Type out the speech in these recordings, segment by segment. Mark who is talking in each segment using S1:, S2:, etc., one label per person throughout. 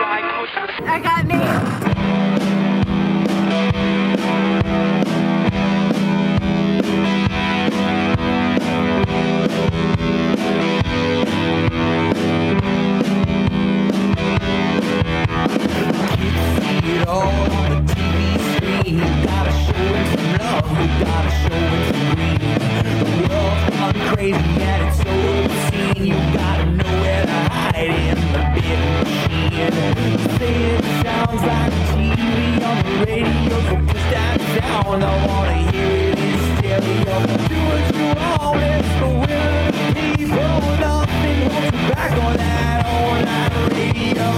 S1: Rose.
S2: I got mail.
S3: it all on the TV screen. We gotta show it some love, we gotta show it some green. The world's gone crazy and it's so obscene. You gotta know where to hide in the big machine. Say it sounds like TV on the radio, so push that down. I wanna hear it in stereo. Do what you want, it's the will of the people. Nothing holds you back on that online radio.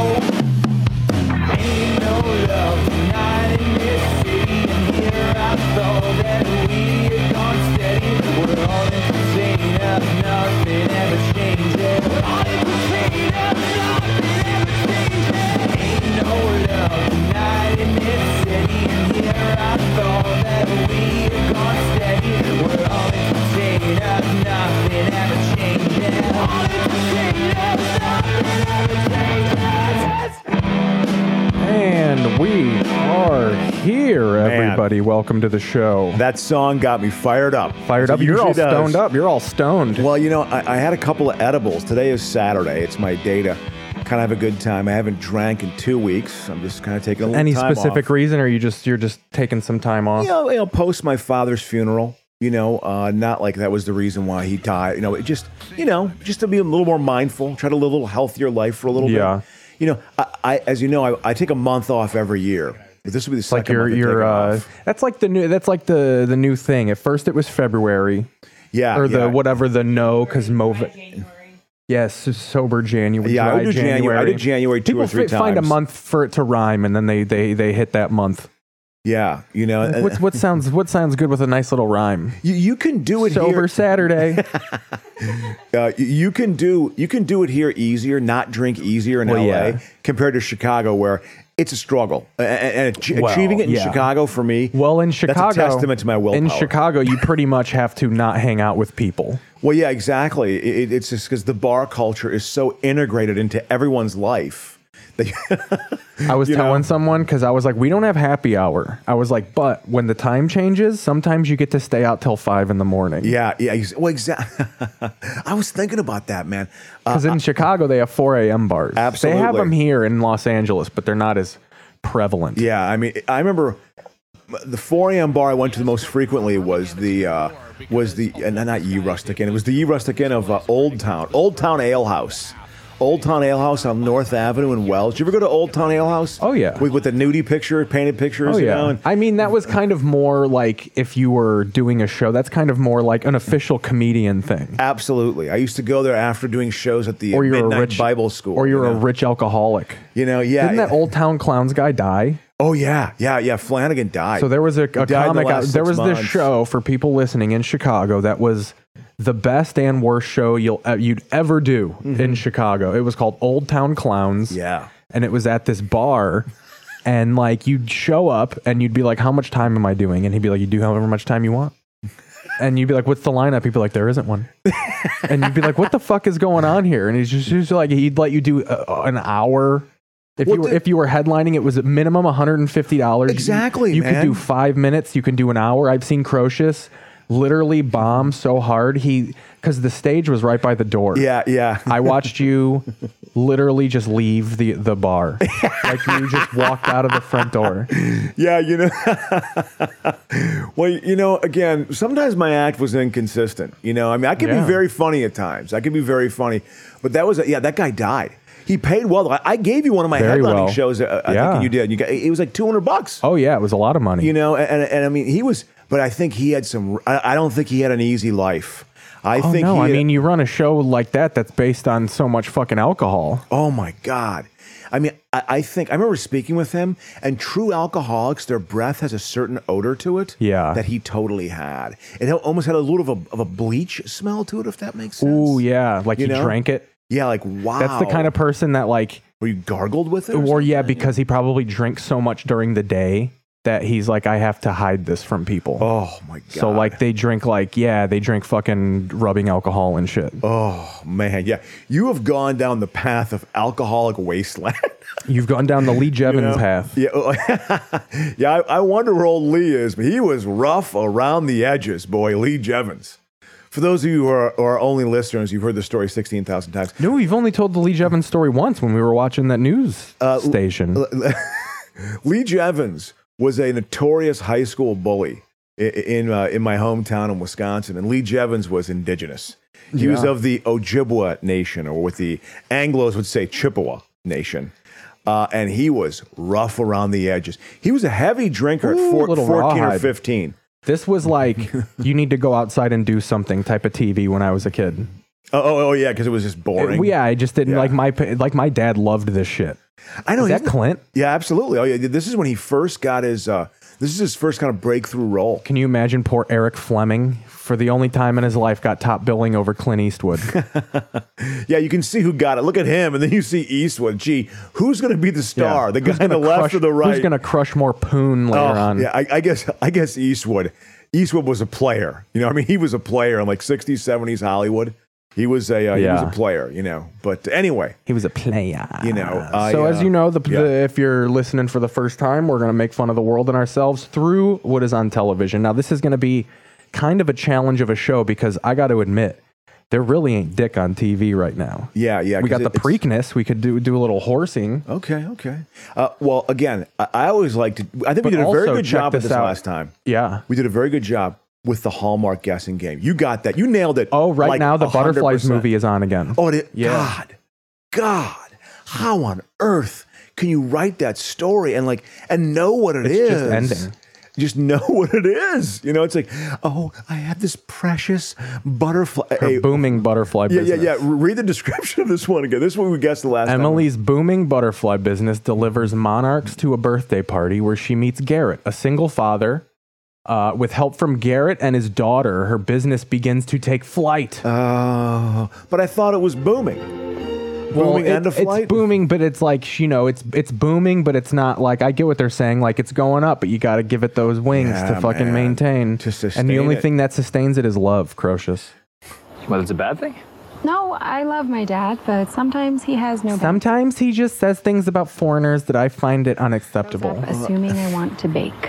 S3: Ain't no love tonight in this city, and here I thought that we had gone steady. We're all in the chain of nothing ever changes. We're all in the chain of nothing ever changes. Ain't no love tonight in this city, and here I thought that we had gone steady. We're all in the chain of nothing ever changes. All in the chain of nothing ever changes.
S4: And we are here, everybody. Welcome to the show.
S1: That song got me fired up.
S4: Fired
S1: It
S4: up. You're all
S1: usually does.
S4: stoned up. You're all stoned.
S1: Well, you know, I, I had a couple of edibles. Today is Saturday. It's my day to kind of have a good time. I haven't drank in two weeks. I'm just kind of taking a little
S4: Any
S1: time
S4: specific
S1: off.
S4: reason, or you just you're just taking some time off?
S1: You know, you know, post my father's funeral. You know, uh, not like that was the reason why he died. You know, it just, you know, just to be a little more mindful, try to live a little healthier life for a little
S4: Yeah.
S1: bit. You know, I, I as you know, I, I take a month off every year. But this will be the
S4: Like
S1: second
S4: your
S1: month I've
S4: your
S1: taken
S4: uh,
S1: off.
S4: that's like the new that's like the the new thing. At first, it was February
S1: yeah
S4: or the
S1: Uh, yeah.
S4: whatever the no because Mov. Yes, sober January.
S1: Yeah, I
S4: dry
S1: would do Janu- I did January two
S4: People
S1: or three
S4: fi- find a
S1: times.
S4: month for it to rhyme, and then they they they hit that month.
S1: yeah you know and-
S4: What's, what sounds what sounds good with a nice little rhyme?
S1: you, you can do it
S4: Sober
S1: here.
S4: Saturday.
S1: Uh, you- you can do you can do it here easier, not drink easier in
S4: Well,
S1: LA
S4: yeah.
S1: compared to Chicago, where it's a struggle. A- a- And, ach-
S4: Well,
S1: achieving it in
S4: yeah.
S1: Chicago for me,
S4: Well, in Chicago,
S1: that's a testament to my willpower.
S4: In Chicago, you pretty much have to not hang out with people.
S1: well, yeah, exactly. It, it- it's just because the bar culture is so integrated into everyone's life. That
S4: I was
S1: You know?
S4: telling someone because I was like, we don't have happy hour. I was like, but when the time changes, sometimes you get to stay out till five in the morning.
S1: yeah, yeah. ex- Well, exactly. I was thinking about that, man. Uh,
S4: Because in Chicago, they have 4 a.m. bars. They have
S1: Absolutely.
S4: them here in Los Angeles, but they're not as prevalent.
S1: yeah, I mean, I remember the 4 a.m. bar I went to the most frequently was the uh, was the uh, not Ye Rustic Inn. It was the Ye Rustic Inn of uh, Old Town, Old Town Ale House. Old Town Ale House on North Avenue in Wells. Did you ever go to Old Town Ale House?
S4: Oh, yeah.
S1: with, with the nudie picture, painted pictures.
S4: Oh
S1: you
S4: yeah,
S1: know, and-
S4: I mean that was kind of more like if you were doing a show. That's kind of more like an official comedian thing,
S1: absolutely. I used to go there after doing shows at the
S4: or you're
S1: Midnight
S4: a rich
S1: Bible School,
S4: or you're
S1: you
S4: a
S1: know?
S4: rich alcoholic.
S1: You know, yeah.
S4: Didn't that old town clowns guy die?
S1: oh yeah, yeah, yeah. Flanagan died.
S4: So there was a, a
S1: died in the
S4: comic.
S1: last
S4: out,
S1: six
S4: there was
S1: months.
S4: this show for people listening in Chicago that was the best and worst show you'll uh, you'd ever do in Chicago. It was called Old Town Clowns.
S1: Mm-hmm. Yeah.
S4: and it was at this bar. And like you'd show up and you'd be like, "How much time am I doing?" And he'd be like, "You do however much time you want." And you'd be like, "What's the lineup?" He'd be like, "There isn't one." and you'd be like, "What the fuck is going on here?" And he's just, he's like, he'd let you do uh, an hour. If
S1: Well,
S4: you were
S1: the-
S4: if you were headlining, it was a minimum one hundred and fifty dollars.
S1: Exactly,
S4: You, could do
S1: man.
S4: five minutes. You can do an hour. I've seen Crocius literally bomb so hard he because the stage was right by the door.
S1: Yeah, yeah.
S4: I watched you literally just leave the the bar. like you just walked out of the front door.
S1: Yeah, you know. well, you know, again, sometimes my act was inconsistent. You know, I mean, I could
S4: Yeah.
S1: be very funny at times. I could be very funny, but that was yeah, that guy died. He paid well. I, I gave you one of my
S4: Very
S1: headlining
S4: well.
S1: shows. Uh, I
S4: Yeah.
S1: think you did. You got, it was like two hundred bucks.
S4: Oh yeah, it was a lot of money.
S1: You know, and, and I mean, he was, but I think he had some. I, I don't think he had an easy life. I
S4: oh
S1: think.
S4: no,
S1: he uh,
S4: I
S1: had-
S4: mean you run a show like that that's based on so much fucking alcohol.
S1: Oh my God. I mean, I, I think I remember speaking with him, and true alcoholics, their breath has a certain odor to it.
S4: Yeah.
S1: That he totally had. It al- almost had a little of a, of a bleach smell to it, if that makes sense.
S4: Ooh yeah, like
S1: You
S4: you,
S1: know?
S4: drank it.
S1: Yeah, like wow.
S4: That's the kind of person that like
S1: Were you gargled with it?
S4: or
S1: something?
S4: yeah because he probably drinks so much during the day that he's like, I have to hide this from people.
S1: Oh my god.
S4: so like they drink like yeah, they drink fucking rubbing alcohol and shit.
S1: oh man, yeah. You have gone down the path of alcoholic wasteland.
S4: You've gone down the Lee
S1: know?
S4: Jevons path.
S1: yeah, oh, yeah. I, I wonder where old Lee is, but he was rough around the edges, boy. Lee Jevons. For those of you who are, who are only listeners, you've heard the story sixteen thousand times.
S4: No, we've only told the Lee Jevons story once when we were watching that news
S1: Uh,
S4: station.
S1: Lee Jevons was a notorious high school bully i- in uh, in my hometown in Wisconsin, and Lee Jevons was indigenous. He was
S4: Yeah.
S1: of the Ojibwa nation, or what the Anglo's would say Chippewa nation. Uh, and he was rough around the edges. He was a heavy drinker
S4: Ooh,
S1: at four,
S4: little
S1: 14 or
S4: rawhide.
S1: 15.
S4: this was like you need to go outside and do something type of TV when I was a kid.
S1: Oh, oh, oh yeah, because it was just boring.
S4: Well, yeah, I just didn't
S1: Yeah.
S4: like my pa- like my dad loved this shit.
S1: I know
S4: Is
S1: he's
S4: that Clint?
S1: Yeah, absolutely. Oh, yeah. This is when he first got his. Uh, this is his first kind of breakthrough role.
S4: Can you imagine poor Eric Fleming for the only time in his life got top billing over Clint Eastwood?
S1: Yeah, you can see who got it. Look at him, and then you see Eastwood. Gee, who's going to be the star? The guy on the left
S4: crush,
S1: or the right?
S4: Who's gonna crush more poon later
S1: Oh,
S4: on?
S1: Yeah, I, I guess. I guess Eastwood. Eastwood was a player. You know, I mean, he was a player in like '60s, '70s Hollywood. He was a uh, he was
S4: Yeah.
S1: a player. You know, but anyway,
S4: He was a player.
S1: You know, I,
S4: so
S1: uh,
S4: as you know, the,
S1: yeah.
S4: the, if you're listening for the first time, we're going to make fun of the world and ourselves through what is on television. Now, this is going to be kind of a challenge of a show because I got to admit, there really ain't dick on TV right now.
S1: yeah, yeah.
S4: we
S1: 'cause
S4: got the
S1: it- it's-
S4: Preakness. We could do do a little horsing.
S1: Okay, okay. Uh, well, again, I, I always like to. I think
S4: But
S1: we did a very
S4: also
S1: good
S4: check
S1: job with
S4: this
S1: this
S4: out.
S1: last time.
S4: Yeah.
S1: We did a very good job with the Hallmark guessing game. You got that. You nailed it.
S4: Oh, right
S1: like
S4: now the
S1: 100%.
S4: Butterflies movie is on again.
S1: Oh, it,
S4: Yeah.
S1: God, God, how on earth can you write that story and like and know what it
S4: It's just
S1: is?
S4: ending.
S1: Just know what it is. You know, it's like, oh, I have this precious butterfly.
S4: Her
S1: Hey,
S4: booming butterfly
S1: yeah, yeah,
S4: business.
S1: yeah. Read the description of this one again. This one we guessed the last time.
S4: Emily's booming butterfly business delivers monarchs to a birthday party where she meets Garrett, a single father. Uh, with help from Garrett and his daughter, her business begins to take flight.
S1: Uh, Oh, but I thought it was booming. booming
S4: it-
S1: and a flight?
S4: It's booming, but it's like you know, it's it's booming, but it's not like I get what they're saying. Like it's going up, but you got to give it those wings
S1: Yeah,
S4: to fucking
S1: man.
S4: maintain.
S1: To
S4: and
S1: sustain
S4: the only
S1: it.
S4: thing that sustains it is love, Crocious.
S5: Well, it's a bad thing.
S6: No, I love my dad, but sometimes he has no boundaries,
S4: Sometimes he just says things about foreigners that I find it unacceptable.
S6: assuming I want to bake.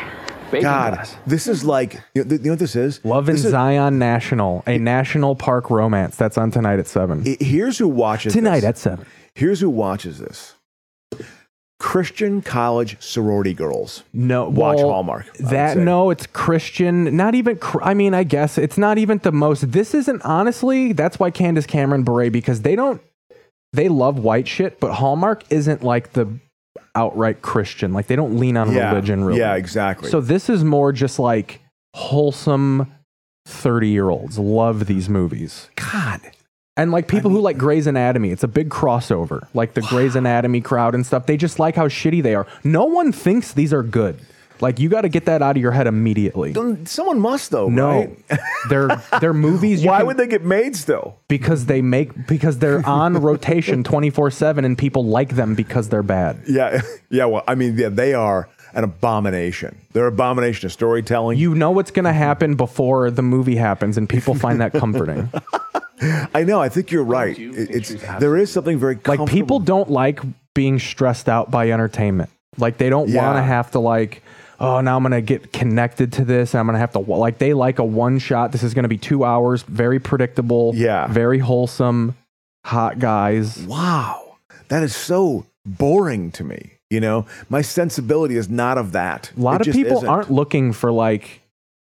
S5: Baking
S1: God,
S5: class.
S1: this is like, you know, you know what this is?
S4: Love in
S1: this is,
S4: Zion National, a national park romance. That's on tonight at seven.
S1: Here's who watches
S4: tonight
S1: this.
S4: at seven.
S1: Here's who watches this Christian college sorority girls.
S4: No,
S1: Watch
S4: well,
S1: Hallmark, I would
S4: That
S1: say.
S4: no, it's Christian. Not even. cr- I mean, I guess it's not even the most. This isn't honestly. That's why Candace Cameron Bure because they don't. They love white shit, but Hallmark isn't like the outright Christian. Like they don't lean on religion really.
S1: Yeah, exactly.
S4: So this is more just like wholesome thirty year olds love these movies.
S1: God,
S4: And like people who like Grey's Anatomy, it's a big crossover. Like the Grey's Anatomy crowd and stuff, they just like how shitty they are. No one thinks these are good. Like you got to get that out of your head immediately.
S1: someone must though.
S4: No,
S1: right?
S4: they're they're movies. you
S1: Why
S4: can-
S1: would they get made still?
S4: Because they make because they're on rotation twenty four seven, and people like them because they're bad.
S1: Yeah, yeah. Well, I mean, yeah, they are an abomination. They're an abomination of storytelling.
S4: You know what's
S1: Mm-hmm.
S4: gonna happen before the movie happens, and people find that comforting.
S1: I know. I think you're right. It- it's there is something very
S4: like people don't like being stressed out by entertainment like they don't
S1: Yeah.
S4: want to have to like oh now i'm gonna get connected to this and i'm gonna have to wa-" like they like a one shot this is gonna be two hours very predictable
S1: Yeah.
S4: very wholesome hot guys
S1: Wow, that is so boring to me. You know, my sensibility is not of that.
S4: a lot of people aren't looking for like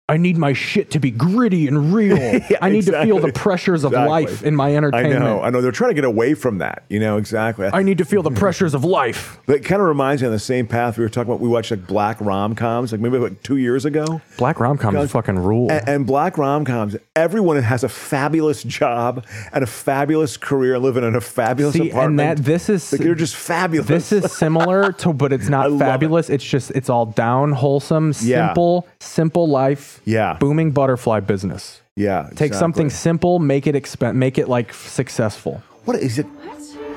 S4: I need my shit to be gritty and real. I need to feel
S1: exactly.
S4: the pressures of
S1: Exactly.
S4: life in my
S1: I
S4: entertainment.
S1: know. I know. They're trying to get away from that. You know exactly.
S4: I need to feel the pressures of life.
S1: But it kind of reminds me on the same path we were talking about. We watched like black rom coms, like maybe like two years ago.
S4: Black rom coms
S1: Guys,
S4: fucking rule.
S1: And, and black rom coms, everyone has a fabulous job and a fabulous career, living in a fabulous
S4: See, and
S1: apartment.
S4: that this is
S1: like, they're just fabulous.
S4: This is similar to, but it's
S1: I
S4: not
S1: love
S4: fabulous. It's just it's all down, wholesome,
S1: Yeah.
S4: simple, simple life.
S1: Yeah.
S4: booming butterfly business.
S1: yeah.
S4: Take
S1: exactly.
S4: something simple, make it expen, make it like successful.
S1: What is it?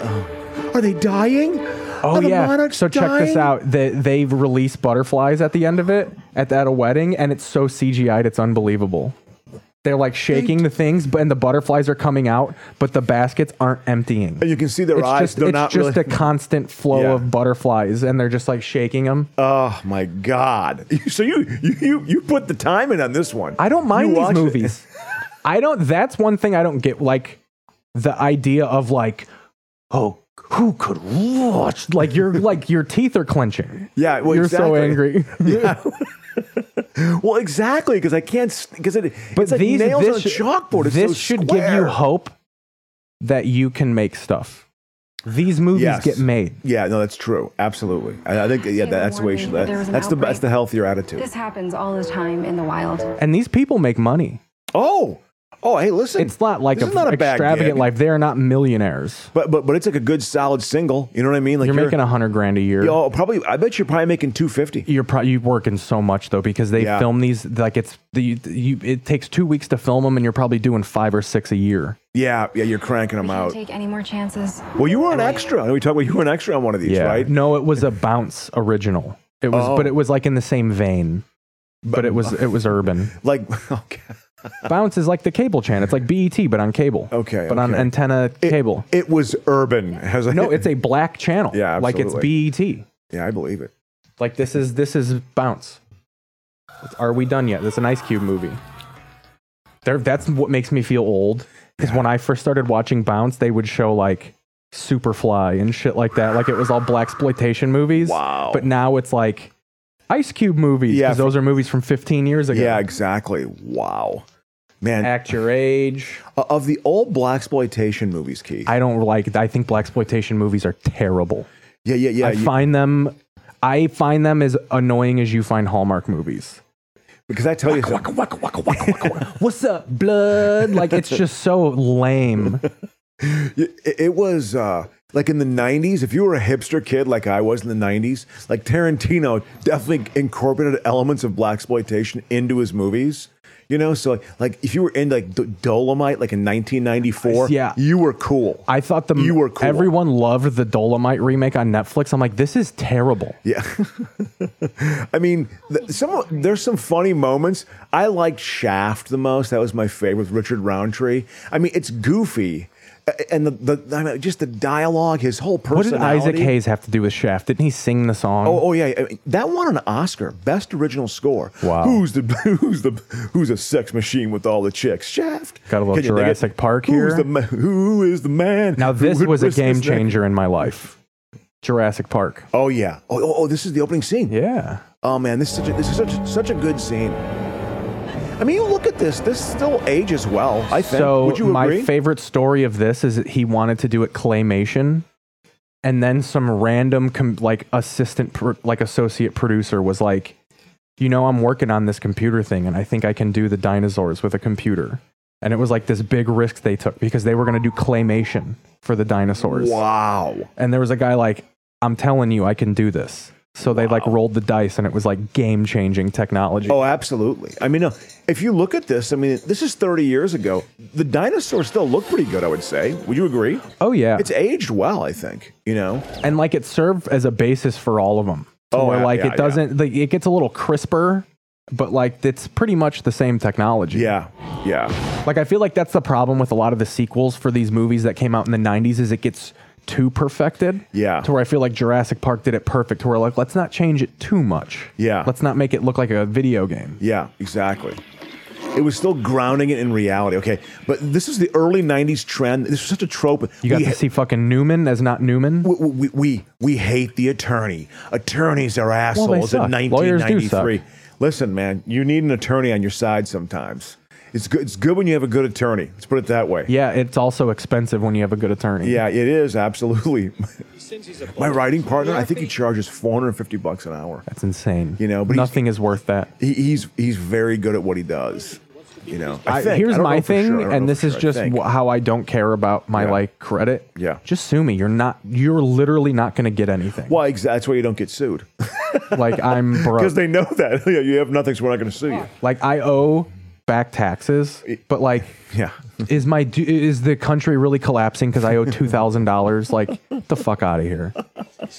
S1: Oh. Are they dying?
S4: Oh
S1: Are the
S4: yeah.
S1: monarchs
S4: So check this
S1: dying?
S4: out. They they've released butterflies at the end of it at at a wedding, and it's so CGI'd, it's unbelievable. They're like shaking the things, but and the butterflies are coming out, but the baskets aren't emptying.
S1: And you can see their
S4: it's
S1: eyes.
S4: just,
S1: they're
S4: it's
S1: not
S4: just
S1: really.
S4: a constant flow
S1: Yeah.
S4: of butterflies, and they're just like shaking them.
S1: oh my god! So you you you, you put the time in on this one.
S4: I don't
S1: You
S4: mind
S1: watch
S4: these
S1: it.
S4: movies. I don't. That's one thing I don't get. Like the idea of like, oh, who could watch? Like you're like your teeth are clenching.
S1: Yeah, well,
S4: you're so
S1: exactly.
S4: angry.
S1: Well, exactly because I can't because it.
S4: But
S1: it's like
S4: these
S1: nails
S4: this, sh-
S1: on a chalkboard. It's
S4: this
S1: so
S4: should give you
S1: square.
S4: hope that you can make stuff. These movies
S1: Yes.
S4: get made.
S1: Yeah, no, that's true. Absolutely, I, I think yeah,
S6: They
S1: that's the way you
S6: warned
S1: should.
S6: me that there was an
S1: that's the that's
S6: outbreak.
S1: the healthier attitude.
S6: This happens all the time in the wild.
S4: And these people make money.
S1: oh, oh, hey, listen,
S4: It's not like
S1: this
S4: a,
S1: is not a bad
S4: extravagant
S1: gig.
S4: life. They are not millionaires.
S1: but but but it's like a good solid single. You know what I mean? Like
S4: You're, making a hundred grand a year.
S1: Oh, probably. I bet you're probably making two fifty.
S4: you're pro- you working so much though because they
S1: Yeah.
S4: film these like it's the you, you it takes two weeks to film them and you're probably doing five or six a year.
S1: Yeah, yeah, you're cranking
S6: We
S1: them
S6: can't
S1: out.
S6: take any more chances.
S1: Well, you were an extra. I know we talked about you were an extra on one of these, right?
S4: No, it was a bounce original. It was,
S1: Oh.
S4: but it was like in the same vein. But it was it was urban.
S1: Like, oh, okay.
S4: Bounce is like the cable channel. It's like BET, but on cable.
S1: Okay,
S4: But on
S1: okay.
S4: antenna cable.
S1: It was urban. Has I,
S4: no, it's a black channel.
S1: Yeah,
S4: Like it's E BET.
S1: Yeah, I believe it.
S4: Like this is this is bounce. It's Are we done yet? This is an Ice Cube movie. There, that's what makes me feel old. Is when I first started watching Bounce, they would show like Superfly and shit like that. Like it was all black exploitation movies.
S1: Wow.
S4: But now it's like Ice Cube movies.
S1: Yeah,
S4: Yeah. Those are movies from 15 years ago.
S1: Yeah, exactly. Wow, man.
S4: Act your age.
S1: o- of the old black exploitation movies, Keith.
S4: I don't like. I think black exploitation movies are terrible.
S1: yeah, yeah, yeah.
S4: I
S1: Uh, you-
S4: find them. I find them as annoying as you find Hallmark movies.
S1: because I tell you, something.
S4: waka, waka, waka, waka, waka. What's up, blood? Like it's just so lame.
S1: it, it was uh, like in the 90s if you were a hipster kid like i was in the 90s like tarantino definitely incorporated elements of black exploitation into his movies you know so like, like if you were in like D- dolomite like in 1994
S4: Yeah.
S1: you were cool
S4: I thought the
S1: You were cool.
S4: everyone loved the Dolomite remake on Netflix. I'm like, this is terrible.
S1: yeah i mean th- some of- there's some funny moments i liked shaft the most that was my favorite with richard roundtree i mean it's goofy A- and the, the I mean, just the dialogue his whole
S4: What did
S1: personality
S4: Isaac Hayes have to do with Shaft? Didn't he sing the song?
S1: Oh, oh yeah, I mean, that won an Oscar, best original score.
S4: Wow.
S1: Who's the who's the who's a sex machine with all the chicks? Shaft.
S4: Got a little
S1: Can you dig it?
S4: Jurassic Park
S1: Who's
S4: here.
S1: the ma- who is the man?
S4: now
S1: who
S4: this
S1: would
S4: was a
S1: risk his
S4: game
S1: neck?
S4: changer in my life. Jurassic Park.
S1: Oh yeah. Oh, oh, oh, this is the opening scene.
S4: Yeah.
S1: Oh man, this is such a, this is such such a good scene. I mean, you look at this. This still ages well. I think.
S4: So
S1: Would you
S4: my
S1: agree?
S4: favorite story of this is that he wanted to do it claymation, and then some random com- like assistant pro- like associate producer was like, you know, I'm working on this computer thing, and I think I can do the dinosaurs with a computer. And it was like this big risk they took because they were going to do claymation for the dinosaurs.
S1: wow.
S4: And there was a guy like, I'm telling you, I can do this. So they like rolled the dice, and it was like game changing technology.
S1: Oh, absolutely. I mean, uh, if you look at this, I mean, this is 30 years ago. The dinosaurs still look pretty good, I would say. Would you agree?
S4: oh yeah,
S1: It's aged well, I think. You know,
S4: and like it served as a basis for all of them.
S1: Oh,
S4: Oh, where
S1: yeah,
S4: like
S1: yeah, yeah.
S4: it doesn't, like, it gets a little crisper, but like it's pretty much the same technology.
S1: Yeah, yeah.
S4: Like I feel like that's the problem with a lot of the sequels for these movies that came out in the '90s is it gets too perfected.
S1: Yeah.
S4: To where I feel like Jurassic Park did it perfect. To where like let's not change it too much.
S1: Yeah.
S4: Let's not make it look like a video game.
S1: Yeah, exactly. It was still grounding it in reality. Okay. But this is the early 90s trend. This was such a trope.
S4: You got
S1: we,
S4: to see fucking Newman as not Newman.
S1: we, we, we, we hate the attorney. Attorneys are assholes
S4: suck.
S1: in
S4: Lawyers do suck.
S1: 1993. Listen, man, you need an attorney on your side sometimes. It's good, it's good when you have a good attorney. Let's put it that way.
S4: yeah, it's also expensive when you have a good attorney.
S1: Yeah, it is absolutely. My writing partner, I think he charges 450 bucks an hour.
S4: That's insane.
S1: You know, but he's-
S4: nothing is worth that.
S1: he, he's he's very good at what he does. You know, I
S4: I-
S1: think. I
S4: here's
S1: don't
S4: my
S1: know for
S4: thing,
S1: sure. I don't know
S4: and this
S1: for
S4: is
S1: sure. I
S4: just
S1: think.
S4: wh- how I don't care about my
S1: Yeah.
S4: like credit.
S1: Yeah.
S4: just sue me. You're not. You're literally not going to get anything.
S1: why exa- that's why you don't get sued
S4: Like I'm broke.
S1: because they know that yeah, you have nothing, so we're not going to sue you.
S4: like I owe back taxes, but like,
S1: Yeah,
S4: is my du- is the country really collapsing because I owe two thousand dollars? Like, get the fuck out of here.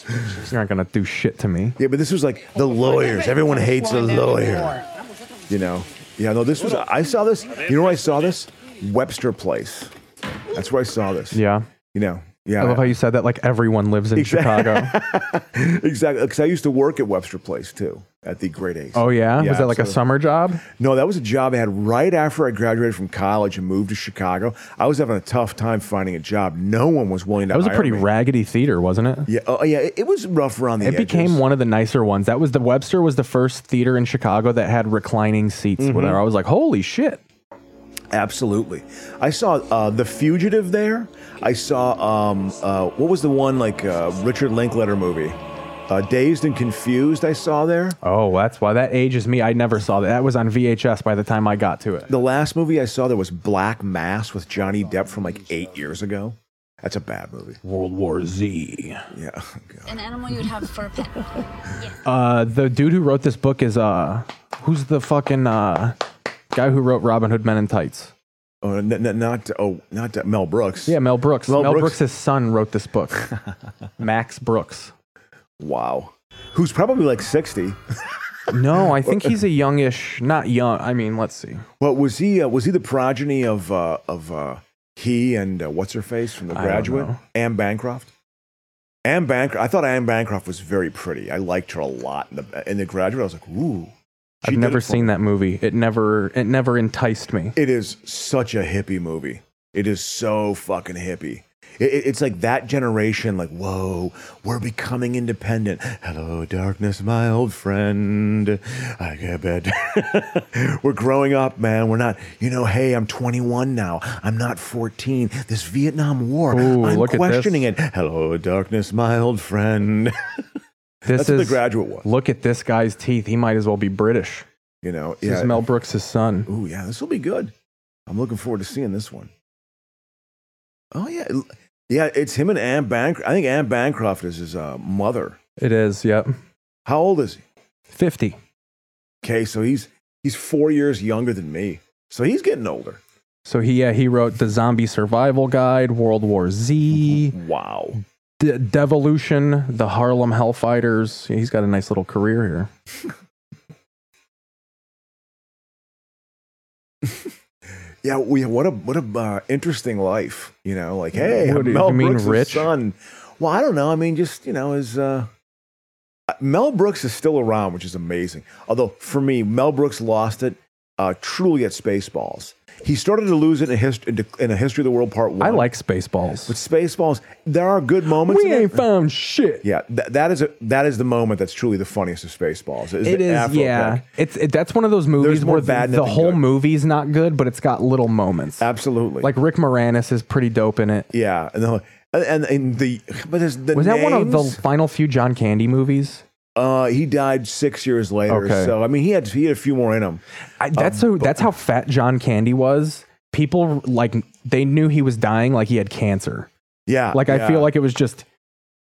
S4: You're not gonna do shit to me.
S1: Yeah, but this was like the lawyers. Everyone hates a lawyer. You know. Yeah, no, this was I saw this. You know where I saw this? Webster Place. That's where I saw this.
S4: Yeah.
S1: You know. Yeah.
S4: I love how you said that. Like everyone lives in
S1: Exact-
S4: Chicago.
S1: exactly. Because I used to work at Webster Place too, at the Great Ace.
S4: Oh yeah? was that like a
S1: absolutely.
S4: summer job?
S1: No, that was a job I had right after I graduated from college and moved to Chicago. I was having a tough time finding a job. No one was willing to.
S4: That was a
S1: hire
S4: pretty
S1: me.
S4: raggedy theater, wasn't it?
S1: Yeah, oh, yeah. It, it was rough around the.
S4: It became
S1: edges.
S4: one of the nicer ones. That was the Webster was the first theater in Chicago that had reclining seats. Whatever. I was like, holy shit.
S1: Absolutely. I saw uh, The Fugitive there. I saw, um, uh, what was the one like uh, Richard Linkletter movie? Uh, Dazed and Confused, I saw there.
S4: Oh, that's why that ages me. I never saw that. That was on VHS by the time I got to it.
S1: The last movie I saw there was Black Mass with Johnny Depp from like eight years ago. That's a bad movie.
S4: World War Z.
S1: Yeah. God.
S7: An animal you'd have for a pet.
S4: Uh, the dude who wrote this book is uh, who's the fucking uh, guy who wrote Robin Hood Men in Tights?
S1: Oh, n- n- not, oh, not uh, Mel Brooks.
S4: Yeah, Mel Brooks.
S1: Mel
S4: Mel,
S1: Brooks.
S4: Brooks. son wrote this book. Max Brooks.
S1: Wow. Who's probably like 60.
S4: No, I think he's a youngish, not young. I mean, let's see.
S1: But was he, uh, was he the progeny of, uh, of uh, he and uh, what's her face from The
S4: I don't
S1: Graduate?
S4: know.
S1: Anne Bancroft? Anne Bancroft. I thought Anne Bancroft was very pretty. I liked her a lot in the, in the Graduate. I was like, ooh. She
S4: I've
S1: did
S4: never
S1: it for me.
S4: seen that movie. It never, it never enticed me.
S1: It is such a hippie movie. It is so fucking hippie. It, it- it's like that generation, like, whoa, we're becoming independent. Hello, darkness, my old friend. I get bed. we're growing up, man. We're not, you know, hey, I'm 21 now. I'm not 14. This Vietnam War,
S4: Ooh,
S1: I'm
S4: look at this.
S1: questioning it. Hello, darkness, my old friend.
S4: This
S1: That's what
S4: is
S1: the graduate was.
S4: Look at this guy's teeth. He might as well be British.
S1: You know,
S4: This
S1: yeah.
S4: is Mel Brooks' son.
S1: Ooh, yeah, this will be good. I'm looking forward to seeing this one. Oh yeah, L- yeah, it's him and Anne Bancroft. I think Anne Bancroft is his uh, mother.
S4: It is. Yep.
S1: How old is he?
S4: Fifty.
S1: Okay, so he's he's four years younger than me. So he's getting older.
S4: So he yeah, he wrote the Zombie Survival Guide, World War Z,
S1: Wow.
S4: De- Devolution, the Harlem Hellfighters. Yeah, he's got a nice little career here.
S1: Yeah, we what a what a uh, interesting life. You know, like hey,
S4: What do you-
S1: Mel
S4: you mean
S1: Brooks'
S4: rich?
S1: son. Well, I don't know. I mean, just you know, his uh, Mel Brooks is still around, which is amazing. Although for me, Mel Brooks lost it uh, truly at Spaceballs. He started to lose it in, hist- in, in a History of the World Part One.
S4: I like Spaceballs.
S1: but Spaceballs. There are good moments.
S4: we
S1: in
S4: ain't
S1: it.
S4: found shit.
S1: Yeah, th- that is a, that is the moment that's truly the funniest of Spaceballs. Is
S4: It
S1: the
S4: is,
S1: Afro
S4: yeah.
S1: pick.
S4: It's it, that's one of those movies
S1: There's more
S4: where the,
S1: bad than
S4: the whole
S1: good.
S4: movie's not good, but it's got little moments.
S1: absolutely.
S4: Like Rick Moranis is pretty dope in it.
S1: yeah, and the, and, and the but there's the
S4: Was that one of the
S1: names-
S4: final few John Candy movies?
S1: Uh, he died six years later.
S4: Okay.
S1: So I mean, he had he had a few more in him.
S4: I, that's so. That's how fat John Candy was. People like they knew he was dying, like he had cancer.
S1: Yeah.
S4: Like I
S1: yeah,
S4: feel like it was just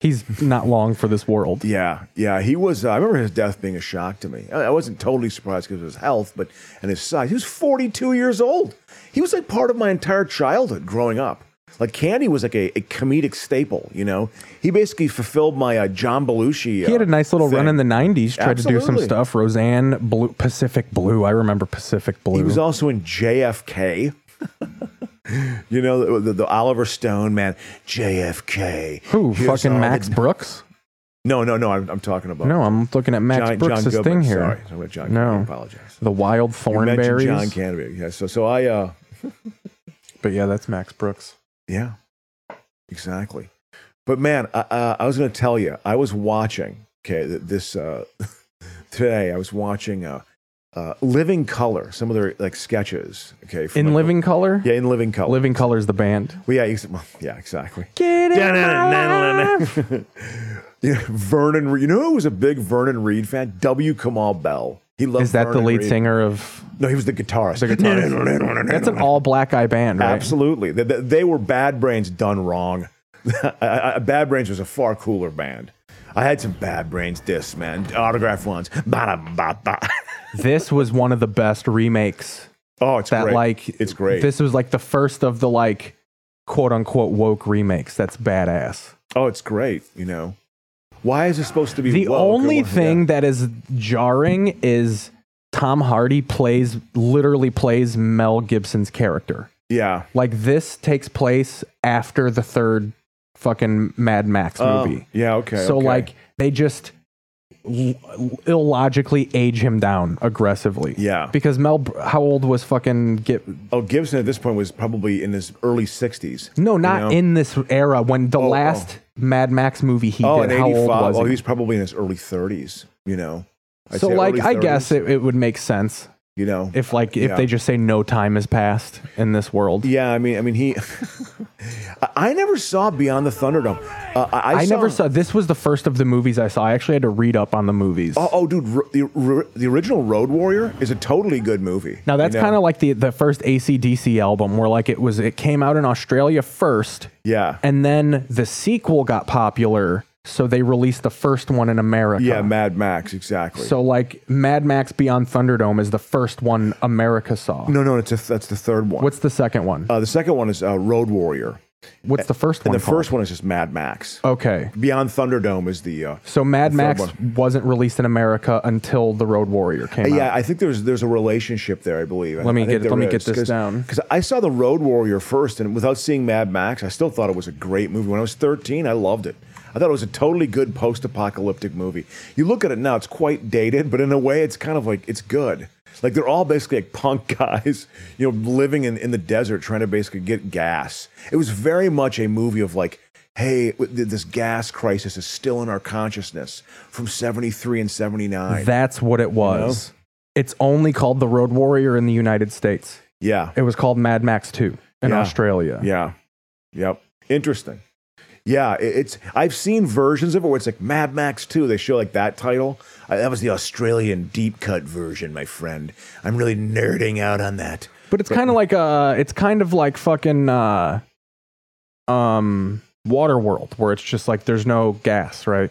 S4: he's not long for this world.
S1: Yeah, yeah. He was. Uh, I remember his death being a shock to me. I, I wasn't totally surprised because of his health, but and his size. He was 42 years old. He was like part of my entire childhood growing up. Like Candy was like a, a comedic staple. You know, he basically fulfilled my uh, John Belushi.
S4: He had a nice little run in the '90s. Tried to do some
S1: Absolutely.
S4: stuff. Roseanne, Blue, Pacific Blue. I remember Pacific Blue.
S1: He was also in JFK. you know, the, the, the Oliver Stone man, JFK.
S4: Who?
S1: Here's all
S4: fucking
S1: the-
S4: Max Brooks?
S1: No, no, no. I'm, I'm talking about
S4: No, I'm looking at Max
S1: John,
S4: Brooks'
S1: John Goodman.
S4: thing here.
S1: Sorry, I'm John.
S4: No.
S1: Goodman. I apologize.
S4: The Wild
S1: You mentioned John
S4: Thornberries.
S1: Canterbury. Yeah. So, so I, uh,
S4: But yeah, that's Max Brooks.
S1: yeah, exactly. But man, I, uh, I was going to tell you, I was watching. Okay, th- this uh, today, I was watching uh, uh, Living Color, some of their like sketches. Okay, from,
S4: In
S1: like,
S4: Living Color.
S1: yeah, in Living Color.
S4: Living Color's the band.
S1: Well, yeah, ex- well, yeah, exactly.
S4: Get in my life.
S1: yeah, Vernon. Reed. You know who was a big Vernon Reed fan? W. Kamal Bell. He loved.
S4: Is that the
S1: Vernon
S4: lead
S1: Reed.
S4: singer of?
S1: No, he was the guitarist.
S4: The guitarist. That's an all black guy band, right?
S1: Absolutely. They, they- they were Bad Brains done wrong. I- I- I- Bad Brains was a far cooler band. I had some Bad Brains discs, man. Autograph ones. Ba-da-ba-ba.
S4: This was one of the best remakes
S1: Oh, it's
S4: that
S1: great.
S4: like
S1: it's great.
S4: This was like the first of the like quote unquote woke remakes. That's badass.
S1: oh, it's great. You know, Why is it supposed to be
S4: The
S1: woke? Oh, or
S4: only
S1: what-
S4: thing that is jarring is Tom Hardy plays literally plays Mel Gibson's character.
S1: Yeah.
S4: Like this takes place after the third fucking Mad Max
S1: Oh,
S4: movie.
S1: yeah. Okay.
S4: so
S1: okay.
S4: like they just l- illogically age him down aggressively.
S1: Yeah.
S4: Because Mel, Br- how old was fucking get?
S1: oh, Gibson at this point was probably in his early sixties.
S4: No, not in this era when the
S1: Oh,
S4: last Mad Max movie he
S1: Oh, in
S4: did. How old
S1: '85.
S4: was
S1: Oh,
S4: he?
S1: he's probably in his early 30s. You know. I'd
S4: so
S1: say
S4: like
S1: early
S4: I guess
S1: 30s,
S4: it, it would make sense
S1: you know
S4: if like if
S1: yeah.
S4: they just say no time has passed in this world.
S1: Yeah, I mean, I mean, he. I, I never saw Beyond the Thunderdome. Uh, I,
S4: I, never
S1: him-
S4: saw. This was the first of the movies I saw. I actually had to read up on the movies.
S1: Oh, oh, dude, r- the, r- the original Road Warrior is a totally good movie.
S4: Now that's
S1: You know?
S4: kind of like the the first ACDC album, where like it was it came out in Australia first,
S1: yeah,
S4: and then the sequel got popular, so they released the first one in America.
S1: yeah, Mad Max exactly.
S4: uh, so like Mad Max Beyond Thunderdome is the first one America saw.
S1: no, no, it's a, that's the third one.
S4: What's the second one?
S1: uh, the second one is uh, Road Warrior,
S4: What's the first
S1: and
S4: one? Oh.
S1: the first one is just Mad Max.
S4: One. Okay.
S1: Beyond Thunderdome is the. Uh,
S4: So Mad
S1: The third
S4: Max wasn't released in America until The Road Warrior came out.
S1: Uh, yeah, I think there's there's a relationship there. I believe.
S4: Let me get- let me get this down.
S1: because I saw the Road Warrior first, and without seeing Mad Max, I still thought it was a great movie. When I was 13, I loved it. I thought it was a totally good post-apocalyptic movie. You look at it now; it's quite dated, but in a way, it's kind of like it's good. Like they're all basically like punk guys, you know, living in, in the desert, trying to basically get gas. It was very much a movie of like hey, w- th- this gas crisis is still in our consciousness from 73 and 79.
S4: That's what it was. It's only called The Road Warrior in the United States.
S1: yeah.
S4: It was called Mad Max 2 in
S1: Yeah.
S4: Australia.
S1: Yeah. Yep. Interesting. Yeah, i- it's I've seen versions of it where it's like Mad Max 2. They show like that title. Uh, that was the Australian deep cut version, my friend. I'm really nerding out on that.
S4: But it's kind of like uh it's kind of like fucking uh um Waterworld where it's just like there's no gas, right?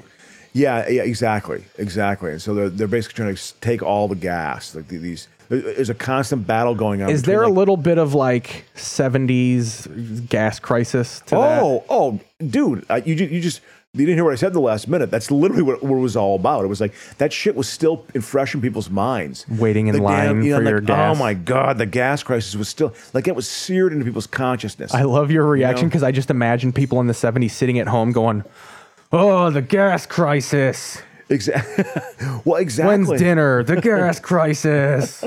S1: Yeah, yeah, exactly, exactly. And so they're they're basically trying to s- take all the gas. Like the- these, there- there's a constant battle going on.
S4: Is
S1: between,
S4: there a
S1: like,
S4: little bit of like 70s gas crisis to that?
S1: Oh, oh, dude, uh, you ju- you just you didn't hear what I said the last minute. That's literally what, what it was all about. It was like that shit was still in- fresh in people's minds.
S4: Waiting in
S1: The
S4: line for
S1: like,
S4: your gas.
S1: Oh my god, the gas crisis was still like it was seared into people's consciousness.
S4: I love your reaction
S1: know?
S4: because I just imagine people in the 70s sitting at home going, "Oh, the gas crisis.
S1: exactly. well, exactly.
S4: When's dinner? The gas crisis."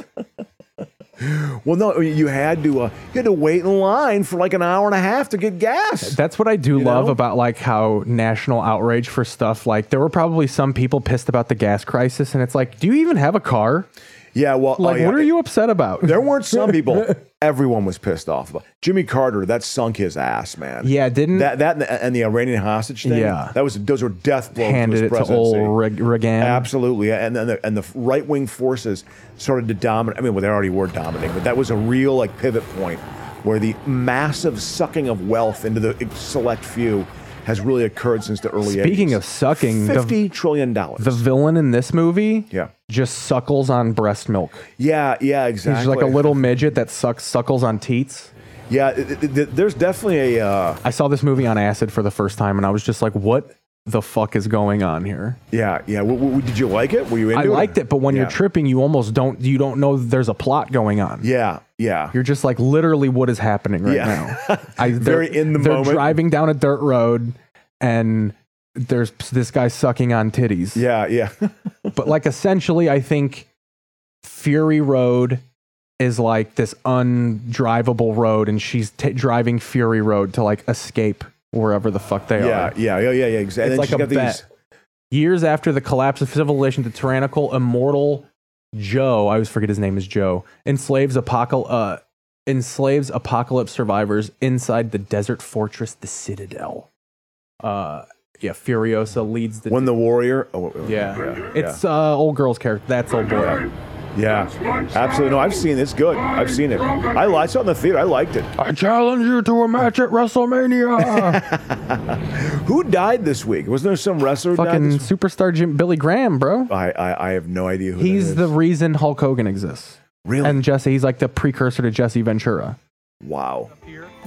S1: Well, no, you had to uh, you had to wait in line for like an hour and a half to get gas.
S4: That's what I do love
S1: know?
S4: about like how national outrage for stuff like there were probably some people pissed about the gas crisis and it's like, "Do you even have a car?
S1: yeah. Well, oh,
S4: Like
S1: yeah.
S4: what are you upset about?"
S1: There weren't some people. Everyone was pissed off about Jimmy Carter. That sunk his ass, man.
S4: Yeah, didn't-
S1: that that and the, and the Iranian hostage thing?
S4: Yeah.
S1: that was those were death blows to
S4: handed
S1: his
S4: it to old
S1: presidency.
S4: Reg- Reagan.
S1: Absolutely, and then the, and the right wing forces started to dominate. I mean, well, they already were dominating, but that was a real like pivot point where the massive sucking of wealth into the select few has really occurred since the early.
S4: Speaking
S1: 80s.
S4: of sucking, the-
S1: fifty trillion dollars.
S4: The villain in this movie
S1: Yeah.
S4: just suckles on breast milk.
S1: yeah, yeah,
S4: He's
S1: exactly.
S4: just like a little midget that sucks suckles on teats.
S1: Yeah, it- it- it- there's definitely a. Uh,
S4: I saw this movie on acid for the first time, and I was just like, "What the fuck is going on here?"
S1: Yeah, yeah. W- w- did you like it? Were you into
S4: I
S1: it?
S4: liked it, but when
S1: Yeah.
S4: you're tripping, you almost don't you don't know there's a plot going on.
S1: Yeah, yeah.
S4: You're just like literally what is happening right
S1: Yeah.
S4: now. I, they're-
S1: Very in the
S4: they're
S1: moment.
S4: driving down a dirt road, and there's this guy sucking on titties.
S1: yeah, yeah.
S4: but like essentially i think fury road is like this undrivable road and she's t- driving fury road to like escape wherever the fuck they
S1: yeah,
S4: are
S1: yeah, yeah, yeah, yeah. Exactly.
S4: It's like a bet. years after the collapse of civilization the tyrannical immortal joe i always forget his name is joe enslaves apocal uh, enslaves apocalypse survivors inside the desert fortress the citadel uh yeah furiosa leads the
S1: When the warrior. Oh, wait, wait, wait.
S4: yeah.
S1: yeah.
S4: it's uh old girl's character that's old boy
S1: yeah, absolutely. No, I've seen it. It's good. I've seen it. I, li- I saw it in the theater. I liked it.
S4: I challenge you to a match at WrestleMania.
S1: Who died this week? Wasn't there some wrestler who died?
S4: Fucking
S1: This-
S4: superstar Jim Billy Graham, bro.
S1: I, I I have no idea who. that
S4: He's
S1: is.
S4: the reason Hulk Hogan exists.
S1: really
S4: And Jesse, he's like the precursor to Jesse Ventura.
S1: wow.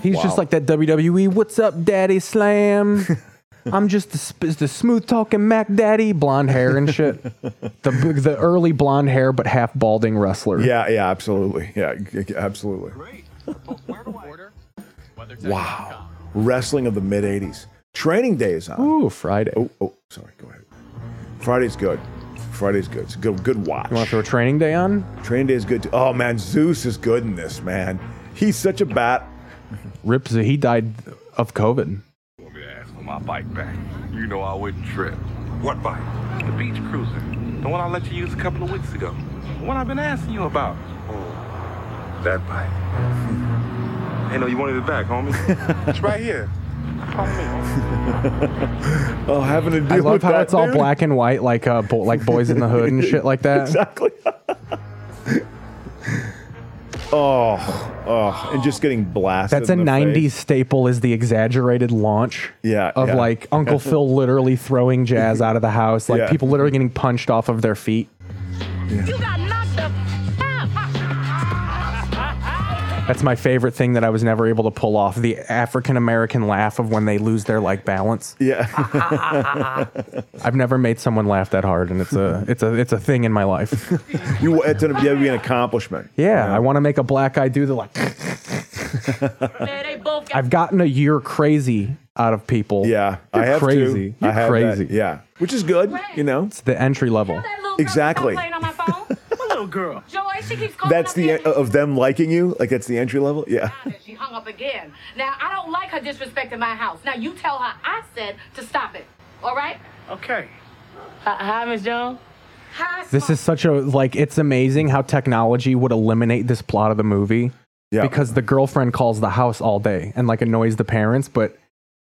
S4: He's
S1: Wow.
S4: just E, like that WWE, what's up, daddy slam? I'm just the, sp- the smooth talking Mac Daddy, blonde hair and shit. the b- the early blonde hair but half balding wrestler.
S1: Yeah, yeah, absolutely. Yeah, g- g- absolutely. Wow. Wrestling of the mid 80s. Training Day is on.
S4: Ooh, Friday.
S1: Oh, oh, sorry. Go ahead. Friday's good. Friday's good. It's a good, good watch.
S4: You want to throw training day on?
S1: Training Day is good. Too. Oh, man. Zeus is good in this, man. He's such a bat.
S4: Rips. He died of COVID.
S7: me to ask for my bike back. You know I wouldn't trip. What bike? The beach cruiser. The one I let you use a couple of weeks ago. The one I've been asking you about. Oh, that bike. hey, no, you wanted it back, homie. it's right here. Follow me, homie.
S1: Oh, having to deal
S4: I love
S1: with
S4: how
S1: that,
S4: it's all
S1: dude.
S4: black and white, like uh, bo- like boys in the hood and shit like that.
S1: Exactly. oh, oh, and just getting blasted.
S4: That's a
S1: in the
S4: '90s
S1: face.
S4: staple. Is the exaggerated launch?
S1: Yeah,
S4: Of
S1: yeah.
S4: like Uncle Phil literally throwing jazz out of the house, like
S1: Yeah.
S4: people literally getting punched off of their feet.
S8: You got knocked the f- out.
S4: That's my favorite thing that I was never able to pull off. The African American laugh of when they lose their like balance.
S1: Yeah.
S4: I've never made someone laugh that hard, and it's a it's a it's a thing in my life.
S1: you, it's going to be an accomplishment.
S4: Yeah, I want to make a black guy do the like.
S8: Man, they both got
S4: I've gotten a year crazy out of people.
S1: Yeah.
S4: You're
S1: I have
S4: crazy.
S1: To. I
S4: You're
S1: have that,
S4: crazy.
S1: Yeah. Which is good, you know?
S4: It's the entry level.
S8: that little girl
S1: Exactly.
S8: Playing on my phone. what little girl? Joy, she keeps calling
S1: That's
S8: up
S1: the
S8: here.
S1: uh, of them liking you. Like that's the entry level. Yeah.
S8: She hung up again. Now I don't like her disrespecting my house. Now you tell her I said to stop it. All right?
S9: Okay. Hi, Miss Jones.
S8: Hi,
S4: This
S8: Smart.
S4: is such a like. It's amazing how technology would eliminate this plot of the movie
S1: Yeah.
S4: because the girlfriend calls the house all day and like annoys the parents, but.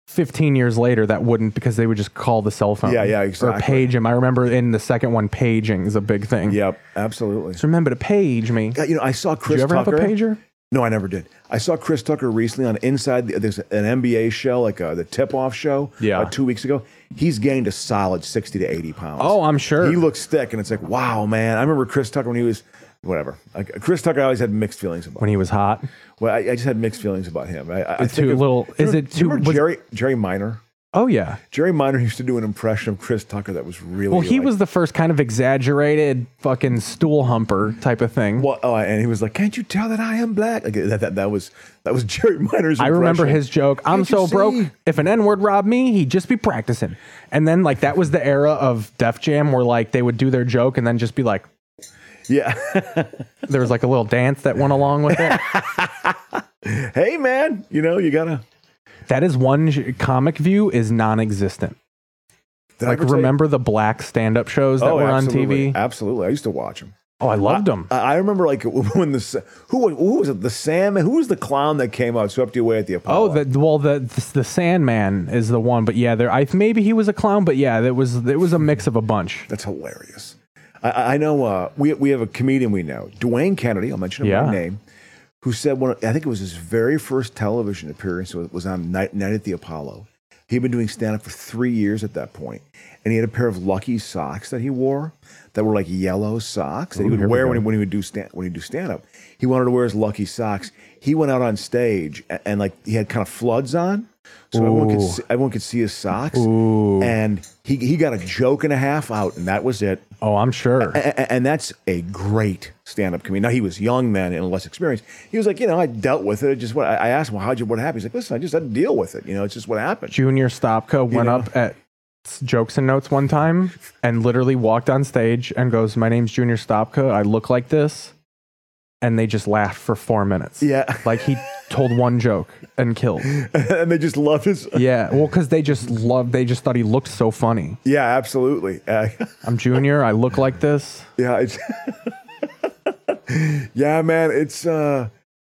S4: 15 years later, that wouldn't because they would just call the cell phone.
S1: Yeah, yeah,
S4: Or
S1: exactly.
S4: page him. I remember in the second one, paging is a big thing.
S1: Yep. Absolutely.
S4: So remember to page me.
S1: God, you know, I saw
S4: Do
S1: Chris
S4: you ever
S1: Tucker.
S4: have a pager?
S1: No, I never did. I saw Chris Tucker recently on Inside. The, there's an NBA show, like uh, the Tip Off show.
S4: Yeah.
S1: uh, two weeks ago, he's gained a solid sixty to eighty pounds.
S4: Oh, I'm sure.
S1: He looks thick, and it's like, wow, man. I remember Chris Tucker when he was whatever. Like, Chris Tucker, I always had mixed feelings about.
S4: when he was hot.
S1: well, I, I just had mixed feelings about him. I, I I
S4: It's
S1: think
S4: too
S1: of-
S4: little-
S1: do
S4: is
S1: you
S4: it
S1: do you
S4: too-
S1: remember
S4: was-
S1: Jerry Jerry Minor?
S4: Oh yeah.
S1: Jerry Minor used to do an impression of Chris Tucker that was really
S4: Well, he
S1: like-
S4: was the first kind of exaggerated fucking stool humper type of thing.
S1: Well, oh, and he was like, "Can't you tell that I am black?" Like, that, that, that was that was Jerry Miner's.
S4: I remember
S1: impression.
S4: his joke. I'm
S1: Can't you
S4: so broke.
S1: see?"
S4: If an N word robbed me, he'd just be practicing. And then like that was the era of Def Jam where like they would do their joke and then just be like,
S1: Yeah.
S4: there was like a little dance that went along with it.
S1: hey man you know you gotta
S4: that is one sh- comic view is non-existent.
S1: Did I
S4: Like
S1: ever tell
S4: remember the black stand-up shows
S1: you-
S4: that were
S1: absolutely.
S4: on TV?
S1: absolutely i used to watch them
S4: Oh, I loved them.
S1: I, I remember like when the Sa- who was who was it the sam who was the clown that came out swept you away at the
S4: Oh,
S1: apollo
S4: the, well, the, the Sandman is the one, but yeah, there. I maybe he was a clown, but yeah, that was it was a mix of a bunch.
S1: that's hilarious i, I I know uh, we, we have a comedian we know dwayne kennedy i'll mention him by
S4: Yeah.
S1: name who said one i think it was his very first television appearance was, was on night, night at the apollo he'd been doing stand-up for three years at that point and he had a pair of lucky socks that he wore that were like yellow socks that he would wear when he, when he would do stand when he do stand up. He wanted to wear his lucky socks. He went out on stage and, and like he had kind of floods on, so everyone could
S4: Ooh.
S1: see, everyone could see his socks. And he he got a joke and a half out, and that was it.
S4: Oh, I'm sure.
S1: A- a- And that's a great stand-up comedian. Now he was young then and less experienced. He was like, you know, I dealt with it. It just what I I asked him, well, how'd you what happened? He's like, listen, I just had to deal with it. You know, it's just what happened.
S4: Junior Stopka went
S1: know.
S4: up at S- Jokes and Notes one time and literally walked on stage and goes, "My name's Junior Stopka. I look like this," and they just laughed for four minutes.
S1: Yeah.
S4: like he told one joke and killed.
S1: and they just loved his.
S4: Yeah, well, because they just loved. They just thought he looked so funny.
S1: Yeah, absolutely. Uh,
S4: I'm Junior. I look like this.
S1: yeah, it's. yeah, man, it's. uh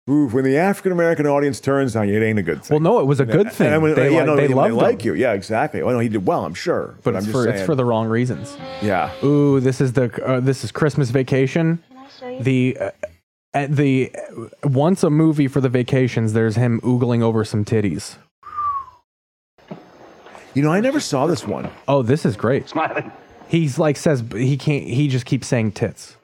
S1: oof, when the African American audience turns on you, it ain't a good thing.
S4: Well, no, it was a good thing.
S1: And when-
S4: they
S1: yeah,
S4: like,
S1: no,
S4: they
S1: when
S4: loved
S1: like
S4: him.
S1: you. Yeah, exactly. Well, no, he did well, I'm sure.
S4: But
S1: I'm
S4: it's
S1: just
S4: for,
S1: saying,
S4: it's for the wrong reasons.
S1: yeah.
S4: Ooh, this is the uh, this is Christmas Vacation. The uh, at the uh, once a movie for the vacations. There's him oogling over some titties.
S1: You know, I never saw this one.
S4: Oh, this is great. Smiling. He's like says but he can't. He just keeps saying tits.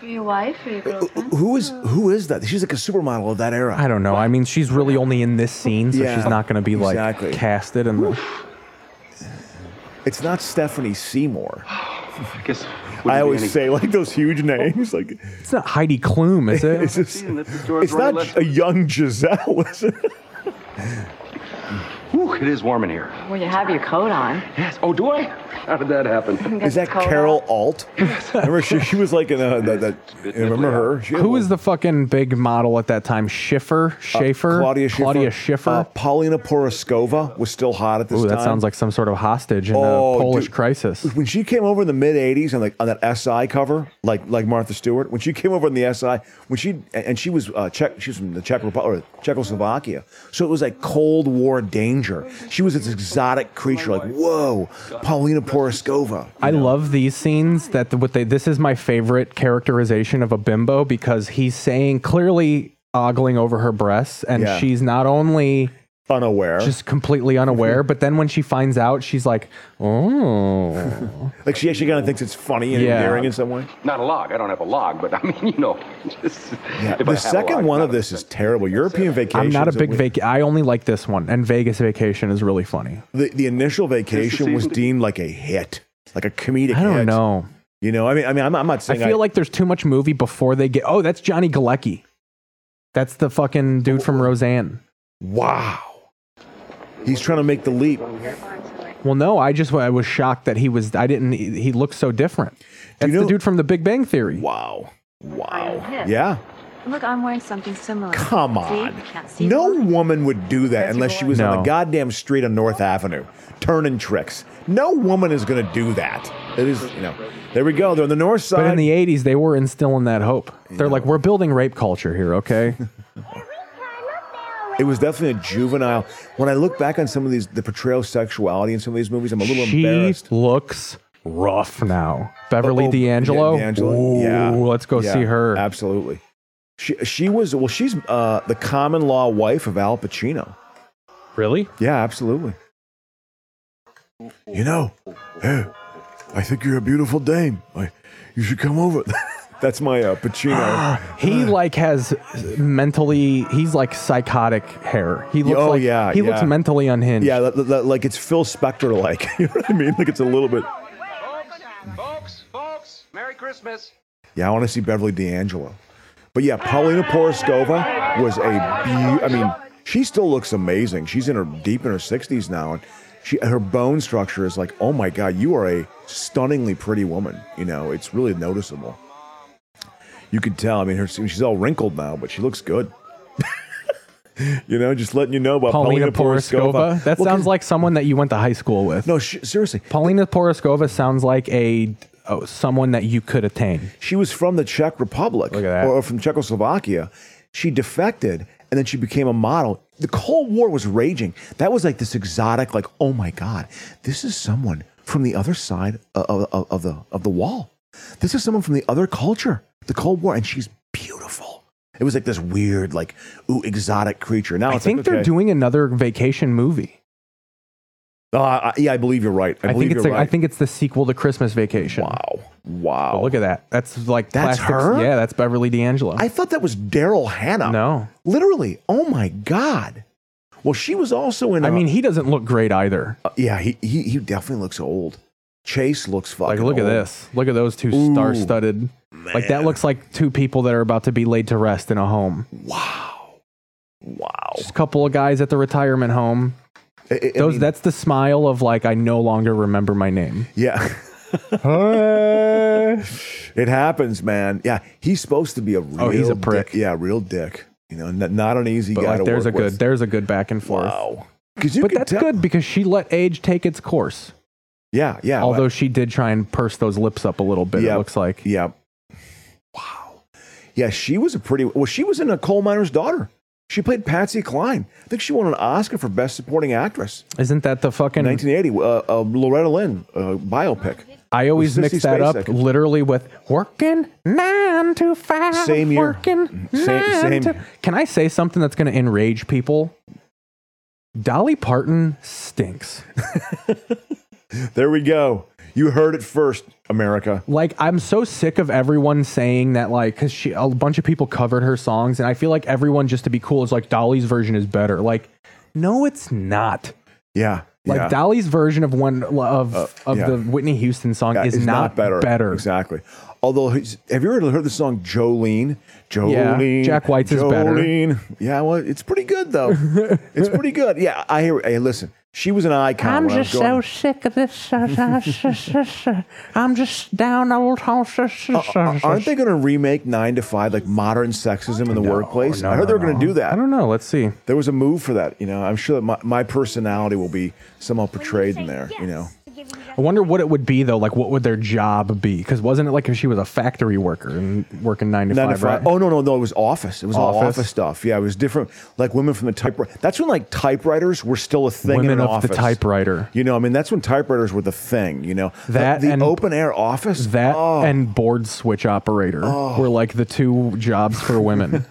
S6: Your wife or your girlfriend?
S1: Who is who is that? She's like a supermodel of that era.
S4: I don't know. I mean, she's really only in this scene, so
S1: Yeah.
S4: she's not going to be like
S1: Exactly.
S4: casted. And the,
S1: It's not Stephanie Seymour.
S10: I guess.
S1: I always say like those huge names. Like
S4: It's not Heidi Klum, is it?
S1: it's, just,
S10: Seeing that the door's
S1: it's not
S10: right left.
S1: a young Giselle, is it?
S10: Whew, it is warm in here.
S11: Well, you have your coat on.
S10: Yes. Oh, do I? How did that happen?
S1: Is that Carol Alt? remember she, she was like in a, the, the, remember her? She had
S4: Who
S1: a-
S4: was the fucking big model at that time? Schiffer? Schaefer?
S1: Uh, Claudia Schiffer.
S4: Claudia Schiffer?
S1: Uh, Paulina Poroskova was still hot at this
S4: Ooh,
S1: time.
S4: that sounds like some sort of hostage in
S1: Oh,
S4: a Polish
S1: dude.
S4: crisis.
S1: when she came over in the mid '80s and like on that SI cover, like like Martha Stewart. When she came over in the SI, when she and she was uh, Czech, she was from the Czech Republic or Czechoslovakia, so it was like Cold War danger. She was this exotic creature, like whoa, Paulina Poroskova.
S4: I love these scenes. That the, what they this is my favorite characterization of a bimbo because he's saying clearly ogling over her breasts, and
S1: Yeah.
S4: she's not only
S1: Unaware,
S4: just completely unaware, but then when she finds out, she's like, "Oh,
S1: like she actually kind of thinks it's funny and
S4: Yeah.
S1: endearing in some way.
S10: Not a log. I don't have a log, but I mean, you know, just.
S1: Yeah.
S10: if I
S1: The
S10: have a
S1: second
S10: log,
S1: one
S10: not
S1: of
S10: a-
S1: this is terrible. European vacation.
S4: I'm not a big vac. I only like this one, and Vegas Vacation is really funny.
S1: The, the initial vacation was
S10: season-
S1: deemed like a hit, like a comedic.
S4: I don't
S1: hit.
S4: know.
S1: You know, I mean, I mean, I'm, I'm not
S4: I
S1: saying
S4: feel like there's too much movie before they get. Oh, that's Johnny Galecki. That's the fucking dude from Roseanne.
S1: Wow. He's trying to make the leap.
S4: Well, no, I just I was shocked that he was. I didn't. He he looked so different. That's
S1: know-
S4: the dude from The Big Bang Theory.
S1: Wow. Wow.
S11: hip.
S1: Yeah.
S11: Look, I'm wearing something similar.
S1: Come
S11: See?
S1: on.
S11: Can't see
S1: No
S11: one.
S1: woman would do that unless she was on the
S4: No.
S1: goddamn street on North Avenue, turning tricks. No woman is going to do that. It is, you know. There we go. They're on the north side.
S4: But in the '80s, they were instilling that hope. They're like, we're building rape culture here, okay?
S1: it was definitely a juvenile. When I look back on some of these, the portrayal of sexuality in some of these movies, I'm a little
S4: she
S1: embarrassed.
S4: looks rough now. Beverly
S1: Oh,
S4: D'Angelo.
S1: Yeah, D'Angelo.
S4: Ooh,
S1: yeah.
S4: let's go
S1: Yeah,
S4: see her.
S1: Absolutely. She, she was, well, she's uh, the common law wife of Al Pacino.
S4: Really?
S1: Yeah, absolutely. You know, hey, I think you're a beautiful dame. I, you should come over. That's my uh, Pacino.
S4: He like has mentally. He's like psychotic hair. He looks
S1: Oh,
S4: like
S1: yeah,
S4: he looks
S1: yeah.
S4: mentally unhinged.
S1: yeah, that- that- that- like it's Phil Spector like. you know what I mean? Like it's a little bit.
S10: Folks, folks, Merry Christmas.
S1: Yeah, I want to see Beverly D'Angelo. But yeah, Paulina Poroskova was a beau- I mean, she still looks amazing. She's in her deep in her 60s now, and she her bone structure is like, oh my god, you are a stunningly pretty woman. You know, it's really noticeable. You could tell. I mean, her she's all wrinkled now, but she looks good. you know, just letting you know about
S4: Paulina, Poroskova.
S1: Well,
S4: That
S1: 'cause-
S4: sounds like someone that you went to high school with.
S1: no. She, seriously,
S4: Paulina Poroskova sounds like a oh, someone that you could attain.
S1: She was from the Czech Republic
S4: at that.
S1: or from Czechoslovakia. She defected and then she became a model. The Cold War was raging. That was like this exotic, like, oh my God, this is someone from the other side of, of, of, the, of the wall. This is someone from the other culture, the Cold War, and she's beautiful. It was like this weird, like, ooh, exotic creature. Now
S4: I
S1: it's like,
S4: think they're
S1: okay.
S4: doing another vacation movie.
S1: Uh, I- yeah, I believe you're right. I,
S4: I,
S1: believe
S4: think it's
S1: you're
S4: like,
S1: right.
S4: I think it's the sequel to Christmas Vacation.
S1: Wow. Wow.
S4: Oh, look at that. That's like
S1: That's
S4: plastic-
S1: her?
S4: Yeah, that's Beverly D'Angelo.
S1: I thought that was Daryl Hannah.
S4: no.
S1: Literally. Oh my God. Well, she was also in.
S4: I
S1: uh,
S4: mean, he doesn't look great either.
S1: uh, yeah, he, he he definitely looks old. Chase looks fucking.
S4: Like, look at
S1: old.
S4: this. Look at those two
S1: Ooh,
S4: star-studded. Like that looks like two people that are about to be laid to rest in a home.
S1: Wow. Wow.
S4: Just a couple of guys at the retirement home.
S1: I- I- I
S4: Those.
S1: mean,
S4: that's the smile of like I no longer remember my name.
S1: yeah. it happens, man. Yeah, he's supposed to be a real.
S4: Oh, he's a prick.
S1: dick- Yeah, real dick. You know, n- not an easy
S4: But
S1: guy.
S4: like,
S1: to
S4: there's a
S1: work
S4: good
S1: with.
S4: there's a good back and forth.
S1: Wow. Because you
S4: But
S1: could
S4: that's
S1: tell-
S4: good because she let age take its course.
S1: Yeah, yeah.
S4: Although she did try and purse those lips up a little bit.
S1: Yeah.
S4: It looks like
S1: Yeah. Wow. Yeah, she was a pretty. Well, she was in a coal miner's daughter. She played Patsy Cline. I think she won an Oscar for Best Supporting Actress
S4: isn't that the fucking?
S1: in 1980. Uh, uh, Loretta Lynn uh, biopic.
S4: I always
S1: Sissy
S4: mix that up
S1: Spacek.
S4: literally with working nine to five.
S1: Same year.
S4: Working
S1: Same-
S4: nine
S1: same-
S4: to. Can I say something that's going to enrage people? Dolly Parton stinks.
S1: There we go. You heard it first, America.
S4: like I'm so sick of everyone saying that like cuz she a bunch of people covered her songs and I feel like everyone just to be cool is like Dolly's version is better. Like no it's not.
S1: Yeah.
S4: Like
S1: Yeah. Uh,
S4: Dolly's version of one of of
S1: yeah.
S4: the Whitney Houston song
S1: Yeah,
S4: is
S1: it's
S4: not, better.
S1: Exactly. Although, he's- have you ever heard the song Jolene? Jolene.
S4: Jack White's is better.
S1: Jolene. Yeah, well, it's pretty good though. it's pretty good. Yeah, I hear. Hey, listen, she was an icon.
S12: I'm
S1: when I was
S12: just
S1: growing
S12: so sick of this. I'm just down old house.
S4: Oh,
S1: Ar- Uh, Aren't they going to remake Nine to Five, like modern sexism in the workplace?
S4: no,
S1: I heard
S4: no,
S1: they were going
S4: no.
S1: to do that. I don't
S4: know. Let's see.
S1: There was a move for that. You know, I'm sure that my, my personality will be somehow portrayed in there. You know,
S4: I wonder what it would be though. Like, what would their job be? Because wasn't it like if she was a factory worker and working nine to
S1: nine to
S4: five?
S1: five.
S4: right?
S1: Oh no, no, no! It was office. It was all
S4: Office?
S1: office stuff. Yeah, it was different. Like women from the typewriter. That's when like typewriters were still a thing in
S4: Women
S1: an
S4: of
S1: office.
S4: the typewriter.
S1: You know, I mean, that's when typewriters were the thing. You know,
S4: That
S1: the, the
S4: and-
S1: open air office. Oh,
S4: That and board switch operator were like the two jobs for women.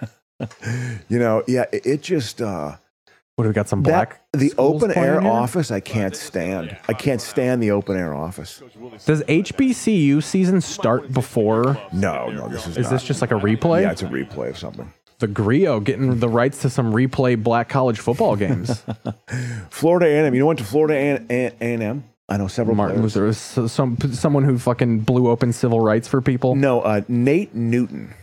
S1: You know, yeah, it, it just. uh
S4: What do we got? Some black.
S1: that, the
S4: schools
S1: open air
S4: playing here?
S1: office. I can't stand. I can't stand the open air office.
S4: Does HBCU season start before?
S1: No, no. This is.
S4: Is this just like a replay?
S1: Yeah, it's a replay of something.
S4: The griot getting the rights to some replay black college football games.
S1: Florida A&M. You know, went to Florida A&M. A- A&M. I know several.
S4: Martin
S1: players.
S4: Luther, so- some someone who fucking blew open civil rights for people.
S1: No, uh, Nate Newton.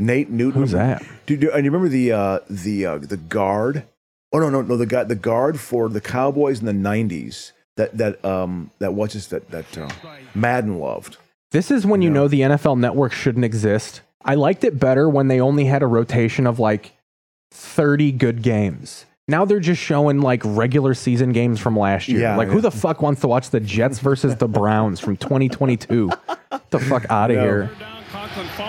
S1: Nate Newton.
S4: Who's that?
S1: Dude, do- and you remember the uh, the uh, the guard? Oh no, no, no. The guy, the guard for the Cowboys in the '90s. That that um that what's his that that uh, Madden loved.
S4: This is when you know the NFL network shouldn't exist. I liked it better when they only had a rotation of like 30 good games. Now they're just showing like regular season games from last year.
S1: Yeah,
S4: like who
S1: yeah.
S4: the fuck wants to watch the Jets versus the Browns from 2022? Get the fuck out of
S1: No.
S4: here.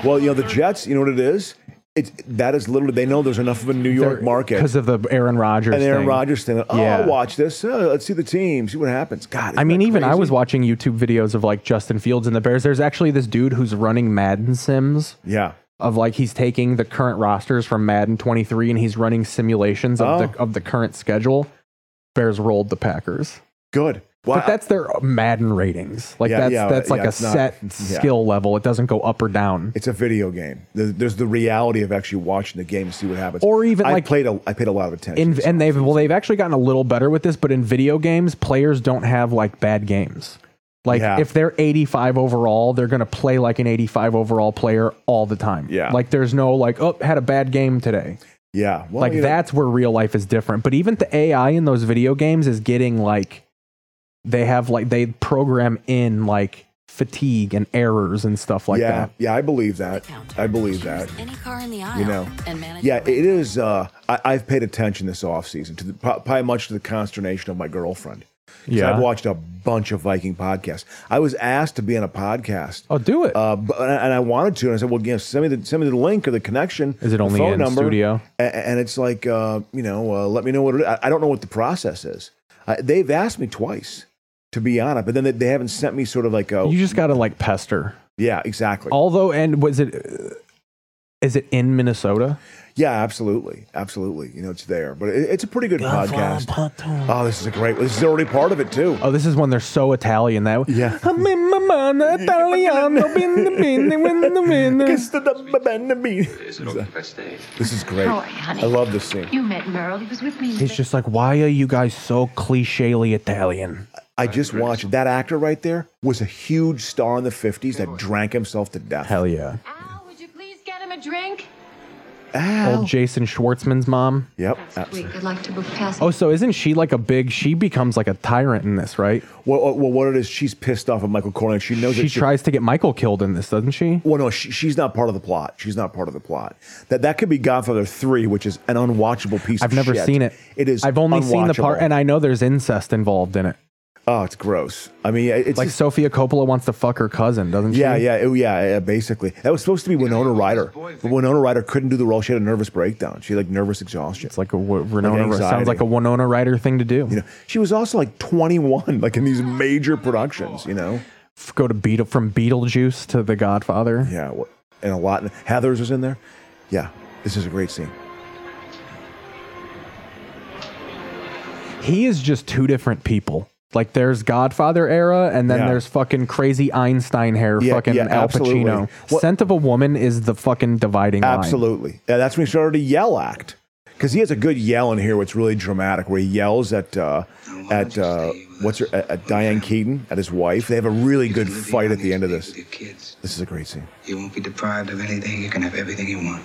S1: Well, you know the Jets. You know what it is? It's that is literally they know there's enough of a New York market
S4: Because of the Aaron Rodgers.
S1: and Aaron
S4: thing.
S1: Rodgers thing. Oh,
S4: Yeah.
S1: I'll watch this. Uh, let's see the team. See what happens. God,
S4: I mean, even I was watching YouTube videos of like Justin Fields and the Bears. There's actually this dude who's running Madden Sims.
S1: Yeah.
S4: Of like he's taking the current rosters from Madden 23 and he's running simulations of
S1: Oh.
S4: the of the current schedule. Bears rolled the Packers.
S1: Good. Wow.
S4: But that's their Madden ratings. Like
S1: Yeah,
S4: that's
S1: yeah,
S4: that's like
S1: yeah,
S4: a
S1: it's not-
S4: set
S1: yeah.
S4: skill level. It doesn't go up or down.
S1: It's a video game. There- There's the reality of actually watching the game and see what happens.
S4: Or even,
S1: I
S4: like-
S1: played a I paid a lot of attention.
S4: In, and they've well they've actually gotten a little better with this, but in video games, players don't have like bad games. Like
S1: Yeah.
S4: if they're 85 overall, they're gonna play like an 85 overall player all the time.
S1: Yeah.
S4: Like there's no like oh had a bad game today.
S1: yeah, well,
S4: like
S1: you know,
S4: that's where real life is different. But even the AI in those video games is getting like they have like they program in like fatigue and errors and stuff like
S1: yeah,
S4: that.
S1: yeah. I believe that. I believe that.
S13: Any car in the aisle.
S1: You know,
S13: And manage.
S1: yeah, it is. Uh, I, I've paid attention this off season to the, pro- probably much to the consternation of my girlfriend. 'Cause
S4: Yeah.
S1: I've watched a bunch of Viking podcasts. I was asked to be on a podcast.
S4: Oh, do it.
S1: Uh, but, and I- and I wanted to, and I said, "Well, you know, send me the send me the link or the connection."
S4: Is it
S1: the
S4: only
S1: phone
S4: in
S1: number,
S4: studio?
S1: A- a- And it's like, uh, you know, uh, let me know what it is. I, I don't know what the process is. Uh, they've asked me twice to be on it, but then they, they haven't sent me sort of like a.
S4: You Oh. just gotta like pester.
S1: yeah, exactly.
S4: Although, and was it? uh, Is it in Minnesota?
S1: Yeah, absolutely, absolutely. You know, it's there, but it, it's a pretty good podcast. Oh, this is a great. This is already part of it too.
S4: Oh, this is when they're so Italian that
S1: yeah.
S4: I'm in my mind, Italiano, bin, bin, bin, bin, bin.
S1: This is great.
S14: Oh, honey.
S1: I love this scene.
S14: You met Merle. He was with me.
S4: He's just like, why are you guys so clichely Italian?
S1: I just watched that actor right there was a huge star in the '50s that drank himself to death.
S4: Hell yeah!
S8: Would you please get him a drink?
S1: Oh.
S4: Old Jason Schwartzman's mom.
S1: Yep.
S14: Wait, I'd like to move past.
S4: Oh, so isn't she like a big? She becomes like a tyrant in this, right?
S1: Well, uh, well, what it is, she's pissed off at Michael Corleone. She knows
S4: She
S1: that she,
S4: tries to get Michael killed in this, doesn't she?
S1: Well, no, she, she's not part of the plot. She's not part of the plot. That that could be Godfather Three, which is an unwatchable piece.
S4: I've
S1: of
S4: never
S1: shit.
S4: seen it.
S1: It is.
S4: I've only seen the part,
S1: unwatchable.
S4: and I know there's incest involved in it.
S1: oh, it's gross. I mean, it- it's
S4: Like
S1: just-
S4: Sophia Coppola wants to fuck her cousin, doesn't she?
S1: Yeah, yeah, it- yeah, yeah. Basically, that was supposed to be Winona Ryder, but Winona Ryder couldn't do the role. She had a nervous breakdown. She had like nervous exhaustion. It's
S4: like a Winona. sounds like a Winona Ryder thing to do.
S1: You know, she was also like 21, like in these major productions. You know,
S4: F- Go to Beetle from Beetlejuice to The Godfather.
S1: Yeah, wha- and a lot. Heather's was in there. Yeah, this is a great scene.
S4: He is just two different people. Like there's Godfather era, and then
S1: Yeah.
S4: there's fucking crazy Einstein hair,
S1: Yeah,
S4: fucking
S1: yeah,
S4: Al
S1: absolutely.
S4: Pacino.
S1: What-
S4: Scent of a Woman is the fucking dividing line.
S1: Absolutely. Yeah, that's when he started to yell act. because he has a good yell in here, what's really dramatic, where he yells at uh, at uh, what's her, at, at Diane Keaton, at his wife. They have a really good fight at the end of this. This is a great scene.
S13: You won't be deprived of anything. You can have everything you want.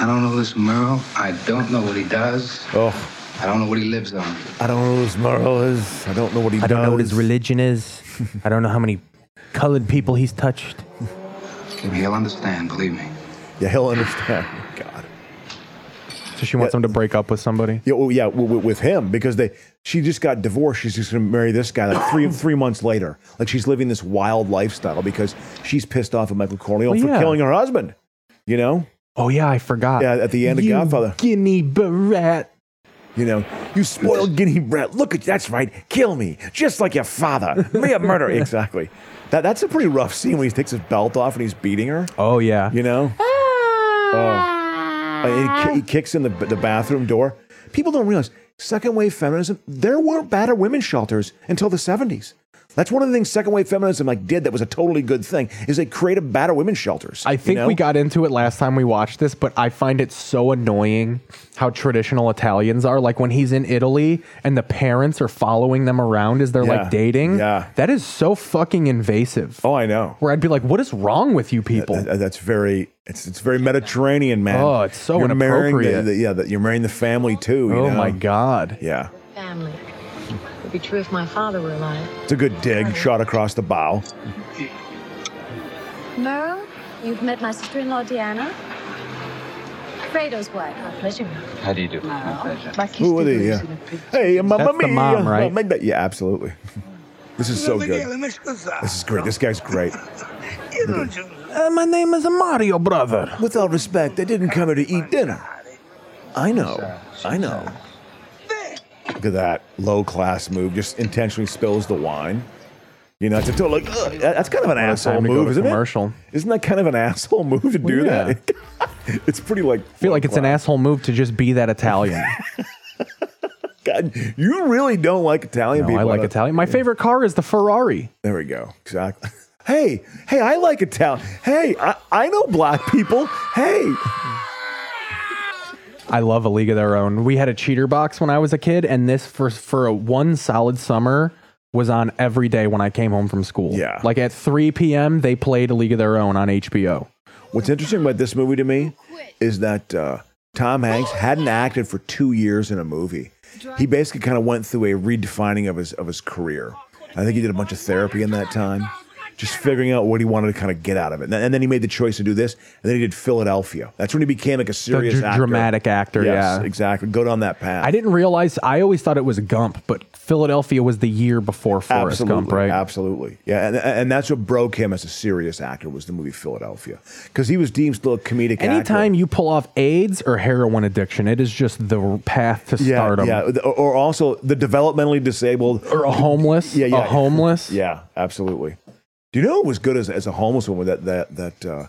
S13: I don't know this Merle. I don't know what he does.
S1: Oh.
S13: I don't know what he lives on.
S1: I don't know who Smurl is. I don't know what he
S15: I don't know what
S1: does.
S15: his religion is. I don't know how many colored people he's touched.
S13: He'll understand, believe me.
S1: Yeah, he'll understand. God.
S4: So she wants him to break up with somebody.
S1: Yeah, well, yeah, w- w- with him because they she just got divorced. She's just going to marry this guy like three three months later. Like she's living this wild lifestyle because she's pissed off at Michael Corleone
S4: Well,
S1: for
S4: yeah.
S1: killing her husband. You know.
S4: Oh yeah, I forgot.
S1: Yeah, at the end of
S4: You
S1: Godfather.
S4: Guinea brat.
S1: You know, you spoiled guinea brat. Look at that's right. Kill me, just like your father. Me a murder. exactly. That that's a pretty rough scene when he takes his belt off and he's beating her.
S4: Oh yeah.
S1: You know. oh. Uh, he, ki- he kicks in the the bathroom door. People don't realize second wave feminism. There weren't battered women's shelters until the seventies. That's one of the things second wave feminism like did that was a totally good thing is they created battered women's shelters.
S4: I
S1: you
S4: think
S1: know?
S4: we got into it last time we watched this, but I find it so annoying how traditional Italians are. Like when he's in Italy and the parents are following them around as they're
S1: Yeah.
S4: like dating.
S1: Yeah.
S4: That is so fucking invasive.
S1: Oh, I know.
S4: Where I'd be like, what is wrong with you people?
S1: That- that's very it's it's very Mediterranean, man.
S4: Oh, it's so
S1: Marrying
S4: inappropriate.
S1: the, the, yeah, that you're marrying the family too. you
S4: Oh
S1: know?
S4: my god.
S1: Yeah,
S14: Family. It would be true if my father were alive.
S1: it's a good dig shot across the bow.
S11: Merle, you've met my sister-in-law, Deanna. Fredo's wife. My pleasure.
S10: How do you do?
S1: Who are they? Yeah. Hey, mamma
S10: That's the
S1: mia,
S10: mom, right?
S1: mamma mia. Yeah, absolutely. This is so good. This is great. This guy's great.
S4: Uh, my name is Mario, brother.
S1: With all respect, I didn't come here to eat dinner. I know. I know. Look at that low class move. Just intentionally spills the wine. You know, it's a total like ugh, that- that's kind of an
S4: What a
S1: asshole
S4: time to go
S1: move,
S4: to
S1: isn't
S4: commercial.
S1: it? Isn't that kind of an asshole move to do
S4: yeah.
S1: that? it's pretty like
S4: I feel like it's an asshole move to just be that Italian.
S1: God, you really don't like Italian
S4: No,
S1: people.
S4: I like
S1: don't-
S4: Italian. My favorite car is the Ferrari.
S1: There we go. Exactly. Hey, hey, I like Italian. Hey, I, I know black people. Hey,
S4: I love a league of their own. We had a cheater box when I was a kid, and this for for a one solid summer was on every day when I came home from school. Yeah, like at 3 p.m. they played a league of their own on HBO.
S1: What's interesting about this movie to me is that uh, Tom Hanks hadn't acted for two years in a movie. He basically kind of went through a redefining of his of his career. I think he did a bunch of therapy in that time, just figuring out what he wanted to kind of get out of it. And then- And then he made the choice to do this. And then he did Philadelphia. That's when he became like a serious
S4: dr-
S1: actor.
S4: dramatic actor,
S1: Yes,
S4: yeah.
S1: exactly. Go down that path.
S4: I didn't realize. I always thought it was Gump, but Philadelphia was the year before Forrest
S1: absolutely,
S4: Gump, right?
S1: Absolutely, yeah, and, and that's what broke him as a serious actor was the movie Philadelphia, because he was deemed still a comedic actor.
S4: Anytime you pull off AIDS or heroin addiction, it is just the path to
S1: yeah,
S4: stardom.
S1: Yeah, or, or also the developmentally disabled
S4: or a homeless.
S1: Yeah, yeah,
S4: a homeless.
S1: Yeah, absolutely. Do you know what was good as, as a homeless woman? That that that uh,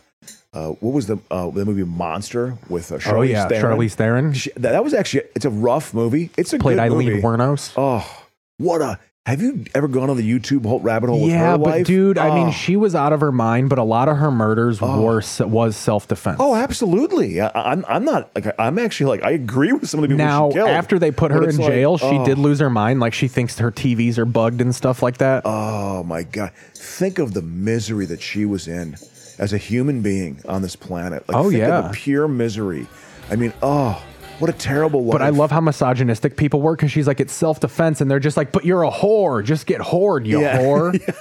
S1: uh, what was the uh, the movie Monster with uh, Charlize
S4: oh yeah,
S1: Theron?
S4: Charlize Theron.
S1: She- that, that was actually it's a rough movie. It's a
S4: Played
S1: good
S4: Eileen
S1: movie.
S4: Wuornos.
S1: Oh, what a! Have you ever gone on the YouTube whole rabbit hole?
S4: yeah,
S1: with her
S4: but
S1: life?
S4: dude, I
S1: Oh.
S4: mean, she was out of her mind. But a lot of her murders were se- was self defense.
S1: Ah. Oh, absolutely. I, I'm I'm not like I'm actually like I agree with some of the people
S4: now
S1: she killed,
S4: after they put
S1: but
S4: her in
S1: it's like,
S4: jail,
S1: oh.
S4: she did lose her mind. Like she thinks her TVs are bugged and stuff like that.
S1: Oh my God! Think of the misery that she was in as a human being on this planet. Like,
S4: Oh,
S1: think of
S4: yeah.
S1: the pure misery. I mean, oh, what a terrible life.
S4: But I love how misogynistic people were because she's like it's self defense, and they're just like, "But you're a whore. Just get whored, you
S1: Yeah.
S4: whore."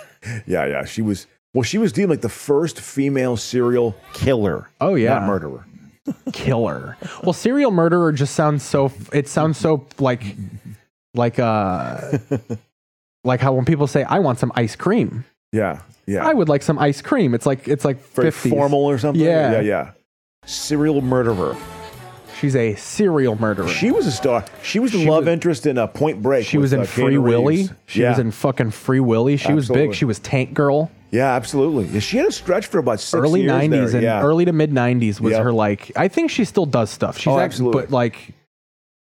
S1: Yeah, yeah. She was well. She was deemed like the first female serial killer.
S4: Oh yeah,
S1: not murderer.
S4: killer. Well, serial murderer just sounds so. It sounds so like, like uh, like how when people say, "I want some ice cream,"
S1: Yeah, yeah.
S4: I would like some ice cream. It's like it's like
S1: Very
S4: 50s.
S1: formal or something.
S4: Yeah,
S1: yeah, yeah. Serial murderer.
S4: She's a serial murderer.
S1: She was a star. She was the love interest in a Point Break. uh,
S4: She was in Free Willy. She was in fucking Free Willy. She was
S1: Absolutely.
S4: big. She was Tank Girl.
S1: Yeah, absolutely. Yeah, she had a stretch for about six
S4: early
S1: years there,
S4: '90s and
S1: yeah.
S4: early to mid '90s was
S1: Yep.
S4: her like. I think she still does stuff. She's
S1: Oh,
S4: act-
S1: absolutely.
S4: but like,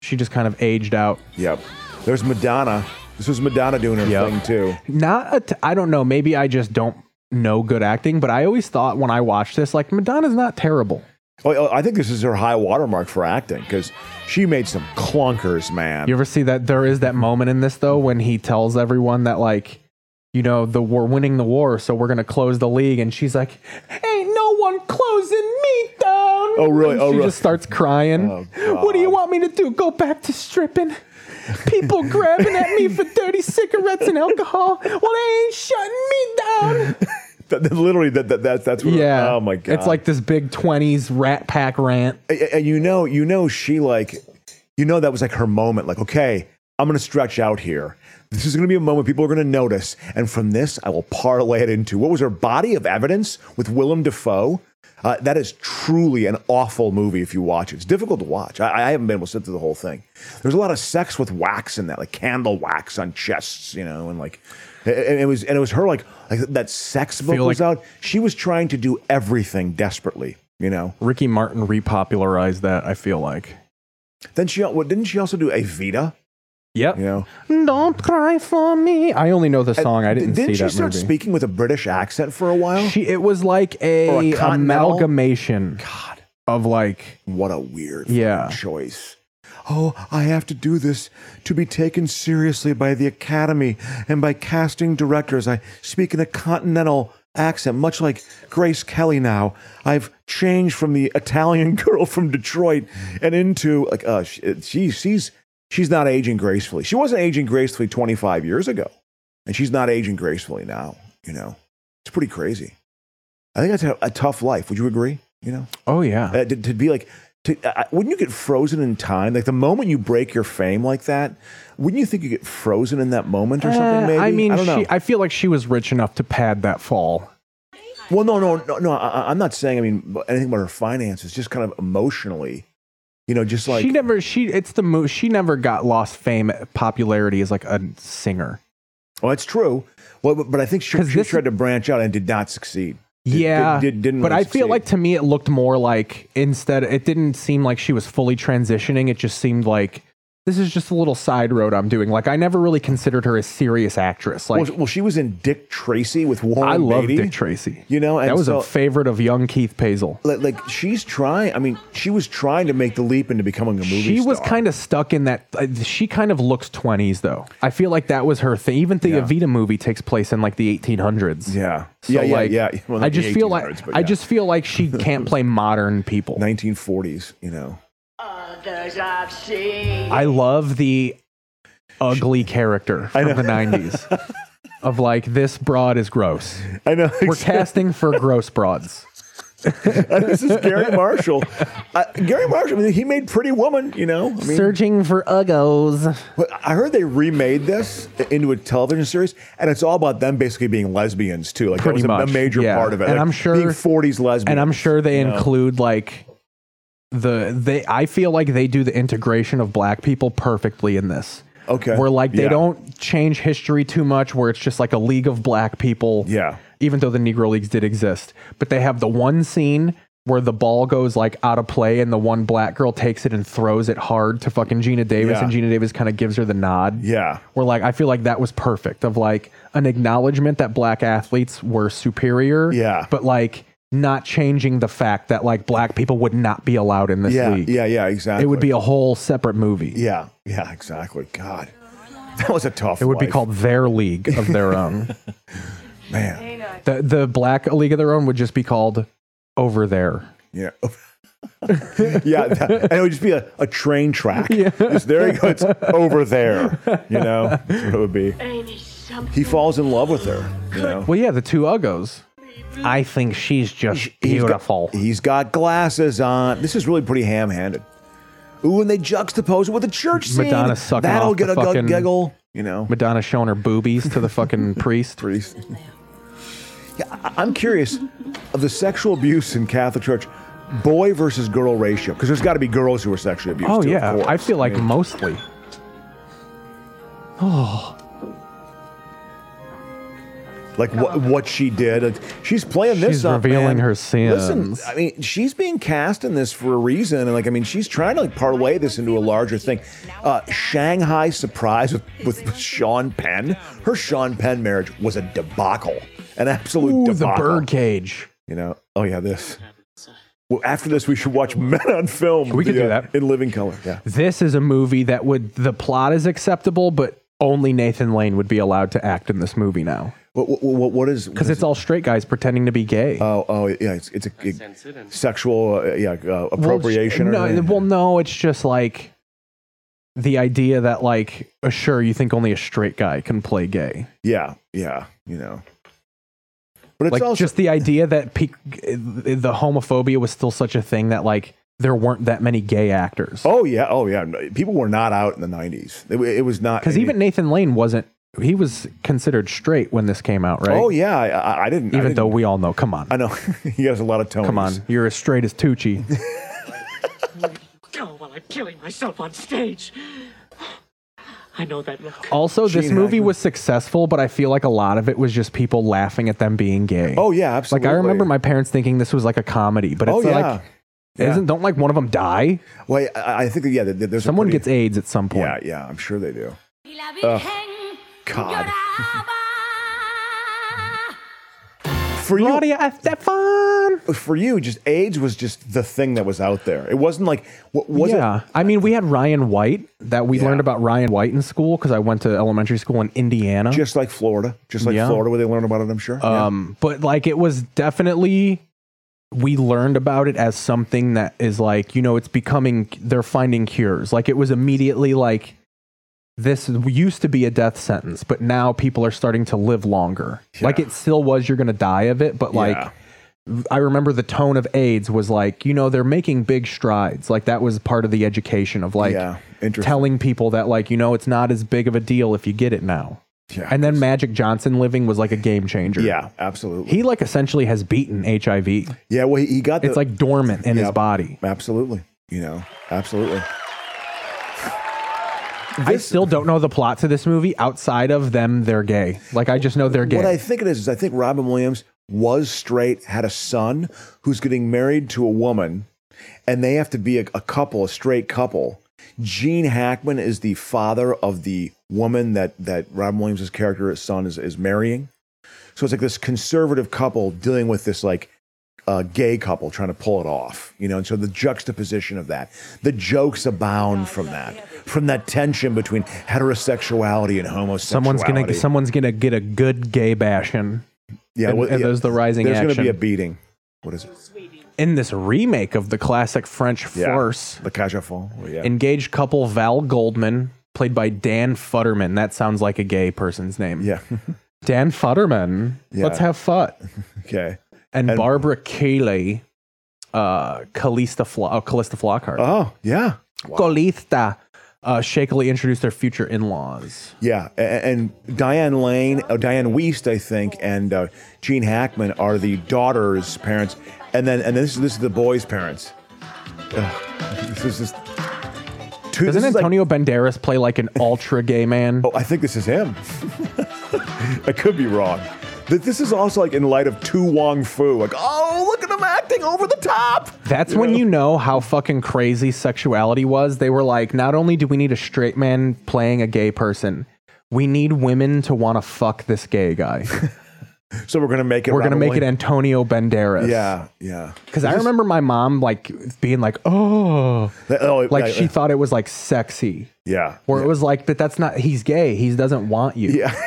S4: she just kind of aged out.
S1: Yep. There's Madonna. This was Madonna doing her
S4: Yep.
S1: thing too.
S4: Not. A t- I don't know. Maybe I just don't no good acting, but I always thought when I watched this, like Madonna's not terrible.
S1: Well, Oh, I think this is her high watermark for acting because she made some clunkers, man.
S4: You ever see that? There is that moment in this though when he tells everyone that like, you know, the we're winning the war, so we're gonna close the league, and she's like, "Ain't no one closing me down."
S1: Oh, really?
S4: And
S1: Oh,
S4: she
S1: really? Oh,
S4: just starts crying. what do you want me to do? Go back to stripping? People grabbing at me for dirty cigarettes and alcohol. Well, they ain't shutting me down.
S1: That- that- literally, that, that, that's that's what.
S4: Yeah.
S1: Oh my god.
S4: It's like this big twenties Rat Pack rant.
S1: And- and you know, you know, she like, you know, that was like her moment. Like, okay, I'm gonna stretch out here. This is gonna be a moment people are gonna notice, and from this, I will parlay it into what was her body of evidence with Willem Dafoe. Uh, that is truly an awful movie if you watch it. It's difficult to watch. I, I haven't been able to sit through the whole thing. There's a lot of sex with wax in that, like candle wax on chests, you know, and like, and and it was and it was her like like that sex book
S4: Feel
S1: was
S4: like-
S1: out. She was trying to do everything desperately, you know.
S4: Ricky Martin repopularized that. I feel like.
S1: Then she well, didn't she also do a Vita?
S4: Yep.
S1: You know,
S4: Don't cry for me. I only know the song. I didn't
S1: didn't
S4: see
S1: she
S4: that
S1: start
S4: movie.
S1: speaking with a British accent for a while?
S4: She it was like
S1: Or
S4: a,
S1: continental?
S4: amalgamation.
S1: God.
S4: Of like
S1: what a weird
S4: yeah
S1: choice. Oh, I have to do this to be taken seriously by the Academy and by casting directors. I speak in a continental accent, much like Grace Kelly now. I've changed from the Italian girl from Detroit and into like uh she, she she's she's not aging gracefully. She wasn't aging gracefully 25 years ago, and she's not aging gracefully now, you know. It's pretty crazy. I think that's a, a tough life. Would you agree? You know?
S4: Oh yeah.
S1: Uh, to, to be like, to, uh, wouldn't you get frozen in time? Like the moment you break your fame like that, wouldn't you think you get frozen in that moment or something?
S4: Uh,
S1: Maybe
S4: I mean,
S1: don't know.
S4: she, I feel like she was rich enough to pad that fall.
S1: well, no, no, no, no. I, I- I'm not saying. I mean, anything about her finances, just kind of emotionally, you know, just like
S4: she never. She it's the mo She never got lost fame popularity as like a singer.
S1: Oh, that's true. Well, but, but I think she,
S4: 'Cause
S1: she
S4: this-
S1: tried to branch out and did not succeed. Did-
S4: yeah,
S1: did, did, not
S4: but I feel like to me it looked more like instead it didn't seem like she was fully transitioning. It just seemed like this is just a little side road I'm doing. Like I never really considered her a serious actress. Like
S1: well, well, she was in Dick Tracy with Warren.
S4: I love
S1: Beatty,
S4: Dick Tracy.
S1: You know, and
S4: that was
S1: so-
S4: a favorite of young Keith Paisel.
S1: Like, like she's trying. I mean, she was trying to make the leap into becoming a movie.
S4: She was
S1: star.
S4: kind of stuck in that. uh, she kind of looks twenties though. I feel like that was her thing. Even the Evita movie takes place in like the eighteen hundreds.
S1: Yeah.
S4: So
S1: Yeah, yeah,
S4: like,
S1: yeah. Well, not
S4: I
S1: the
S4: just feel like
S1: 1800s, but
S4: I
S1: yeah.
S4: just feel like she can't play modern people.
S1: 1940s, you know.
S16: Others I've seen.
S4: I love the ugly character from the nineties. Of like this broad is gross.
S1: I know
S4: we're casting for gross broads.
S1: this is Gary Marshall. Uh, Gary Marshall, I mean, he made Pretty Woman, you know. I mean,
S4: Searching for uggos.
S1: But I heard they remade this into a television series, and it's all about them basically being lesbians too. Like
S4: Pretty
S1: that was a-
S4: much,
S1: a major
S4: yeah.
S1: part of it.
S4: And
S1: like,
S4: I'm sure-
S1: being 40s lesbian.
S4: and I'm sure they
S1: you know?
S4: include like the they. I feel like they do the integration of black people perfectly in this.
S1: Okay.
S4: where like they
S1: Yeah.
S4: don't change history too much, where it's just like a league of black people.
S1: Yeah,
S4: even though the Negro leagues did exist, but they have the one scene where the ball goes like out of play, and the one black girl takes it and throws it hard to fucking Gina Davis,
S1: Yeah.
S4: and Gina Davis kind of gives her the nod.
S1: Yeah.
S4: Where like I feel like that was perfect of like an acknowledgement that black athletes were superior.
S1: Yeah.
S4: But like not changing the fact that like black people would not be allowed in this
S1: yeah,
S4: league.
S1: yeah, yeah. Exactly.
S4: It would be a whole separate movie.
S1: Yeah, yeah. Exactly. God, that was a tough.
S4: It would be
S1: life.
S4: called their league of their own.
S1: man.
S4: the the black league of their own would just be called over there.
S1: Yeah. yeah, that- and it would just be a, a train track. Just, there you go. It's over there. You know, that's what it would be. He falls in love with her. You know,
S4: Well, yeah, the two uggos. I think she's just beautiful.
S1: he's got glasses on. This is really pretty ham-handed. Ooh, and they juxtapose it with a church scene.
S4: Madonna sucking
S1: That'll
S4: off
S1: get
S4: the
S1: a gu-
S4: fucking-
S1: giggle. You know,
S4: Madonna showing her boobies to the fucking priest.
S1: priest. Yeah, I- I'm curious of the sexual abuse in Catholic Church, boy versus girl ratio, because there's got to be girls who are sexually abused.
S4: Oh
S1: too, of
S4: yeah, I
S1: course.
S4: feel like
S1: mean-
S4: mostly. Oh,
S1: like what what she did. Like, she's playing this.
S4: She's
S1: up, man.
S4: revealing her sins.
S1: Listen, I mean, she's being cast in this for a reason, and like, I mean, she's trying to like parlay this into a larger thing. Uh, Shanghai Surprise with, with, with Sean Penn. Her Sean Penn marriage was a debacle, an absolute
S4: Ooh, the
S1: debacle.
S4: birdcage.
S1: You know? Oh yeah, this. Well, after this, we should watch Men on Film.
S4: We could
S1: the,
S4: do
S1: uh, in Living Color. Yeah.
S4: This is a movie that would the plot is acceptable, but only Nathan Lane would be allowed to act in this movie now.
S1: What what, what, what is
S4: because it's all straight guys pretending to be gay.
S1: Oh oh yeah, it's it's a, a sexual uh, yeah uh, appropriation.
S4: Well,
S1: or,
S4: no, well, no, it's just like the idea that like, uh, sure, you think only a straight guy can play gay.
S1: yeah yeah you know. But it's
S4: like
S1: also
S4: just the idea that pe- the homophobia was still such a thing that like there weren't that many gay actors.
S1: oh yeah oh yeah no, people were not out in the nineties. It, wa- it was not
S4: Because even Nathan Lane wasn't. He was considered straight when this came out, right?
S1: Oh yeah, I, I- I didn't. I
S4: Even
S1: didn't-
S4: though we all know, come on,
S1: I know he has a lot of tones.
S4: come on, you're as straight as Tucci.
S17: Go while I'm killing myself on stage. I know that look.
S4: also, this
S17: Gene
S4: movie
S17: Hackman.
S4: was successful, but I feel like a lot of it was just people laughing at them being gay.
S1: Oh yeah, absolutely.
S4: Like I remember my parents thinking this was like a comedy, but it's
S1: Oh, yeah.
S4: like isn't don't like one of them die?
S1: Well, I, I think that, yeah, that- that there's
S4: someone
S1: a pretty,
S4: gets AIDS at some point.
S1: Yeah yeah, I'm sure they do. Ugh. Oh, God. For you,
S4: Gloria Estefan.
S1: For you, just AIDS was just the thing that was out there. It wasn't like what was it?
S4: yeah, I mean, we had Ryan White that we learned about Ryan White in school because I went to elementary school in Indiana.
S1: Just like Florida, just like
S4: Yeah.
S1: Florida, where they learn about it. I'm sure. Yeah.
S4: Um, but like it was definitely we learned about it as something that is like you know it's becoming they're finding cures. Like it was immediately like this used to be a death sentence, but now people are starting to live longer. Like it still was you're going to die of it, but like I remember the tone of AIDS was like you know they're making big strides. Like that was part of the education of like
S1: Yeah, interesting.
S4: telling people that like you know it's not as big of a deal if you get it now.
S1: Yeah,
S4: and then Magic Johnson living was like a game changer.
S1: Yeah, absolutely.
S4: He like essentially has beaten HIV.
S1: yeah, well, he, he got the,
S4: It's like dormant in his
S1: Yep.
S4: body.
S1: absolutely, you know, absolutely.
S4: I still don't know the plot to this movie outside of them they're gay. Like I just know they're
S1: What I
S4: gay.
S1: think it is is I think Robin Williams was straight, had a son who's getting married to a woman, and they have to be a, a couple, a straight couple. Gene Hackman is the father of the woman that that Robin Williams' character, his son, is is marrying. So it's like this conservative couple dealing with this like uh, gay couple trying to pull it off, you know. And so the juxtaposition of that, the jokes abound from that, from that tension between heterosexuality and homosexuality.
S4: Someone's gonna someone's gonna get a good gay bashing.
S1: Yeah,
S4: and,
S1: well,
S4: and
S1: yeah,
S4: there's the rising
S1: There's
S4: action
S1: going to be a beating. What is it?
S4: in this remake of the classic French
S1: Yeah.
S4: farce.
S1: The Cajafon. yeah.
S4: Engaged couple Val Goldman, played by Dan Futterman. That sounds like a gay person's name.
S1: Yeah.
S4: Dan Futterman.
S1: Yeah.
S4: Let's have fun.
S1: okay.
S4: and,
S1: And-
S4: Barbara Cayley, uh, Callista, Flo- oh, Callista Flockhart.
S1: Oh, yeah.
S4: Callista uh, shakily introduced their future in-laws.
S1: Yeah. a- a- And, Diane Lane, oh, Diane Weist, I think, and uh, Gene Hackman are the daughter's parents. And then, and this, this is the boy's parents. Ugh, this is just. Two,
S4: Doesn't
S1: this is like-
S4: Antonio Banderas play like an ultra gay man?
S1: oh, I think this is him. I could be wrong. But This is also like in light of Tu Wong Fu. Like, oh, look at him acting over the top.
S4: That's when you know how fucking crazy sexuality was. They were like, not only do we need a straight man playing a gay person, we need women to want to fuck this gay guy.
S1: So we're going to make it.
S4: We're gonna make it
S1: end.
S4: Antonio Banderas.
S1: Yeah, yeah.
S4: Because I remember my mom like being like, oh,
S1: That- oh,
S4: like
S1: yeah,
S4: she
S1: yeah.
S4: thought it was like sexy.
S1: Yeah.
S4: Where it was like, but that's not. He's gay. He doesn't want you.
S1: Yeah.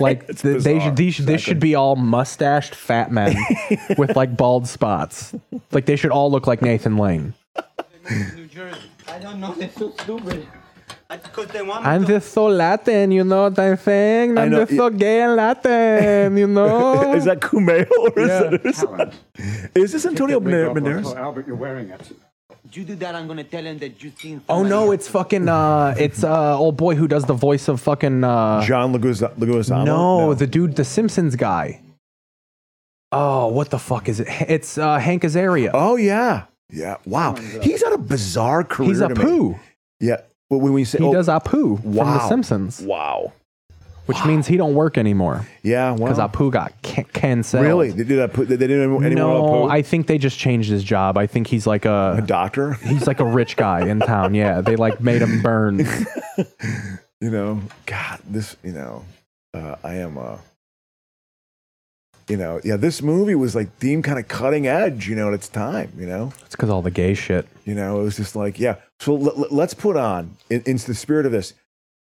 S4: Like th- they
S1: bizarre,
S4: should. These, This should be all mustached fat men with like bald spots. Like they should all look like Nathan Lane.
S18: I don't know. They're so stupid. Because they want
S4: I'm just so Latin, you know what I'm saying?
S1: I
S4: I'm
S1: know,
S4: just so gay and Latin, you know.
S1: is that Kumail or
S4: Yeah.
S1: is, that, is, is this Antonio Bana- Banderas?
S18: Albert, you're wearing it. You do that, I'm gonna tell him that you seen.
S4: Oh no, it's fucking uh, it's uh, old boy who does the voice of fucking uh,
S1: John Leguiz- Leguizamo?
S4: No, the dude, the Simpsons guy. Oh, what the fuck is it? It's uh, Hank Azaria.
S1: Oh yeah, yeah. Wow, he's had a bizarre career.
S4: He's a
S1: to me.
S4: poo.
S1: Yeah. Well, when we say
S4: He
S1: oh,
S4: does Apu from
S1: wow.
S4: The Simpsons.
S1: Wow.
S4: which means he don't work anymore.
S1: Yeah,
S4: because Apu got can- canceled.
S1: Really? They did that. They didn't anymore.
S4: No, I think they just changed his job. I think he's like a, a
S1: doctor.
S4: He's like a rich guy in town. Yeah, they like made him burn.
S1: you know, God, this, you know, uh, I am, uh, you know, yeah, this movie was like deemed kind of cutting edge, you know, at its time, you know,
S4: It's because all the gay shit.
S1: you know, it was just like, yeah. So l- l- let's put on in, in the spirit of this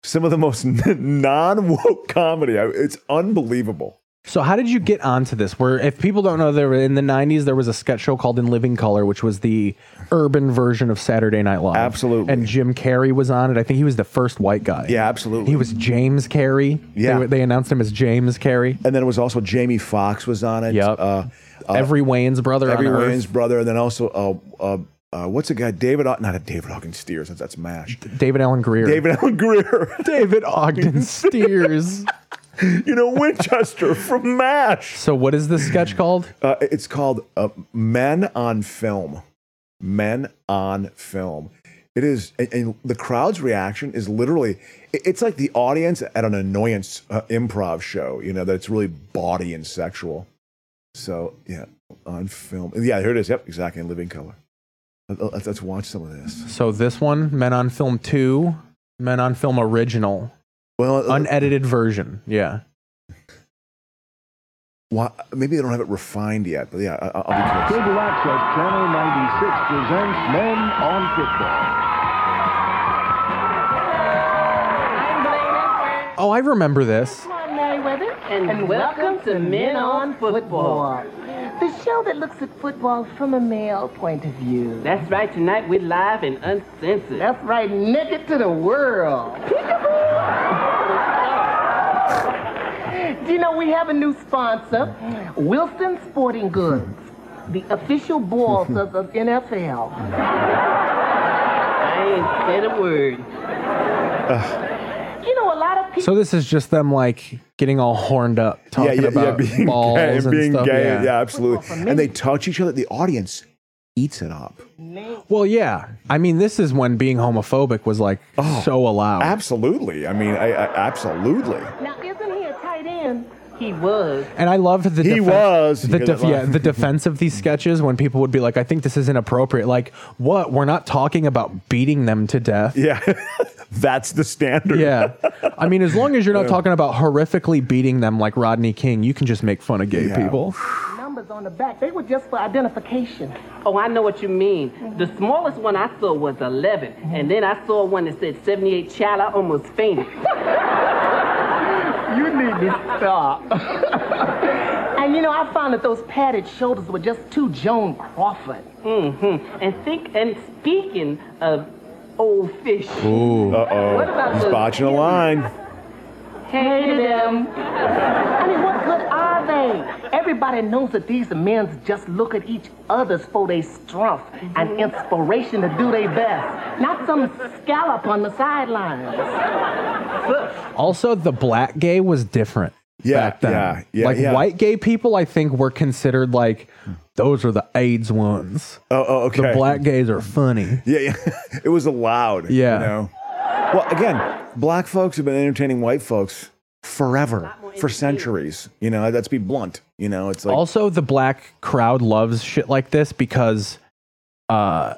S1: some of the most non woke comedy. I, it's unbelievable.
S4: So how did you get onto this? Where if people don't know, there in the '90s there was a sketch show called In Living Color, which was the urban version of Saturday Night Live. Absolutely. And Jim Carrey was on it. I think he was the first white guy.
S1: Yeah, absolutely.
S4: He was James Carrey.
S1: Yeah.
S4: They, they announced him as James Carrey.
S1: And then it was also Jamie Foxx was on it. Uh,
S4: Yep. Every Wayne's brother.
S1: Every
S4: on Earth.
S1: Wayne's brother, and then also uh, uh, uh, what's a guy? David, Aw- not a David Hawkins Steers. That's, that's Mash.
S4: David Allen Greer.
S1: David Allen Greer.
S4: David Ogden Steers.
S1: you know Winchester from Mash.
S4: So what is this sketch called?
S1: Uh, it's called uh, Men on Film. Men on Film. It is, and, and the crowd's reaction is literally, it- it's like the audience at an annoyance uh, improv show. You know that's really bawdy and sexual. So yeah, on film. Yeah, here it is. Yep, exactly. In living color. Let- Let's, let's watch some of this.
S4: So this one, Men on Film Two, Men on Film Original.
S1: Well, uh,
S4: unedited version. Yeah.
S1: Why, maybe they don't have it refined yet, but yeah, I, I'll be curious.
S3: Cable Access Channel 96 presents Men on Football.
S4: Oh, I remember this.
S19: I'm Meriwether,
S20: And welcome to Men on Football.
S19: the show that looks at football from a male point of view.
S20: That's right, tonight we're live and uncensored.
S19: That's right, naked to the world. Do you know we have a new sponsor, Wilson Sporting Goods, the official balls of the NFL. I ain't said a word. You know, a lot of people.
S4: So this is just them like getting all horned up, talking about balls
S1: gay,
S4: and
S1: being
S4: stuff.
S1: gay.
S4: yeah.
S1: Yeah, absolutely. And they touch each other. The audience eats it up.
S4: Well, yeah. I mean, this is when being homophobic was like
S1: Oh,
S4: so allowed.
S1: Absolutely. I mean, I, I absolutely.
S19: Now, isn't he a tight end? He was.
S4: And I loved the
S1: He
S4: defen-
S1: was.
S4: the
S1: You
S4: def-
S1: know,
S4: yeah the defense of these sketches when people would be like, I think this is inappropriate. Like, what? We're not talking about beating them to death.
S1: Yeah, that's the standard.
S4: Yeah, I mean, as long as you're not
S1: Yeah.
S4: talking about horrifically beating them like Rodney King, you can just make fun of gay
S20: Yeah.
S4: people.
S19: Numbers on the back, they were just for identification.
S20: Oh, I know what you mean. The smallest one I saw was 11,
S19: Mm-hmm.
S20: and then I saw one that said 78 child. I almost fainted.
S19: You need to stop. and you know, I found that those padded shoulders were just too Joan Crawford.
S20: Mm-hmm. And think and speaking of old fish.
S1: Ooh. Uh
S20: What about
S1: oh. He's
S20: the-
S1: botching a line.
S20: Hated them.
S19: I mean, what good are they? Everybody knows that these men just look at each other's for they strength and inspiration to do their best, not some scallop on the sidelines.
S4: Also, the black gay was different.
S1: Yeah,
S4: back then.
S1: yeah, yeah,
S4: Like
S1: yeah.
S4: white gay people, I think were considered like those are the AIDS ones.
S1: Oh, oh, okay.
S4: The black gays are funny.
S1: Yeah, yeah. it was allowed.
S4: Yeah.
S1: You know? Well, again, black folks have been entertaining white folks forever, for centuries. You know, let's be blunt. You know, it's like
S4: also, the black crowd loves shit like this because, uh,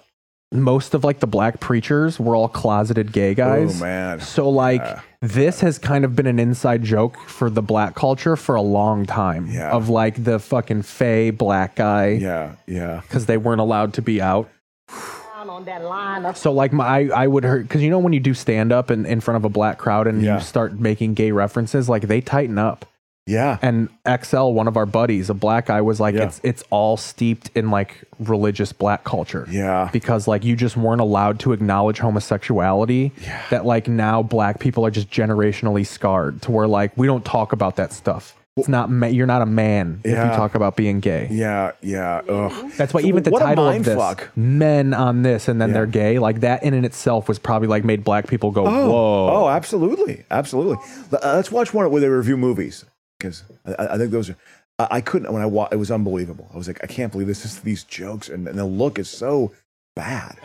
S4: most of like the black preachers were all closeted gay guys.
S1: Oh, man.
S4: So like this has kind of been an inside joke for the black culture for a long time. Yeah. Of like the fucking fey black guy.
S1: Yeah. Yeah.
S4: Because they weren't allowed to be out.
S19: Down on that line of
S4: So like my, I, I would hurt because you know when you do stand up in, in front of a black crowd and you start making gay references, like they tighten up.
S1: Yeah.
S4: And XL, one of our buddies, a black guy, was like, it's it's all steeped in like religious black culture.
S1: Yeah.
S4: Because like you just weren't allowed to acknowledge homosexuality. Yeah. That like now black people are just generationally scarred to where like we don't talk about that stuff. It's not ma- you're not a man if
S1: Yeah.
S4: you talk about being gay.
S1: Yeah, yeah.
S20: Mm-hmm.
S1: Ugh.
S4: That's why
S1: So
S4: even the
S1: what a
S4: title of
S1: mind
S4: this,
S1: fuck.
S4: men on this, and then they're gay. Like that in and itself was probably like made black people go,
S1: Oh,
S4: "Whoa!"
S1: oh, absolutely, absolutely. L- uh, Let's watch one where they review movies because I, I- I think those are. I, I couldn't when I wa- it was unbelievable. I was like, I can't believe this. this these jokes and, and the look is so bad.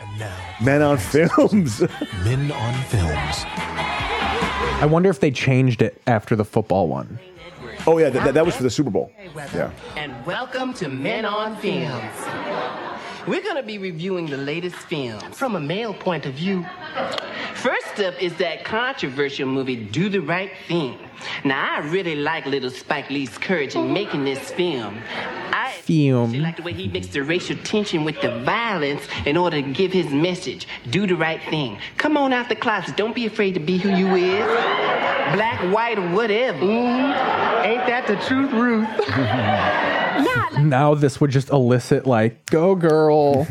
S1: Men on films.
S2: Men on films.
S4: I wonder if they changed it after the football one.
S1: Oh yeah, that, that, that was for the Super Bowl. Yeah.
S2: And welcome to Men on Films. We're going to be reviewing the latest films from a male point of view.
S20: First up is that controversial movie, Do the Right Thing. Now, I really like little Spike Lee's courage in making this film. I actually like the way he mixed the racial tension with the violence in order to give his message do the right thing. Come on out the closet. Don't be afraid to be who you is. Black, white, or whatever.
S2: Mm-hmm.
S20: Ain't that the truth, Ruth?
S4: Now this would just elicit like, go girl.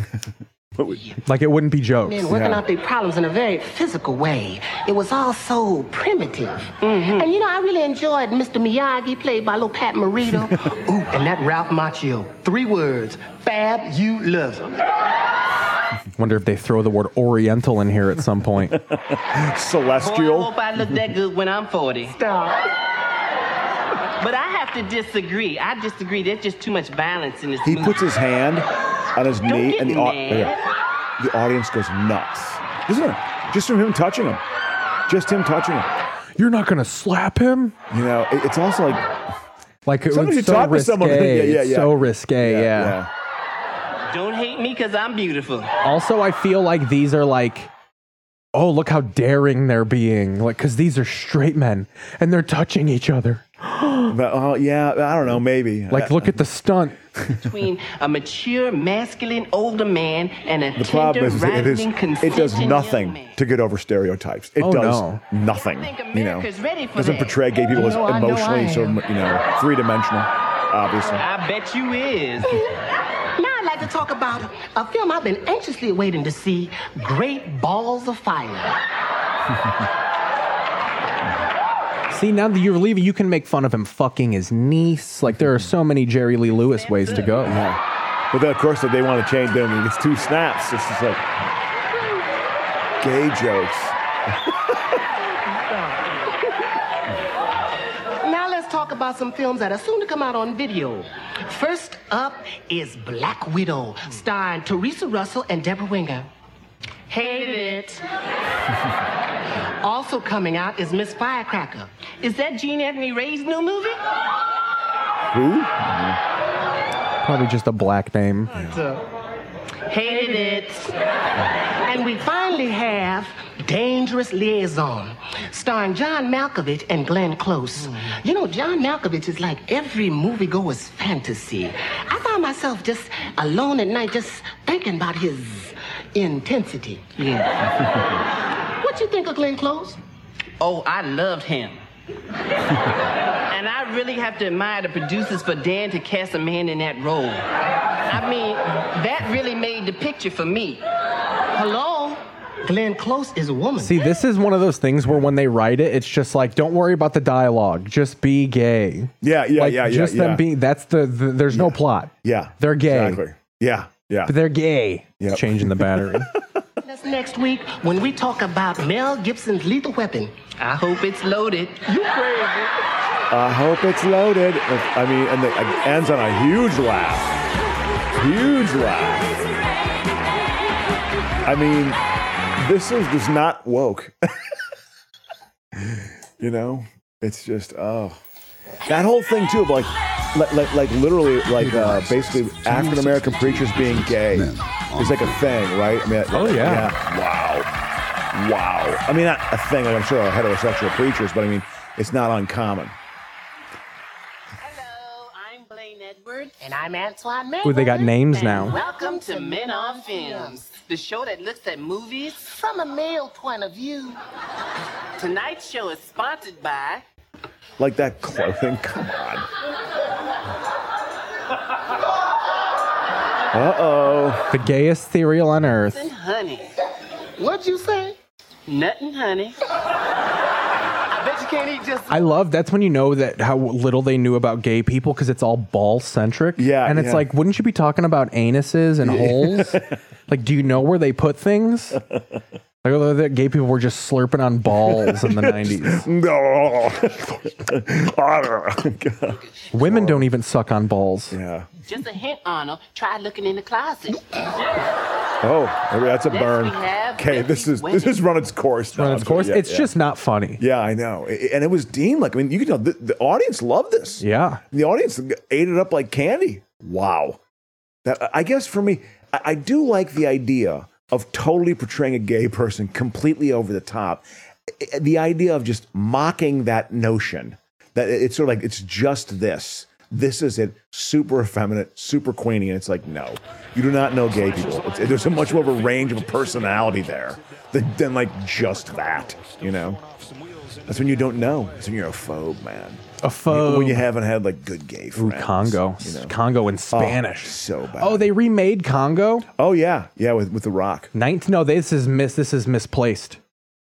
S4: like it wouldn't be jokes.
S2: Men working out their problems in a very physical way. It was all so primitive.
S20: Mm-hmm.
S19: And you know, I really enjoyed Mr. Miyagi played by little Pat Morita.
S2: Ooh, and that Ralph Macchio. Three words. Fab, you love him.
S4: Wonder if they throw the word Oriental in here at some point.
S20: Boy, I hope Oh, I look that good when I'm 40. Stop. But I have to disagree. I disagree. There's just too much violence in this
S1: He
S20: movie.
S1: puts his hand on his knee, and the, au-
S20: mad.
S1: yeah. the audience goes nuts. Isn't it? Just from him touching him. Just him touching him.
S4: You're not gonna slap him.
S1: You know, it- it's also like
S4: Like it
S1: Sometimes you
S4: was so
S1: talk to someone-
S4: risque.
S1: yeah, yeah,
S4: It's
S1: yeah.
S4: So risque. Yeah.
S20: Don't hate me because I'm beautiful.
S4: Also, I feel like these are like, oh look how daring they're being. Like because these are straight men and they're touching each other.
S1: but, oh yeah, I don't know, maybe.
S4: Like look at the stunt.
S20: Between a mature, masculine, older man and a
S1: The
S20: tender,
S1: problem is, is it, is,
S20: rising,
S1: it does
S20: consenting young man.
S1: nothing to get over stereotypes. It
S20: Oh,
S1: does
S20: no.
S1: nothing. You know,
S20: America's ready for
S1: doesn't
S20: that.
S1: portray gay people as
S20: No, I know I
S1: emotionally, so you know, three dimensional. Obviously,
S20: I bet you is.
S2: Now I'd like to talk about a film I've been anxiously waiting to see Great Balls of Fire.
S4: See now that you're leaving, you can make fun of him fucking his niece. Like there are so many Jerry Lee Lewis ways to go.
S1: but then, of course, if they want to change them, it's two snaps. It's just like gay jokes.
S2: Now let's talk about some films that are soon to come out on video. First up is Black Widow, starring Teresa Russell and Deborah Winger. Hated it.
S20: Also coming out is Miss Firecracker. Is that Gene Anthony Ray's new movie?
S1: Who?
S4: Probably just a black name.
S2: Hated it. And we finally have Dangerous Liaison, starring John Malkovich and Glenn Close. You know, John Malkovich is like every moviegoer's fantasy. I found myself just alone at night, just thinking about his intensity. Yeah. what you think of Glenn Close?
S20: Oh, I loved him. and I really have to admire the producers for Dan to cast a man in that role. I mean, that really made the picture for me. Hello?
S2: Glenn Close is a woman.
S4: See, this is one of those things where when they write it, it's just like, don't worry about the dialogue. Just be gay.
S1: Yeah, yeah,
S4: like,
S1: yeah, yeah,
S4: Just
S1: yeah.
S4: them being. That's the. the there's no plot.
S1: Yeah,
S4: they're gay.
S1: Exactly. Yeah, yeah.
S4: But they're gay.
S1: Yep.
S4: Changing the battery.
S2: That's next week when we talk about Mel Gibson's lethal weapon.
S20: I hope it's loaded. You crazy.
S1: I hope it's loaded. I mean, and the, it ends on a huge laugh. Huge laugh. I mean, this is just not woke. you know, it's just oh, that whole thing too of like, like, like, like literally, like uh, basically African American preachers being gay is like a thing, right? I mean,
S4: Oh, yeah.
S1: wow, wow. I mean, not a thing. Like I'm sure there are heterosexual preachers, but I mean, it's not uncommon.
S2: And I'm Antoine May.
S4: Ooh, they got names now.
S2: Welcome to Men on Films,
S20: the show that looks at movies
S2: from a male point of view.
S20: Tonight's show is sponsored by.
S1: Like that clothing. Come on. Uh oh.
S4: The gayest cereal on earth.
S20: Nothing, honey.
S2: What'd you say?
S20: Nothing, honey. I bet you can't eat just.
S4: I love that's when you know that how little they knew about gay people because it's all ball centric. Yeah. And it's
S1: yeah.
S4: like, wouldn't you be talking about anuses and holes? like, do you know where they put things? Like, although that gay people were just slurping on balls in the 90s.
S1: No.
S4: Women don't even suck on balls.
S1: Yeah.
S20: Just a hint, Arnold. Try looking in the closet.
S1: Oh, that's a
S4: This
S1: burn.
S4: we have
S1: Okay, this is this is run its course.
S4: Run its course. It's just
S1: not funny. Yeah, I know. I- I- And it was Dean. Like I mean, you can tell the, the audience loved this. Yeah, the audience ate it up like candy. Wow. That, I guess for me, I, I do like the idea of totally portraying a gay person completely over the top. I- I- The idea of just mocking that notion that it- it's sort of like it's just this. This is it, super effeminate, super queenie, and it's like no, you do not know gay people. It's, there's a much more of a range of personality there than, than like just that, you know. That's when you don't know. That's when you're a phobe, man.
S4: A
S1: When- When you
S4: phobe.
S1: haven't had like good gay
S4: Ooh,
S1: friends.
S4: Congo.
S1: you know.
S4: Congo in
S1: Oh,
S4: Spanish.
S1: so bad.
S4: Oh, they remade Congo.
S1: Oh yeah, yeah, with with the Rock.
S4: Ninth? No, this is mis. This is misplaced.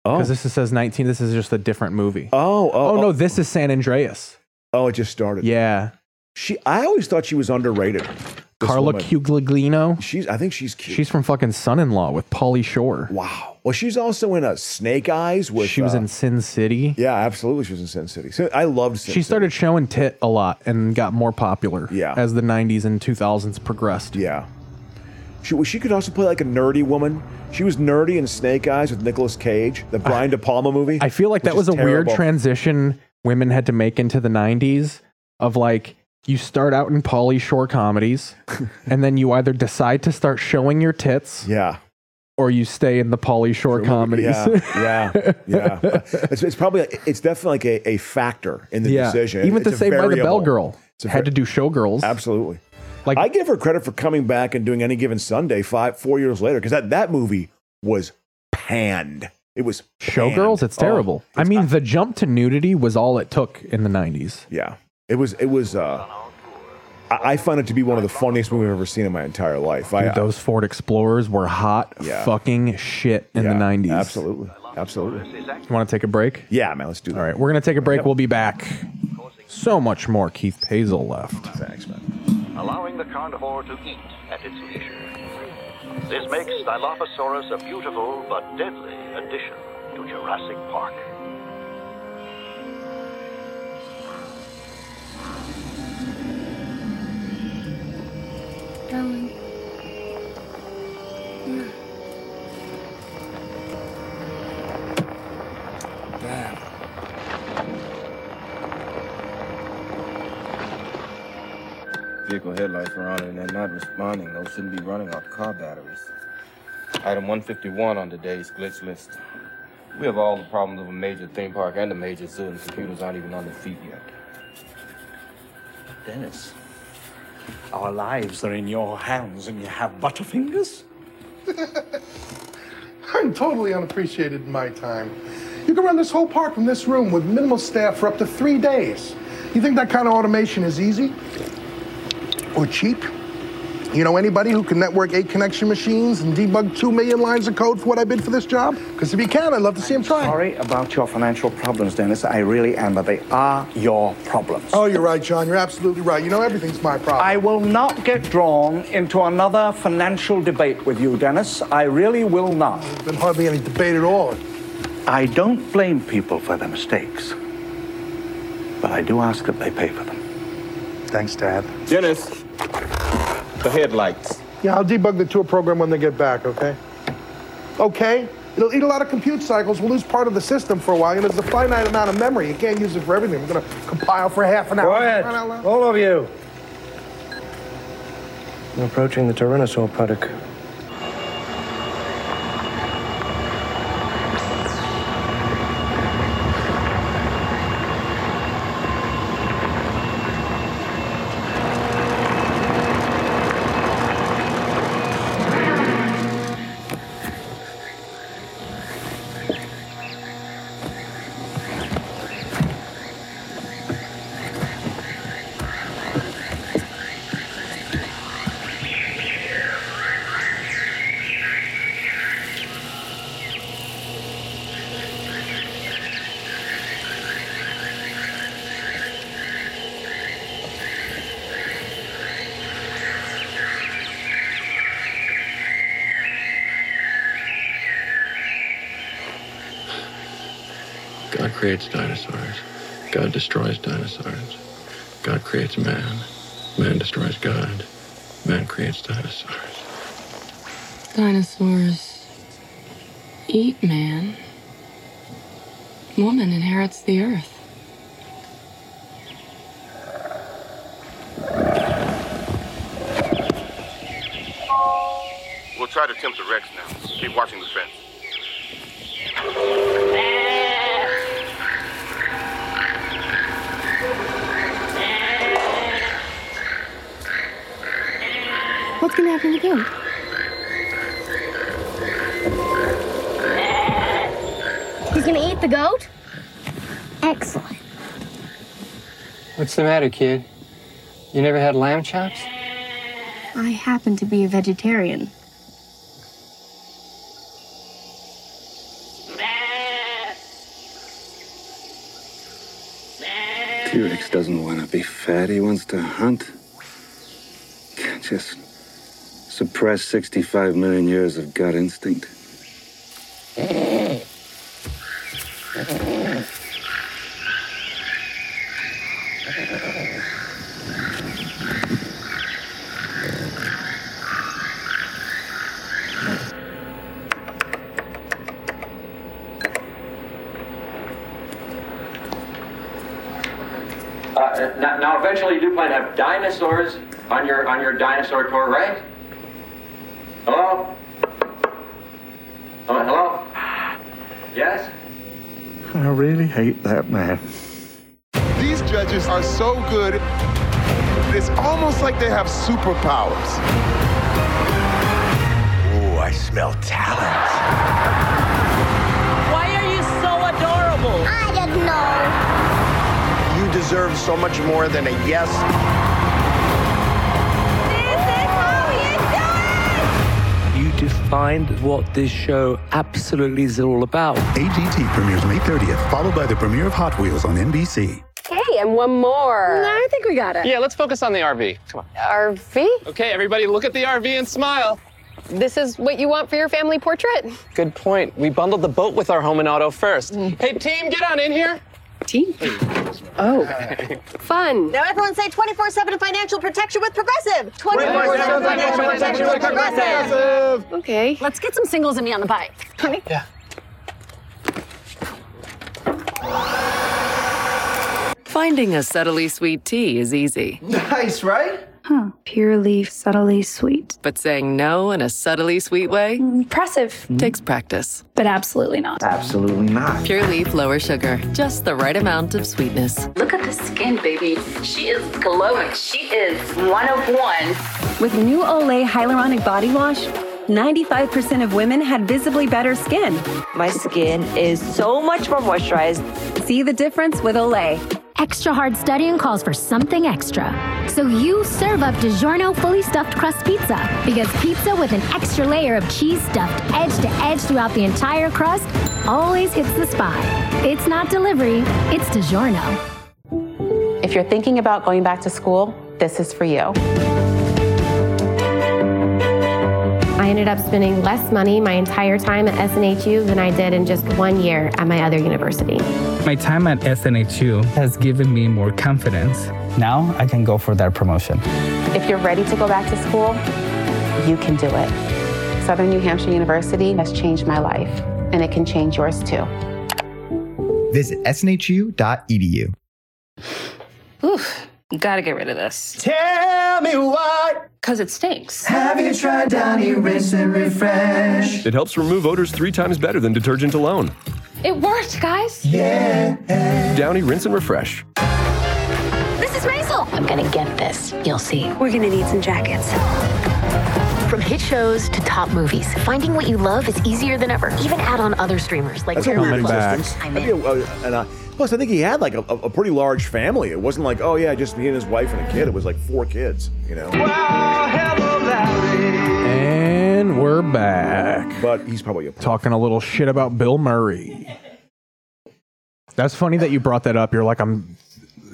S1: Oh.
S4: because this is, says nineteen. This is just a different movie.
S1: Oh, oh,
S4: no, this is San Andreas.
S1: Oh, it just started.
S4: Yeah,
S1: she. I always thought she was underrated. this
S4: Carla
S1: woman.
S4: Cugliano.
S1: She's. I think she's cute.
S4: She's from fucking Son-in-Law with Pauly Shore.
S1: Wow. Well, she's also in a Snake Eyes with.
S4: She was
S1: uh,
S4: in Sin City.
S1: Yeah, absolutely. She was in Sin City. So I loved. Sin City.
S4: she started showing tit a lot and got more popular yeah. as the 90s and 2000s progressed.
S1: Yeah. She, well, she could also play like a nerdy woman. She was nerdy in Snake Eyes with Nicolas Cage, the Brian De Palma movie.
S4: I feel like that was a weird transition women had to make into the 90s of like you start out in Pauly Shore comedies and then you either decide to start showing your tits.
S1: Yeah.
S4: Or you stay in the Pauly Shore comedies.
S1: Yeah, yeah, yeah. It's, it's probably it's definitely like a, a factor in the
S4: Yeah.
S1: decision.
S4: Even
S1: it's
S4: to
S1: a
S4: Saved by the
S1: variable.
S4: Bell Girl
S1: It's a
S4: had
S1: var-
S4: to do showgirls.
S1: Absolutely. Like I give her credit for coming back and doing any given Sunday five four years later because that that movie was panned. It was panned.
S4: Showgirls, it's
S1: Oh,
S4: terrible. I mean, the jump to nudity was all it took in the 90s.
S1: Yeah, it was. It was. Uh, I, I find it to be one of the funniest movies I've ever seen in my entire life. I,
S4: Dude, those Ford Explorers were hot
S1: Yeah.
S4: fucking shit in the 90s.
S1: Absolutely. Absolutely.
S4: You want to take a break?
S1: Yeah, man, let's do that.
S4: All right, we're going to take a break. We'll be back. So much more Keith Pazel left.
S1: Thanks, man.
S21: allowing the carnivore to eat at its leisure. This makes Dilophosaurus a beautiful but deadly addition to Jurassic Park.
S6: Darling.
S16: Damn.
S22: Vehicle headlights are on and they're not responding. Those shouldn't be running off car batteries. Item 151 on today's glitch list. We have all the problems of a major theme park and a major zoo, and computers aren't even on their feet yet.
S17: Dennis, our lives are in your hands and you have butterfingers?
S23: I'm totally unappreciated in my time. You can run this whole park from this room with minimal staff for up to three days. You think that kind of automation is easy or cheap? You know anybody who can network eight connection machines and debug two million lines of code for what I bid for this job? Because if you can, I'd love to see him try.
S17: Sorry about your financial problems, Dennis. I really am, but they are your problems.
S23: Oh, you're right, John. You're absolutely right. You know everything's my problem.
S17: I will not get drawn into another financial debate with you, Dennis. I really will not. There's
S23: been hardly any debate at all.
S17: I don't blame people for their mistakes, but I do ask that they pay for them.
S23: Thanks, Dad.
S22: Dennis, the headlights.
S23: Yeah, I'll debug the tour program when they get back, okay? Okay? It'll eat a lot of compute cycles. We'll lose part of the system for a while. You know, there's a finite amount of memory. You can't use it for everything. We're going to compile for half an hour.
S24: Quiet,
S23: Run out loud.
S24: all of you.
S22: We're approaching the Tyrannosaur paddock.
S25: God creates dinosaurs. God destroys dinosaurs. God creates man. Man destroys God. Man creates dinosaurs.
S19: Dinosaurs eat man. Woman inherits the earth.
S22: We'll try to tempt the Rex now. Keep watching the fence.
S19: What's going to happen to them?
S26: He's gonna eat the goat? Excellent.
S13: What's the matter, kid? You never had lamb chops?
S26: I happen to be a vegetarian.
S17: T-Rex doesn't want to be fed. He wants to hunt. Can't just suppress 65 million years of gut instinct.
S12: Uh, now, now, eventually, you do plan to have dinosaurs on your on your dinosaur tour, right? Hello. Hello. Hello? Yes.
S17: I really hate that man.
S27: These judges are so good, it's almost like they have superpowers.
S28: Ooh, I smell talent.
S29: Why are you so adorable? I don't know.
S27: You deserve so much more than a yes.
S13: You defined what this show absolutely is all about.
S23: AGT premieres May 30th, followed by the premiere of Hot Wheels on NBC.
S20: Okay, and one more. No, I think we got it.
S14: Yeah, let's focus on the RV. Come on.
S20: RV?
S14: Okay, everybody, look at the RV and smile.
S20: This is what you want for your family portrait.
S14: Good point. We bundled the boat with our home and auto first. Mm. Hey, team, get on in here.
S20: Team? Oh. Fun.
S3: Now everyone say 24-7 financial protection with Progressive.
S14: 24/7 financial protection with Progressive.
S20: Okay.
S3: Let's get some singles of me on the bike. Honey? Yeah. Finding a subtly sweet tea is easy,
S30: Nice, right?
S3: Huh. Pure leaf, subtly sweet. But saying no in a subtly sweet way? Impressive. Takes practice. But absolutely not.
S30: Absolutely not.
S3: Pure leaf lower sugar, just the right amount of sweetness.
S31: Look at the skin, baby. She is glowing. She is one of one.
S16: With new Olay Hyaluronic Body Wash, 95% of women had visibly better skin.
S32: My skin is so much more moisturized.
S16: See the difference with Olay.
S33: Extra hard studying calls for something extra. So you serve up DiGiorno fully stuffed crust pizza because pizza with an extra layer of cheese stuffed edge to edge throughout the entire crust always hits the spot. It's not delivery, it's DiGiorno.
S8: If you're thinking about going back to school, this is for you.
S34: I ended up spending less money my entire time at SNHU than I did in just one year at my other university.
S2: My time at SNHU has given me more confidence. Now I can go for that promotion.
S8: If you're ready to go back to school, you can do it. Southern New Hampshire University has changed my life, and it can change yours too.
S35: Visit snhu.edu.
S16: Oof. Gotta get rid of this. Tell me why. Cause it stinks. Have you tried Downy Rinse and Refresh?
S36: It helps remove odors three times better than detergent alone.
S16: It worked, guys. Yeah.
S36: Downy Rinse and Refresh.
S16: This is Raisel.
S31: I'm gonna get this. You'll see.
S16: We're gonna need some jackets.
S31: From hit shows to top movies, finding what you love is easier than ever. Even add on other streamers like
S1: That's a
S31: Paramount
S1: weird
S31: Plus.
S1: existence.
S31: I'm
S1: That'd be a- a- and, uh, plus, I think he had like a, a a pretty large family. It wasn't like, oh yeah, just he and his wife and a kid. It was like four kids, you know.
S4: And we're back.
S1: But he's probably
S4: talking a little shit about Bill Murray. That's funny that you brought that up. You're like, I'm,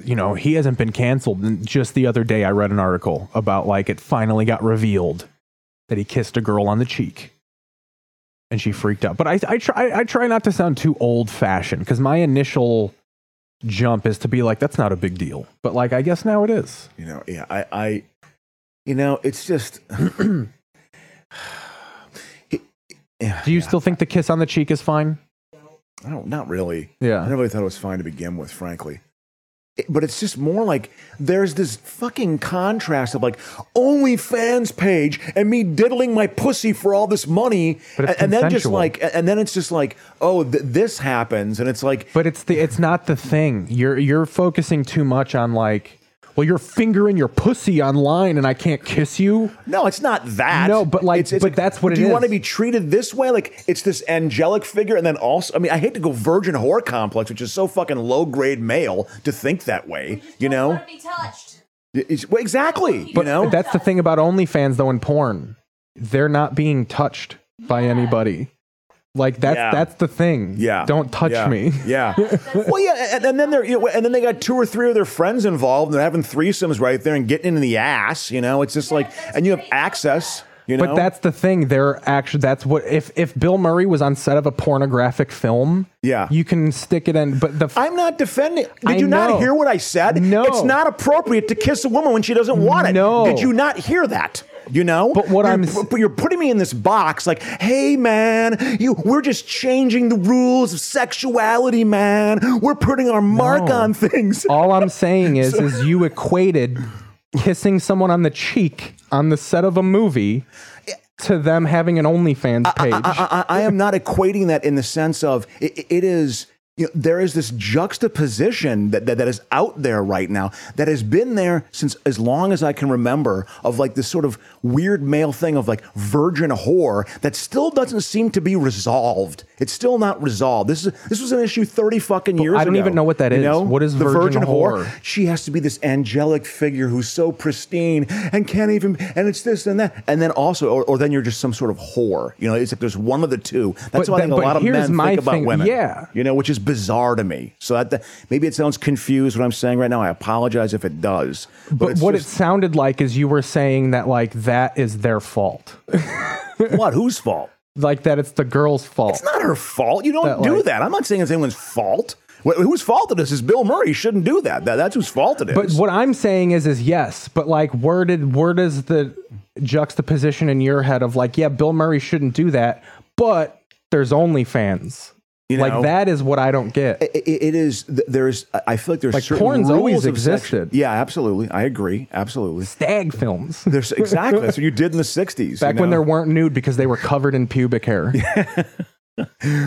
S4: you know, he hasn't been canceled. And just the other day, I read an article about like it finally got revealed that he kissed a girl on the cheek, and she freaked out. But I, I try, I try not to sound too old fashioned because my initial jump is to be like, that's not a big deal. But like, I guess now it is.
S1: You know, yeah, I, I you know, it's just
S4: Do you still think the kiss on the cheek is fine?
S1: I don't, not really.
S4: Yeah.
S1: I never really thought it was fine to begin with, frankly. It- but it's just more like there's this fucking contrast of like OnlyFans page and me diddling my pussy for all this money,
S4: But it's
S1: and, and then just
S4: consensual.
S1: like, and then it's just like, oh, th- this happens, and it's like,
S4: But it's the it's not the thing. You're you're focusing too much on like, well, you're fingering your pussy online, and I can't kiss you.
S1: No, it's not that.
S4: No, but like,
S1: It's- it's
S4: but that's what it
S1: do
S4: is.
S1: you want to be treated this way? Like it's this angelic figure, and then also, I mean, I hate to go virgin whore complex, which is so fucking low grade male to think that way. You know, It's- well, exactly.
S4: But
S1: you know,
S4: that's the thing about OnlyFans though and porn. They're not being touched by anybody. Like that's
S1: Yeah.
S4: that's the thing.
S1: Yeah.
S4: Don't touch
S1: Yeah.
S4: me.
S1: Yeah. well, yeah, and, and then they're you know, and then they got two or three of their friends involved, and they're having threesomes right there and getting into the ass. You know, it's just like, and you have access. You know,
S4: But that's the thing. They're actually that's what if if Bill Murray was on set of a pornographic film,
S1: yeah,
S4: you can stick it in. But the f-
S1: I'm not defending. Did
S4: I
S1: you
S4: know.
S1: not hear what I said?
S4: No.
S1: It's not appropriate to kiss a woman when she doesn't want it.
S4: No.
S1: Did you not hear that? You know? But what I'm but you're putting me in this box like, "Hey man, you we're just changing the rules of sexuality, man. We're putting our mark on things."
S4: All I'm saying is is you equated kissing someone on the cheek on the set of a movie to them having an
S1: Uh,
S4: OnlyFans page.
S1: I, I, I am not equating that in the sense of it, it is. You know, there is this juxtaposition that, that, that is out there right now that has been there since as long as I can remember of like this sort of weird male thing of like virgin whore that still doesn't seem to be resolved. It's still not resolved. This is this was an issue thirty fucking years ago.
S4: I don't even know what that
S1: that is.
S4: is. What is
S1: the
S4: virgin
S1: virgin, whore?
S4: whore?
S1: She has to be this angelic figure who's so pristine and can't even, and it's this and that, and then also, or, or then you're just some sort of whore. You know, it's like there's one of the two. That's
S4: But
S1: why I
S4: that-
S1: think a
S4: but
S1: lot of
S4: here's
S1: men think
S4: my
S1: about
S4: thing-
S1: women.
S4: yeah.
S1: you know, which is bizarre to me. So that, that maybe it sounds confused what I'm saying right now. I apologize if it does. But,
S4: but
S1: it's
S4: what
S1: just,
S4: it sounded like is you were saying that like that is their fault.
S1: what? Whose fault?
S4: Like that it's the girl's fault. It's
S1: not her fault. You don't
S4: That,
S1: do
S4: like-
S1: that. I'm not saying it's anyone's fault. Wh- whose fault it is is Bill Murray. He shouldn't do that. that. That's whose fault it is.
S4: But what I'm saying is, is yes, but like, where did where does the juxtaposition in your head of like, yeah, Bill Murray shouldn't do that, but there's OnlyFans.
S1: You know?
S4: like that is what I don't get.
S1: It, it is. th- There's. I- I feel like there's
S4: Like,
S1: certain
S4: porn's
S1: rules
S4: always
S1: of sex-
S4: existed.
S1: Yeah, absolutely. I agree. Absolutely.
S4: Stag films.
S1: There's exactly. That's what you did in the '60s.
S4: Back
S1: you
S4: when
S1: know?
S4: there weren't nude because they were covered in pubic hair.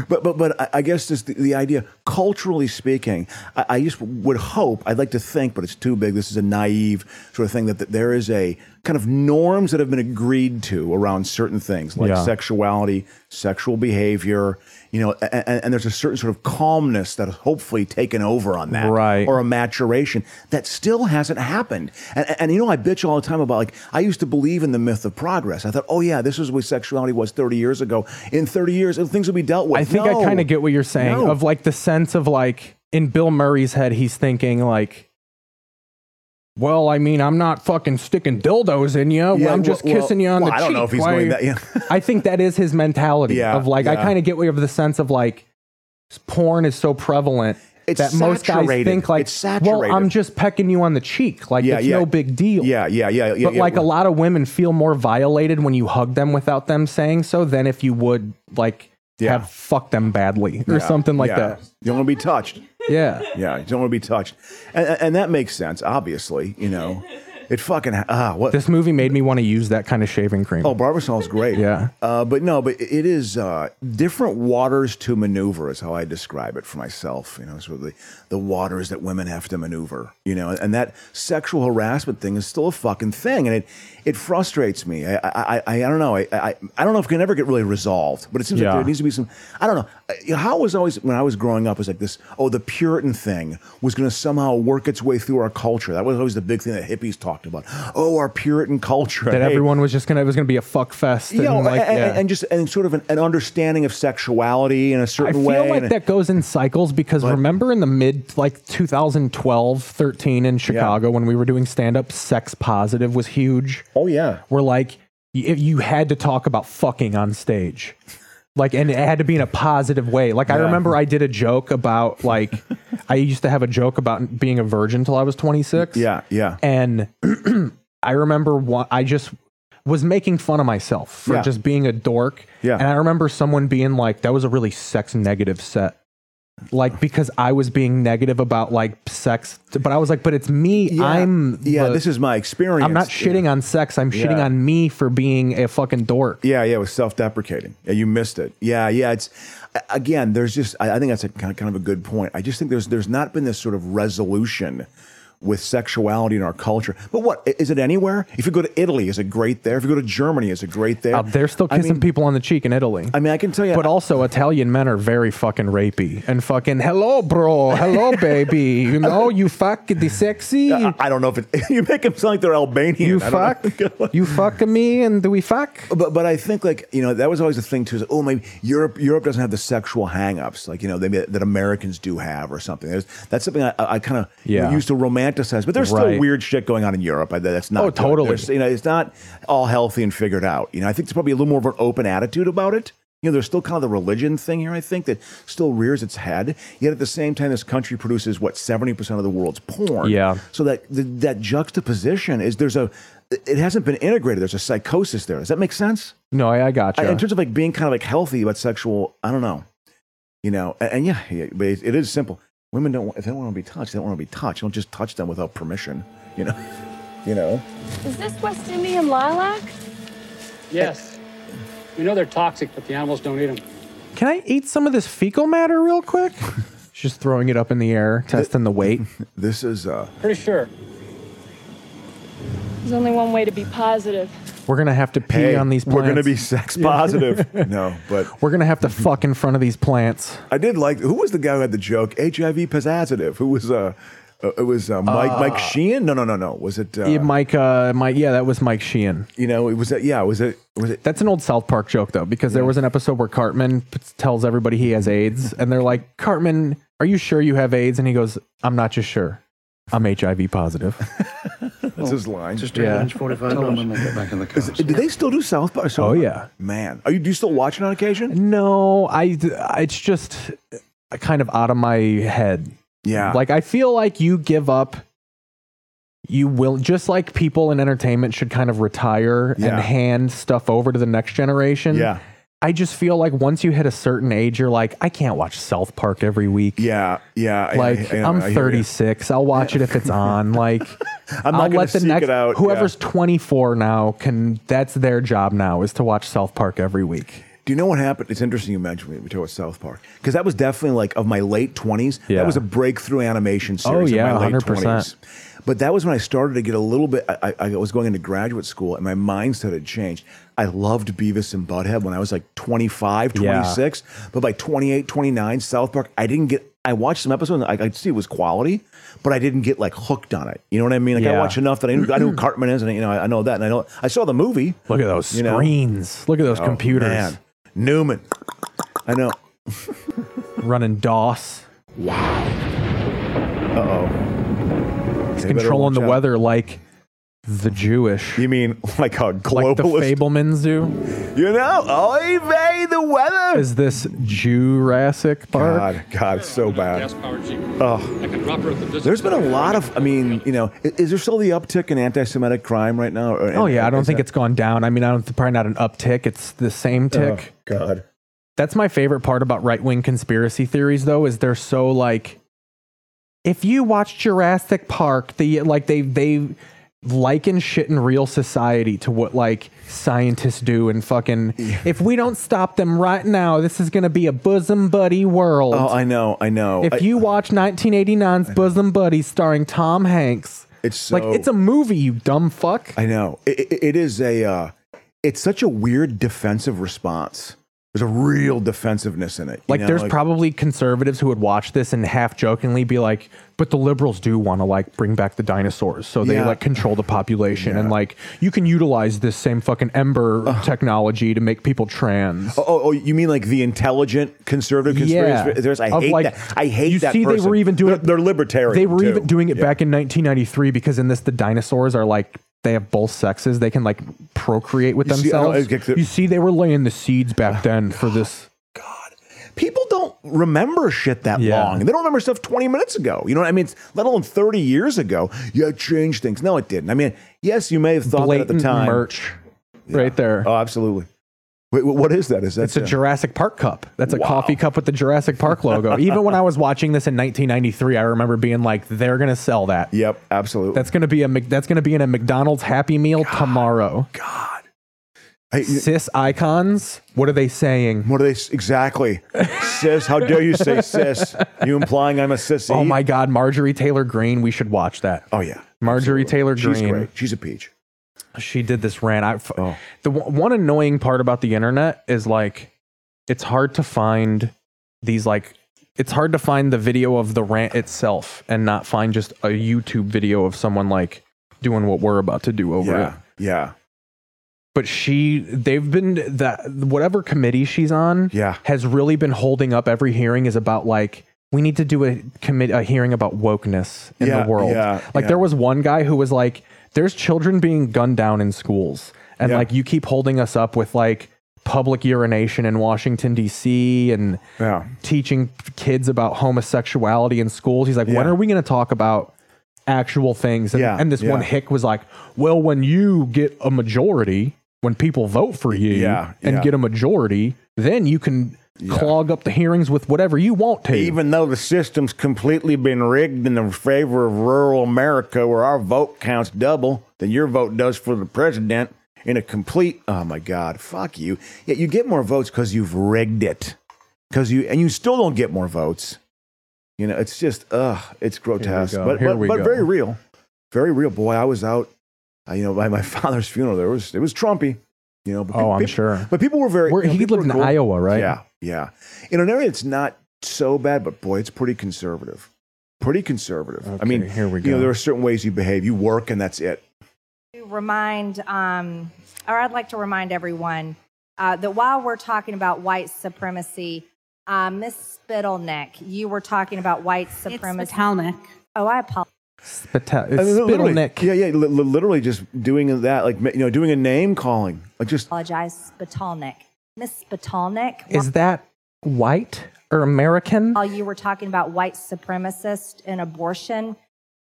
S1: But but but I, I guess this the, the idea culturally speaking. I, I just would hope. I'd like to think, but it's too big. This is a naive sort of thing that, that there is a kind of norms that have been agreed to around certain things like
S5: Yeah.
S1: sexuality, sexual behavior. You know, and, and there's a certain sort of calmness that has hopefully taken over on that,
S4: Right.
S1: Or a maturation that still hasn't happened. And, and, and, you know, I bitch all the time about like I used to believe in the myth of progress. I thought, oh yeah, this is what sexuality was 30 years ago. In 30 years, things will be dealt with.
S4: I think I kind of get what you're saying
S1: No.
S4: of like the sense of like in Bill Murray's head, he's thinking like, well, I mean, I'm not fucking sticking dildos in you.
S1: Yeah,
S4: I'm just
S1: well-
S4: kissing you on
S1: well,
S4: the
S1: I
S4: cheek.
S1: don't know if he's
S4: Why-
S1: going that- yeah.
S4: I think that is his mentality
S1: Yeah,
S4: of like, I
S1: yeah.
S4: kind of get what of the sense of like, porn is so prevalent.
S1: It's
S4: that most guys
S1: saturated.
S4: think like,
S1: It's
S4: well, I'm
S1: saturated."
S4: just pecking you on the cheek. Like,
S1: Yeah,
S4: it's
S1: yeah.
S4: no big deal.
S1: Yeah, yeah, yeah, yeah.
S4: but
S1: yeah.
S4: like a lot of women feel more violated when you hug them without them saying so than if you would like have fucked them badly or
S1: Yeah,
S4: something like
S1: yeah.
S4: that.
S1: You don't want to be touched.
S4: Yeah.
S1: Yeah, you don't want to be touched, and, and- and that makes sense. Obviously, you know, it fucking ha- ah what
S4: This movie made me want to use that kind of shaving cream.
S1: Oh, Barbasol's great.
S4: Yeah.
S1: Uh, but no, but it is uh, different waters to maneuver is how I describe it for myself. You know, sort of the, the waters that women have to maneuver. You know, and that sexual harassment thing is still a fucking thing, and it it frustrates me. I I I, I don't know. I, I I don't know if it can ever get really resolved, but it seems like
S5: Yeah.
S1: there needs to be some. I don't know. Uh, you know, How it was always when I was growing up it was like this. Oh, the Puritan thing was going to somehow work its way through our culture. That was always the big thing that hippies talked about. Oh, our Puritan culture
S4: that
S1: Hey,
S4: everyone was just gonna it was gonna be a fuck fest. And
S1: you know,
S4: like,
S1: and, and-
S4: yeah.
S1: and just and sort of an, an understanding of sexuality in a
S4: I
S1: certain
S4: feel
S1: way.
S4: like
S1: and-
S4: that goes in cycles because remember in the mid like 2012, 13 in Chicago when we were doing stand up, sex positive was huge.
S1: Oh yeah.
S4: We're like you, you had to talk about fucking on stage. Like and it had to be in a positive way. Like I
S5: Yeah.
S4: remember I did a joke about like I used to have a joke about being a virgin till I was 26.
S1: Yeah, yeah.
S4: And I remember one, I just was making fun of myself for
S1: Yeah.
S4: just being a dork. Yeah. And I remember someone being like, that was a really sex negative set. Like because I was being negative about like sex, but I was like, but it's me. I'm
S1: yeah,
S4: the-
S1: this is my experience.
S4: I'm not shitting on sex. I'm shitting on me for being a fucking dork.
S1: Yeah, yeah, it was self-deprecating. Yeah, you missed it. Yeah, yeah. It's a- again, there's just I, I think that's a kind of, kind of a good point. I just think there's there's not been this sort of resolution with sexuality in our culture. But what i- is it anywhere? If you go to Italy, is it great there? If you go to Germany, is it great there?
S4: Uh, they're still kissing people on the cheek in Italy.
S1: I mean, I can tell you.
S4: But also, Italian men are very fucking rapey and fucking hello, bro, hello, baby. You know, you fuck the sexy. I,
S1: I don't know if it, you make them sound like they're Albanian.
S4: You
S1: I don't know.
S4: fuck, you fuck me, and do we fuck?
S1: But but I think like you know that was always the thing too. Is oh maybe Europe Europe doesn't have the sexual hangups like you know they, that Americans do have or something. There's, that's something I, I kind of
S4: Yeah.
S1: used to romanticize. But there's still
S4: Right.
S1: weird shit going on in Europe. I, that's not
S4: Oh,
S1: good.
S4: totally.
S1: There's- you know it's not all healthy and figured out. You know I think there's probably a little more of an open attitude about it. You know, there's still kind of the religion thing here, I think, that still rears its head. Yet at the same time, this country produces, what, 70% of the world's porn.
S4: Yeah.
S1: So that th- that juxtaposition is there's a it hasn't been integrated. There's a psychosis there. Does that make sense?
S4: No, I, I got
S1: I-
S4: you.
S1: in terms of like being kind of like healthy about sexual, I don't know, you know, and, and yeah, yeah, but it, it is simple. Women don't want- if they don't want to be touched, they don't want to be touched. Don't just touch them without permission, you know, you know.
S5: Is this West Indian lilac?
S7: Yes. We know they're toxic, but the animals don't eat them.
S4: Can I eat some of this fecal matter real quick? She's just throwing it up in the air, testing the weight.
S1: This is uh
S7: Pretty sure.
S5: There's only one way to be positive.
S4: We're gonna have to pee
S1: Hey,
S4: on these.
S1: we're
S4: plants.
S1: gonna be sex positive. no, but
S4: we're gonna have to fuck in front of these plants.
S1: I did like who was the guy who had the joke HIV positive? Who was uh, uh it was uh, Mike Mike
S4: Uh,
S1: Sheehan? No, no, no, no. Was it uh,
S4: Yeah, Mike, uh, Mike, yeah, that was Mike Sheehan.
S1: You know, it was that. Yeah, was it? Was it?
S4: That's an old South Park joke though, because there was an episode where Cartman p- tells everybody he has AIDS, and they're like, "Cartman, are you sure you have AIDS?" And he goes, "I'm not just sure. I'm HIV positive."
S1: That's his line.
S4: Just Yeah. arrange
S1: 45
S4: Tell them
S1: when they get back in the car. Do they still do South Park?
S4: oh yeah,
S1: man. Are you do you still watch it on occasion?
S4: No, I. It's just kind of out of my head.
S1: Yeah.
S4: Like I feel like you give up. You will just like people in entertainment should kind of retire
S1: Yeah.
S4: and hand stuff over to the next generation.
S1: Yeah.
S4: I just feel like once you hit a certain age, you're like, I can't watch South Park every week.
S1: Yeah, yeah. I-
S4: Like
S1: I- I know,
S4: am
S1: I hear you.
S4: 36. I'll watch it if it's on. Like
S1: I'm not
S4: I'll
S1: gonna
S4: let the
S1: seek
S4: next
S1: it out, yeah.
S4: whoever's 24 now can. That's their job now is to watch South Park every week.
S1: Do you know what happened? It's interesting you mentioned we we talk about South Park because that was definitely like of my late twenties.
S4: Yeah.
S1: That was a breakthrough animation
S4: Oh,
S1: series.
S4: yeah,
S1: in my late
S4: 100%.
S1: 20s. But that was when I started to get a little bit. I, I I was going into graduate school and my mindset had changed. I loved Beavis and Butthead when I was like 25,
S4: Yeah.
S1: 26. But by 28, 29, South Park, I didn't get. I watched some episodes. And I, I'd see it was quality, but I didn't get like hooked on it. You know what I mean? Like I
S4: Yeah.
S1: watched enough that I knew I knew who Cartman is, and you know I, I know that, and I know I saw the movie.
S4: Look at those
S1: you know?
S4: screens. Look at those
S1: Oh,
S4: computers.
S1: man. Newman. I know.
S4: Running DOS.
S1: Uh oh.
S4: He's controlling the weather like the Jewish.
S1: You mean like how
S4: Like the
S1: globalist-
S4: Fablemans do?
S1: You know, oy vey, the weather.
S4: Is this Jurassic Park?
S1: God, God, it's so bad. Oh.
S7: I can drop her at the distance.
S1: There's been a lot of, I mean, you know, i- is there still the uptick in anti-Semitic crime right now? Or-
S4: Oh yeah, I don't
S1: is
S4: think
S1: that-
S4: it's gone down. I mean, I don't probably not an uptick. It's the same tick.
S1: Oh, God.
S4: That's my favorite part about right wing conspiracy theories, though, is they're so like, if you watch Jurassic Park, the like they they liken shit in real society to what like scientists do and fucking. If we don't stop them right now, this is gonna be a bosom buddy world.
S1: Oh, I know, I know. I-
S4: If you watch 1989's Bosom Buddies starring Tom Hanks,
S1: it's so-
S4: like it's a movie, you dumb fuck.
S1: I know. I- I- it is a, uh, it's such a weird defensive response. There's a real defensiveness in it. you
S4: Like,
S1: know,
S4: there's probably conservatives who would watch this and half jokingly be like, "But the liberals do want to like bring back the dinosaurs, so they
S1: Yeah.
S4: like control the population, and like you can utilize this same fucking ember technology to make people trans."
S1: Oh, oh, oh, you mean like the intelligent conservative conspiracy
S4: Yeah.
S1: theorists? I
S4: Of
S1: hate
S4: like-
S1: that. I hate
S4: you
S1: that.
S4: see they
S1: person.
S4: were even doing
S1: They're, they're libertarian.
S4: They were
S1: too.
S4: even doing it
S1: Yeah.
S4: back in 1993 because in this the dinosaurs are like they have both sexes. They can like procreate with
S1: You see, I don't-
S4: themselves.
S1: I get the-
S4: you see, they were laying the seeds back then for this.
S1: People don't remember shit that long. They don't remember stuff 20 minutes ago. You know what I mean? It's, let alone 30 years ago. Yeah, it changed things. No, it didn't. I mean, yes, you may have thought that at the
S4: Blatant
S1: time.
S4: merch. right there.
S1: Oh, absolutely. Wait, what is that? Is that
S4: it's a
S1: uh,
S4: Jurassic Park cup? That's a
S1: Wow.
S4: coffee cup with the Jurassic Park logo. Even when I was watching this in 1993, I remember being like, "They're gonna sell that."
S1: Yep, absolutely.
S4: That's gonna be a Mc- that's gonna be in a McDonald's Happy Meal tomorrow.
S1: God,
S4: cis icons. What are they saying?
S1: What are they exactly? sis, how dare you say sis? You implying I'm a sissy?
S4: Oh my God, Marjorie Taylor Greene. We should watch that.
S1: Oh yeah,
S4: Marjorie Taylor Greene.
S1: She's great. She's a peach.
S4: She did this rant. I, f- The w- one annoying part about the internet is like, it's hard to find these like, it's hard to find the video of the rant itself and not find just a YouTube video of someone like doing what we're about to do over
S1: Yeah,
S4: it.
S1: yeah.
S4: But she, they've been that whatever committee she's on,
S1: yeah,
S4: has really been holding up every hearing is about like we need to do a commit a hearing about wokeness in
S1: Yeah,
S4: the world.
S1: yeah,
S4: like
S1: yeah.
S4: there was one guy who was like, "There's children being gunned down in schools, and
S1: Yeah.
S4: like you keep holding us up with like public urination in Washington D.C. and teaching kids about homosexuality in schools." He's like, "When
S1: Yeah.
S4: are we going to talk about?" actual things and,
S1: Yeah,
S4: and this one
S1: yeah.
S4: hick was like well when you get a majority when people vote for you
S1: Yeah,
S4: and
S1: yeah.
S4: get a majority then you can clog up the hearings with whatever you want to.
S1: Even though the system's completely been rigged in the favor of rural America, where our vote counts double than your vote does for the president, in a complete oh my god, fuck you. Yet you get more votes because you've rigged it, because you and you still don't get more votes. You know, it's just ugh, it's grotesque,
S4: go.
S1: but
S4: Here
S1: but,
S4: we
S1: but
S4: go.
S1: very real, very real. Boy, I was out, uh, you know, by my father's funeral. There was it was Trumpy, you know. But
S4: Oh, I'm
S1: peop-
S4: sure.
S1: But people were very.
S4: Where-
S1: you know,
S4: he
S1: people
S4: lived in
S1: were cool.
S4: Iowa, right?
S1: Yeah, yeah. In an area that's not so bad, but boy, it's pretty conservative. Pretty conservative. I mean,
S4: here we
S1: You know,
S4: go.
S1: there are certain ways you behave. You work, and that's it.
S16: to remind, um, or I'd like to remind everyone uh, that while we're talking about white supremacy, uh, Miss Spittleneck, you were talking about white supremacy. Spittleneck. Oh, I apologize.
S4: Spita- it's
S1: I mean, literally-
S4: Spittleneck.
S1: Yeah, yeah. li- li- literally just doing that, like you know, doing a name calling, like just
S16: apologize Spitalnik. Miss Spitalnik,
S4: Is that white or American?
S16: while you were talking about white supremacist and abortion,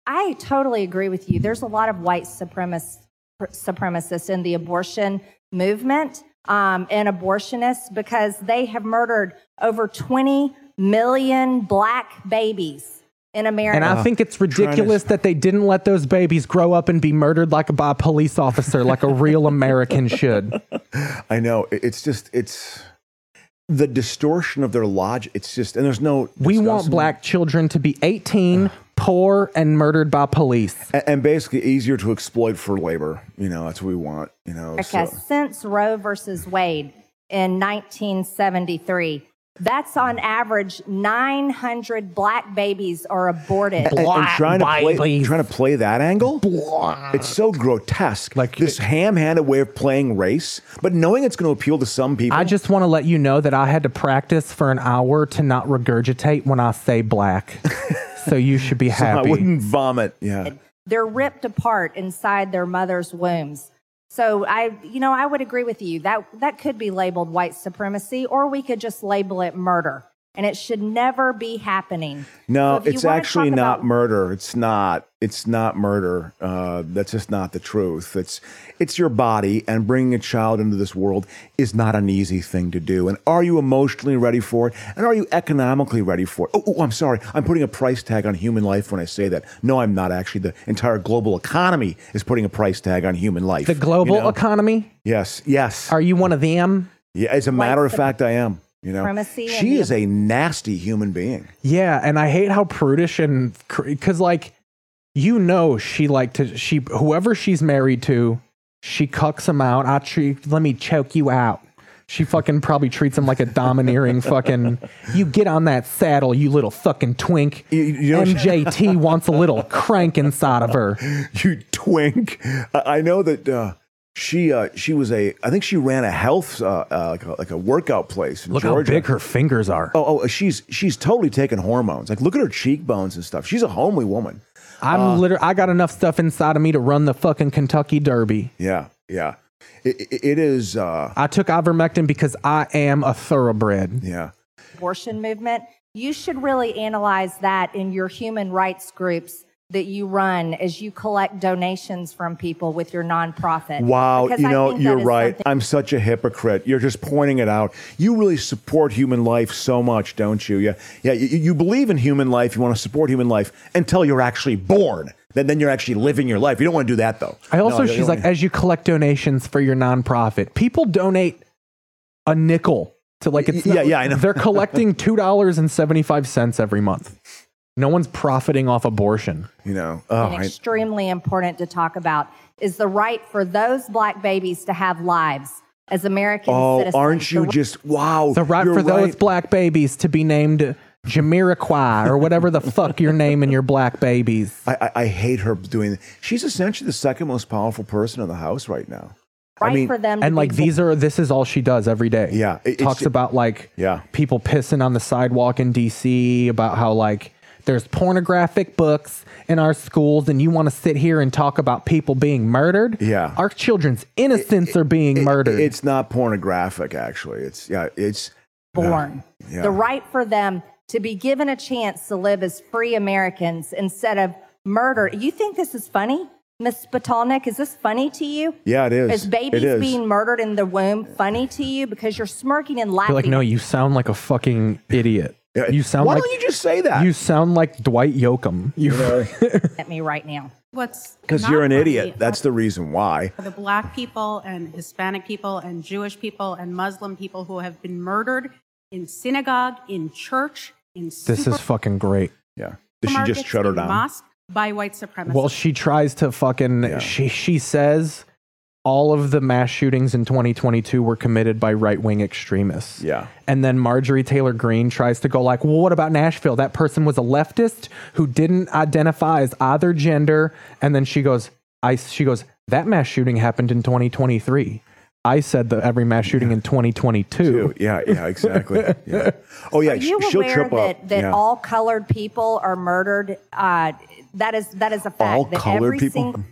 S16: I totally agree with you. There's a lot of white supremacist, supremacists in the abortion movement um, and abortionists because they have murdered over 20 million black babies in America.
S4: And I
S1: Uh,
S4: think it's ridiculous that they didn't let those babies grow up and be murdered like by a police officer, like a real American should.
S1: I know. It- It's just it's the distortion of their logic. It's just and there's no.
S4: We want black children to be 18, poor, and murdered by police.
S1: And, and basically easier to exploit for labor. You know, that's what we want. You know.
S16: America
S1: so-
S16: since Roe versus Wade in 1973. That's on average 900 black babies are aborted.
S1: and, and trying to play trying to play that angle. It's so grotesque. Like this ham-handed way of playing race, but knowing it's going to appeal to some people.
S4: I just want to let you know that I had to practice for an hour to not regurgitate when I say black. so you should be
S1: so I
S4: happy.
S1: wouldn't vomit. Yeah.
S16: They're ripped apart inside their mother's wombs. So I, you know, I would agree with you that that could be labeled white supremacy, or we could just label it murder, and it should never be happening.
S1: No,
S16: So if you
S1: it's
S16: wanna
S1: actually
S16: talk
S1: not
S16: about-
S1: murder. It's not. It's not murder. Uh, that's just not the truth. It's it's your body, and bringing a child into this world is not an easy thing to do. And are you emotionally ready for it? And are you economically ready for it? Oh, oh, I'm sorry. I'm putting a price tag on human life when I say that. No, I'm not. Actually, the entire global economy is putting a price tag on human life.
S4: The global
S1: you know?
S4: economy?
S1: Yes. Yes.
S4: Are you one of them?
S1: Yeah. As a matter of
S4: sup-
S1: fact, I am. You know,
S16: Supremacy and
S1: she
S16: the-
S1: is a nasty human being.
S4: Yeah, and I hate how prudish and because like you know she like to she whoever she's married to she cucks him out. I treat let me choke you out. She fucking probably treats him like a domineering fucking. You get on that saddle, you little fucking twink.
S1: know-
S4: MJT wants a little crank inside of her.
S1: you twink. I I know that uh, she uh, she was a I think she ran a health uh, uh, like, a, like a workout place in
S4: Look
S1: Georgia.
S4: how big her fingers are.
S1: Oh, oh, she's she's totally taking hormones. Like, look at her cheekbones and stuff. She's a homely woman.
S4: I'm
S1: Uh.
S4: literally I got enough stuff inside of me to run the fucking Kentucky Derby.
S1: Yeah, yeah. It, it- it is. Uh,
S4: I took ivermectin because I am a thoroughbred.
S1: Yeah.
S16: abortion movement, you should really analyze that in your human rights groups that you run as you collect donations from people with your nonprofit.
S1: Wow,
S16: Because
S1: you
S16: I
S1: know,
S16: think that
S1: you're
S16: is
S1: right.
S16: something-
S1: I'm such a hypocrite. You're just pointing it out. You really support human life so much, don't you? Yeah, yeah. You, you believe in human life. You want to support human life until you're actually born. Then, then you're actually living your life. You don't want to do that though.
S4: I also,
S1: No, you- you
S4: she's like,
S1: don't-
S4: as you collect donations for your nonprofit, people donate a nickel to like, it's
S1: Yeah, yeah, I know.
S4: They're collecting two dollars and seventy five cents every month. No one's profiting off abortion.
S1: You know,
S16: and extremely important to talk about is the right for those black babies to have lives as American
S4: Oh,
S16: citizens.
S4: aren't
S1: you
S16: The-
S1: just wow?
S4: The right
S1: you're
S4: for those
S1: right.
S4: black babies to be named Jamiroquai or whatever the fuck you're naming your black babies.
S1: I, I, I hate her doing. She's essentially the second most powerful person in the house right now. I mean,
S4: and like these are this is all she does every day. Yeah,
S1: Mm-hmm. it- it's-
S4: talks about like
S1: yeah
S4: people pissing on the sidewalk in D.C. about how like there's pornographic books in our schools, and you want to sit here and talk about people being murdered.
S1: Yeah,
S4: our children's innocence are being murdered.
S1: It's not pornographic, actually. It's yeah, it's
S16: born.
S1: Yeah.
S16: the right for them to be given a chance to live as free Americans instead of murder. You think this is funny, Miss Spitalnik? Is this funny to you?
S1: Yeah, it is.
S16: Is
S1: It
S16: babies
S4: is.
S16: being murdered in the womb funny to you because you're smirking and
S4: They're
S16: laughing?
S4: like, no, you sound like a fucking idiot. You sound
S16: why
S4: like
S16: don't you
S1: just say that?
S4: You sound like Dwight Yoakam. You
S16: at me right now.
S8: What's
S1: because
S8: not
S1: you're an
S8: funny
S1: idiot. That's the reason why.
S8: are the black people and Hispanic people and Jewish people and Muslim people who have been murdered in synagogue, in church, in
S4: this is fucking great.
S1: Yeah.
S8: supermarkets, in mosque by white supremacists.
S4: Well, she tries to fucking she she says all of the mass shootings in 2022 were committed by right-wing extremists.
S1: Yeah.
S4: And then Marjorie Taylor Greene tries to go like, "Well, what about Nashville? That person was a leftist who didn't identify as either gender." And then she goes, "I she goes, that mass shooting happened in 2023." I said that every mass shooting in 2022.
S1: Yeah, yeah, exactly. Yeah. Oh yeah,
S16: Are you
S1: sh- she'll
S16: aware
S1: trip
S16: that,
S1: up.
S16: that
S1: yeah.
S16: all colored people are murdered? Uh, that is that is a fact.
S1: All
S16: that
S1: colored
S16: every
S1: people?
S16: single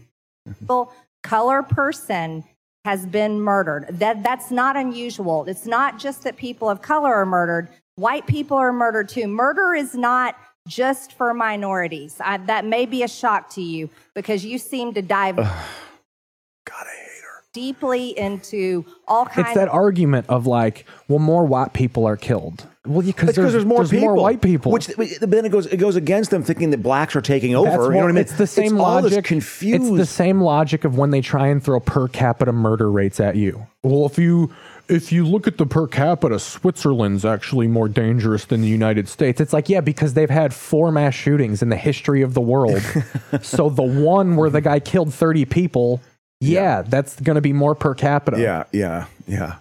S16: single color person has been murdered. That that's not unusual. It's not just that people of color are murdered. White people are murdered too. Murder is not just for minorities. I, that may be a shock to you because you seem to dive. God, I hate her. Deeply into all kinds.
S4: It's that argument of like, well, more white people are killed. Well, because
S1: It's 'cause
S4: there's,
S1: there's more people,
S4: white people.
S1: Which but then it goes it goes against them thinking that blacks are taking over.
S4: That's
S1: you know
S4: what-
S1: what I mean?
S4: It's the same
S1: all this
S4: logic.
S1: confused.
S4: It's the same logic of when they try and throw per capita murder rates at you. Well, if you if you look at the per capita, Switzerland's actually more dangerous than the United States. It's like, yeah, because they've had four mass shootings in the history of the world. so the one where the guy killed 30 people, yeah, that's going to be more per capita.
S1: yeah, yeah, yeah.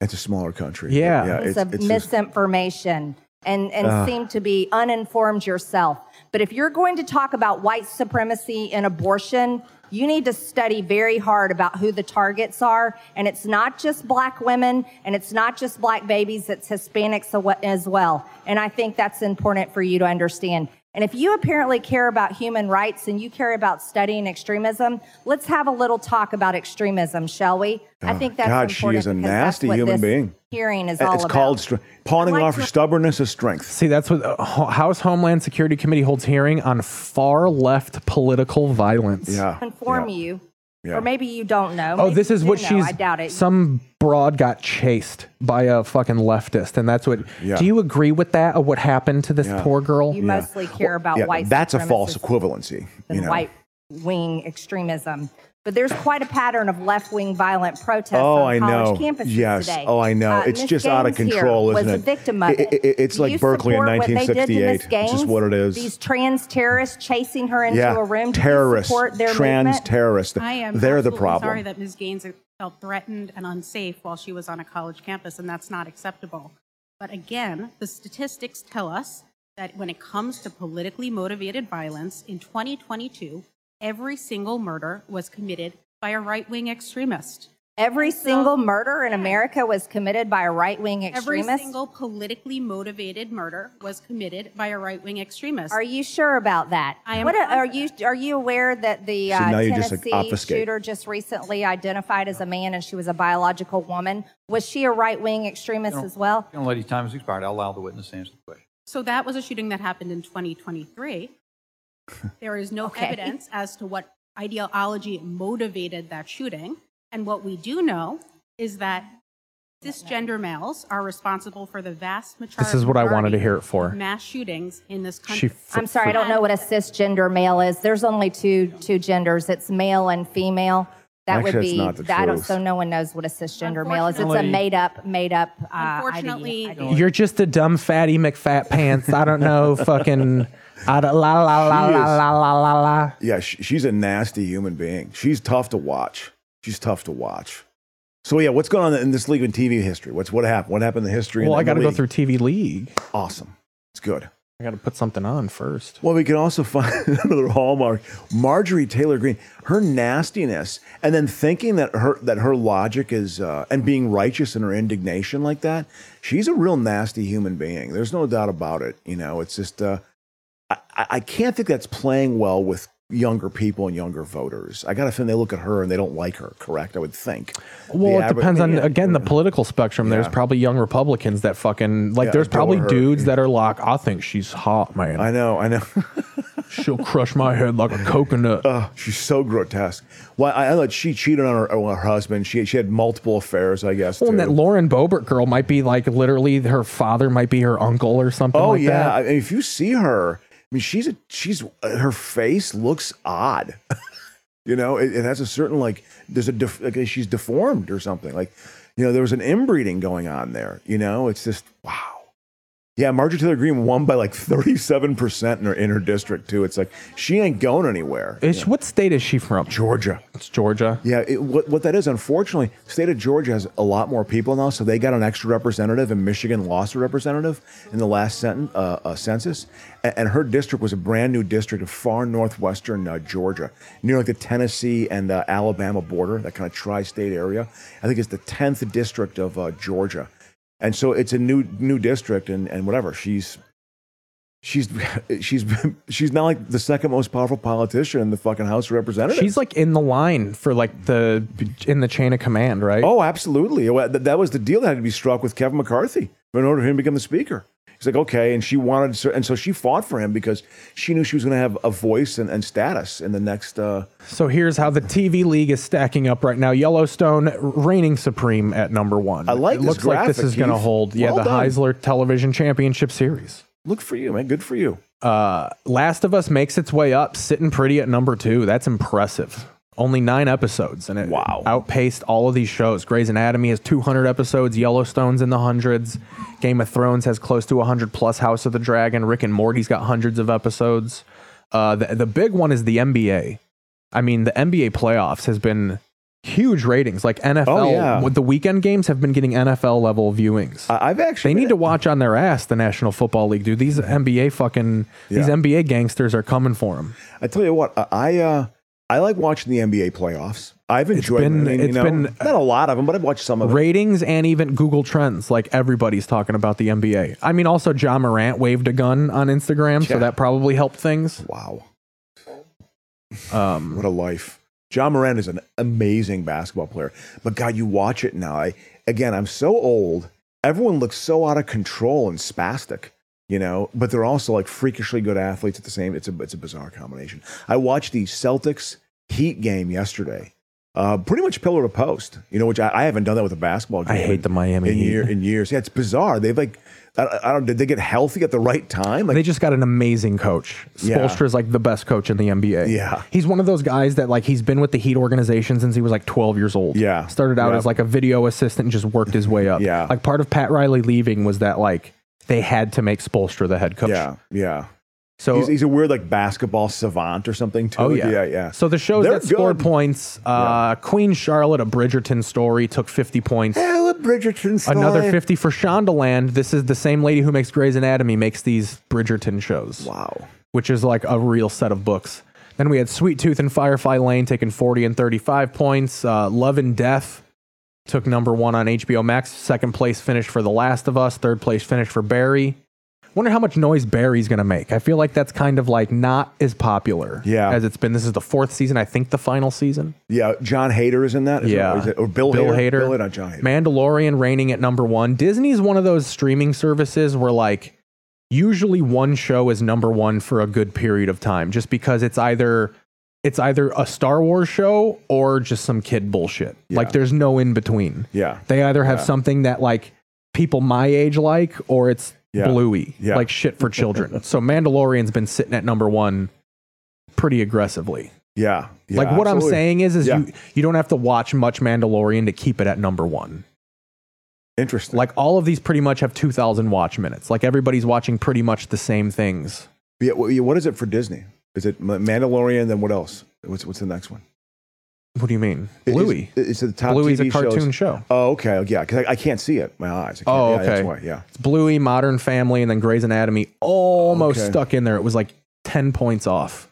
S1: It's a smaller country. but
S4: Yeah.
S1: yeah
S16: It's
S1: it's,
S16: of
S1: it's just-
S16: misinformation and, and
S1: Ah.
S16: seem to be uninformed yourself. But if you're going to talk about white supremacy and abortion, you need to study very hard about who the targets are. And it's not just black women and it's not just black babies, it's Hispanics awa- as well. And I think that's important for you to understand. And if you apparently care about human rights and you care about studying extremism, let's have a little talk about extremism, shall we? I
S1: Oh,
S16: think that's
S1: God, she
S16: important
S1: is a
S16: because that's
S1: nasty
S16: what
S1: human
S16: this
S1: being.
S16: Hearing is
S1: it's
S16: all about.
S1: called str- pawning off your stubbornness as strength.
S4: See, that's what uh, Ho- House Homeland Security Committee holds hearing on far left political violence.
S1: Yeah.
S16: inform you,
S4: Yeah.
S16: or maybe you don't know.
S4: Oh,
S16: Maybe
S4: this
S16: you
S4: is
S16: do
S4: what
S16: know.
S4: she's.
S16: I doubt it.
S4: Some broad got chased by a fucking leftist, and that's what.
S1: Yeah.
S4: Do you agree with that? Of what happened to this
S1: Yeah.
S4: poor girl?
S16: you mostly care about
S1: yeah,
S16: white.
S1: that's a false
S16: supremacists
S1: equivalency. You
S16: and
S1: know.
S16: white wing extremism. But there's quite a pattern of left wing violent protests
S1: Oh,
S16: on
S1: I
S16: college
S1: know.
S16: campuses
S1: Yes.
S16: today. Uh,
S1: Oh, I know. It's
S16: Miss
S1: just out of
S16: Gaines here
S1: control,
S16: was
S1: isn't
S16: a
S1: it?
S16: victim of
S1: It-
S16: it.
S1: it- it's
S16: Do
S1: like
S16: you
S1: Berkeley in
S16: support what they did to Miss
S1: 1968. It's
S16: Gaines?
S1: just what it is.
S16: These trans terrorists chasing her into
S1: yeah.
S16: a room. Do you
S1: terrorists,
S16: support their
S1: trans
S16: movement?
S1: terrorists.
S8: I am
S1: They're the
S8: absolutely
S1: problem.
S8: sorry that Ms. Gaines felt threatened and unsafe while she was on a college campus, and that's not acceptable. But again, the statistics tell us that when it comes to politically motivated violence in 2022, every single murder was committed by a right wing extremist.
S16: Every single murder in America was committed by a right wing extremist.
S8: Every single politically motivated murder was committed by a right wing extremist.
S16: Are you sure about that?
S8: I am
S16: What a- are
S8: confident.
S16: you are you aware that the
S8: So
S16: uh,
S8: now you just, like,
S16: Tennessee
S8: obfuscate.
S16: shooter just recently identified as a man and she was a biological woman? Was she a right wing extremist as well?
S10: Young lady, time has expired. I'll allow the witness to answer the question.
S8: So that was a shooting that happened in 2023. There is no
S16: Okay.
S8: evidence as to what ideology motivated that shooting. And what we do know is that cisgender males are responsible for the vast majority.
S4: This is what I wanted to hear it
S8: of
S4: for.
S8: Mass shootings in this country.
S4: She
S16: I'm sorry, I don't know what a cisgender male is. There's only two two genders. It's male and female. That would
S8: Actually,
S16: be.
S8: that's not the
S16: I don't.
S8: truth.
S16: So no one knows what a cisgender male is. It's a
S4: Unfortunately-
S16: made up, made up. Uh,
S8: Unfortunately,
S4: You're just a dumb fatty McFat pants. I don't know fucking. I don't, la la la
S1: She
S4: la
S1: is-
S4: la la la la.
S1: Yeah, sh she's a nasty human being. She's tough to watch. She's tough to watch. So yeah, what's going on in this league in TV history? What's what happened? What happened in the history? in
S4: Well, I
S1: the
S4: got to go
S1: league?
S4: through TV League.
S1: Awesome. It's good.
S4: I got to put something on first.
S1: Well, we can also find another hallmark: Marjorie Taylor Greene, her nastiness, and then thinking that her that her logic is uh, and being righteous in her indignation like that. She's a real nasty human being. There's no doubt about it. You know, it's just uh, I, I I can't think that's playing well with younger people and younger voters. I got to think they look at her and they don't like her. Correct? I would think.
S4: Well,
S1: The
S4: it
S1: aver-
S4: depends on again the political spectrum. There's
S1: Yeah.
S4: probably young Republicans that fucking like.
S1: Yeah,
S4: there's probably
S1: adore her.
S4: dudes that are like, I think she's hot, man. I
S1: know, I know.
S4: She'll crush my head like a coconut.
S1: Oh, she's so grotesque. Well, I, I thought she cheated on her, on her husband. She she had multiple affairs, I guess.
S4: Well, and
S1: too.
S4: that Lauren Boebert girl might be like literally her father might be her uncle or something.
S1: Oh
S4: like
S1: yeah,
S4: that.
S1: I mean, if you see her, I mean, she's a she's uh, her face looks odd. you know, it, it has a certain like there's a def, like she's deformed or something. Like, you know, there was an inbreeding going on there. You know, it's just wow. Yeah, Marjorie Taylor Greene won by like 37 percent in her in her district too. It's like she ain't going anywhere.
S4: Is what state is she from?
S1: Georgia.
S4: It's Georgia.
S1: Yeah, it, what, what that is, unfortunately, the state of Georgia has a lot more people now, so they got an extra representative, and Michigan lost a representative in the last senten uh, uh, census. And, and her district was a brand new district of far northwestern uh, Georgia, near like the Tennessee and uh, Alabama border, that kind of tri-state area. I think it's the tenth district of uh, Georgia, and so it's a new new district, and, and whatever. She's she's she's she's now like the second most powerful politician in the fucking House of Representatives.
S4: She's like in the line for like the in the chain of command, right?
S1: Oh, absolutely. Well, th- That was the deal that had to be struck with Kevin McCarthy in order for him to become the speaker. He's like, okay, and she wanted, cer- and so she fought for him because she knew she was going to have a voice and, and status in the next. Uh,
S4: So here's how the TV league is stacking up right now. Yellowstone reigning supreme at number one. I
S1: like
S4: it
S1: this
S4: looks like this
S1: graphic,
S4: is going to
S1: Keith.
S4: hold. Yeah,
S1: Well
S4: the
S1: done.
S4: Heisler Television Championship Series.
S1: look for you, man. Good for you.
S4: Uh, Last of Us makes its way up, sitting pretty at number two. That's impressive. Only nine episodes, and it wow. outpaced all of these shows. Grey's Anatomy has 200 episodes. Yellowstone's in the hundreds. Game of Thrones has close to 100 plus. House of the Dragon, Rick and Morty's got hundreds of episodes. Uh, the the big one is the NBA. I mean, the NBA playoffs has been huge ratings. Like NFL,
S1: Oh, yeah.
S4: with the weekend games have been getting NFL level viewings.
S1: I've actually
S4: they need to watch on their ass the National Football League, dude. These NBA fucking these NBA gangsters are coming for them.
S1: I tell you what, I I, uh, I like watching the NBA playoffs. I've enjoyed.
S4: been-
S1: them. I mean, you
S4: it's
S1: know,
S4: been-
S1: not a lot of them, but I've watched some of them.
S4: Ratings and even Google Trends, like everybody's talking about the NBA. I mean, also John Morant waved a gun on Instagram, so
S1: Yeah.
S4: that probably helped things.
S1: Wow.
S4: Um,
S1: what a life. John Moran is an amazing basketball player, but God, you watch it now. I again, I'm so old. Everyone looks so out of control and spastic, you know. But they're also like freakishly good athletes at the same. It's a it's a bizarre combination. I watched the Celtics Heat game yesterday. Uh, pretty much pillar to post, you know, which I, I haven't done that with a basketball game.
S4: I hate the Miami
S1: in
S4: Heat.
S1: year in years. Yeah, it's bizarre. They've like, I, I don't. Did they get healthy at the right time? Like,
S4: they just got an amazing coach.
S1: Yeah.
S4: Spoelstra is like the best coach in the NBA.
S1: Yeah.
S4: He's one of those guys that like he's been with the Heat organization since he was like 12 years old.
S1: Yeah.
S4: Started out
S1: Yeah.
S4: as like a video assistant and just worked his way up. yeah. Like part of Pat Riley leaving was that like they had to make Spoelstra the head coach.
S1: Yeah. Yeah.
S4: So
S1: he's, he's a weird like basketball savant or something too.
S4: Oh yeah,
S1: yeah, yeah.
S4: So the shows
S1: They're
S4: that scored
S1: good.
S4: points, uh, Queen Charlotte, a Bridgerton story, took fifty points.
S1: Oh, a Bridgerton story.
S4: Another fifty for Shondaland. This is the same lady who makes Grey's Anatomy makes these Bridgerton shows.
S1: Wow,
S4: which is like a real set of books. Then we had Sweet Tooth and Firefly Lane taking forty and thirty-five points. Uh, Love and Death took number one on HBO Max. Second place finished for The Last of Us. Third place finished for Barry. Wonder how much noise Barry's going to make. I feel like that's kind of like not as popular
S1: Yeah.
S4: as it's been. This is the fourth season, I think the final season.
S1: Yeah, John Hader is in that. isn't
S4: Yeah.
S1: it? Is it- or Bill,
S4: Bill
S1: Hader.
S4: Hader.
S1: Bill Hader, not John Hader.
S4: Mandalorian reigning at number one. Disney's one of those streaming services where like usually one show is number one for a good period of time, just because it's either it's either a Star Wars show or just some kid bullshit. Like there's no in between.
S1: Yeah.
S4: They either have
S1: Yeah.
S4: something that like people my age like, or it's
S1: Yeah.
S4: bluey,
S1: Yeah.
S4: like shit for children. so Mandalorian's been sitting at number one pretty aggressively.
S1: Yeah. Yeah,
S4: like what
S1: absolutely.
S4: I'm saying is, is
S1: Yeah.
S4: you you don't have to watch much Mandalorian to keep it at number one.
S1: Interesting.
S4: Like all of these pretty much have 2,000 watch minutes. Like everybody's watching pretty much the same things.
S1: Yeah, wh- yeah, what is it for Disney? Is it Ma- Mandalorian? Then what else? What's what's the next one?
S4: What do you mean?
S1: It-
S4: Bluey.
S1: It's, it's the top
S4: Bluey's a
S1: TV shows.
S4: cartoon show.
S1: Oh, okay. Yeah, because I, I can't see it. My eyes. I can't,
S4: Oh,
S1: yeah,
S4: okay.
S1: that's why, yeah.
S4: It's Bluey, Modern Family, and then Grey's Anatomy. Almost
S1: Okay.
S4: stuck in there. It was like ten points off.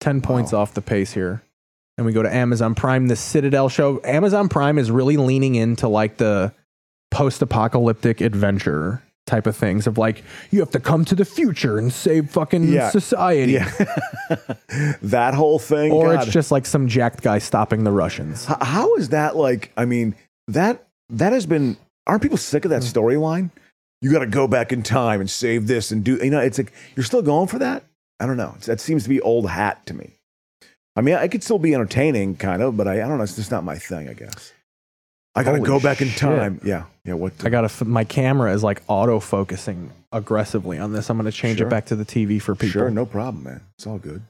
S4: Ten points off the pace here. And we go to Amazon Prime, the Citadel show. Amazon Prime is really leaning into like the post-apocalyptic adventure type of things of like you have to come to the future and save fucking
S1: Yeah.
S4: society.
S1: that whole thing.
S4: or
S1: God.
S4: it's just like some jacked guy stopping the Russians.
S1: H- how is that like? I mean, that that has been. Aren't people sick of that
S4: Hmm.
S1: storyline? You got to go back in time and save this and do. You know, it's like you're still going for that. I don't know. It's, that seems to be old hat to me. I mean, I could still be entertaining, kind of, but I, I don't know. It's just not my thing. I guess I got to
S4: Holy
S1: go back in
S4: shit.
S1: time. Yeah, yeah. What?
S4: I got to my camera is like auto focusing aggressively on this. I'm going to change
S1: Sure.
S4: it back to the TV for people.
S1: Sure, no problem, man. It's all good.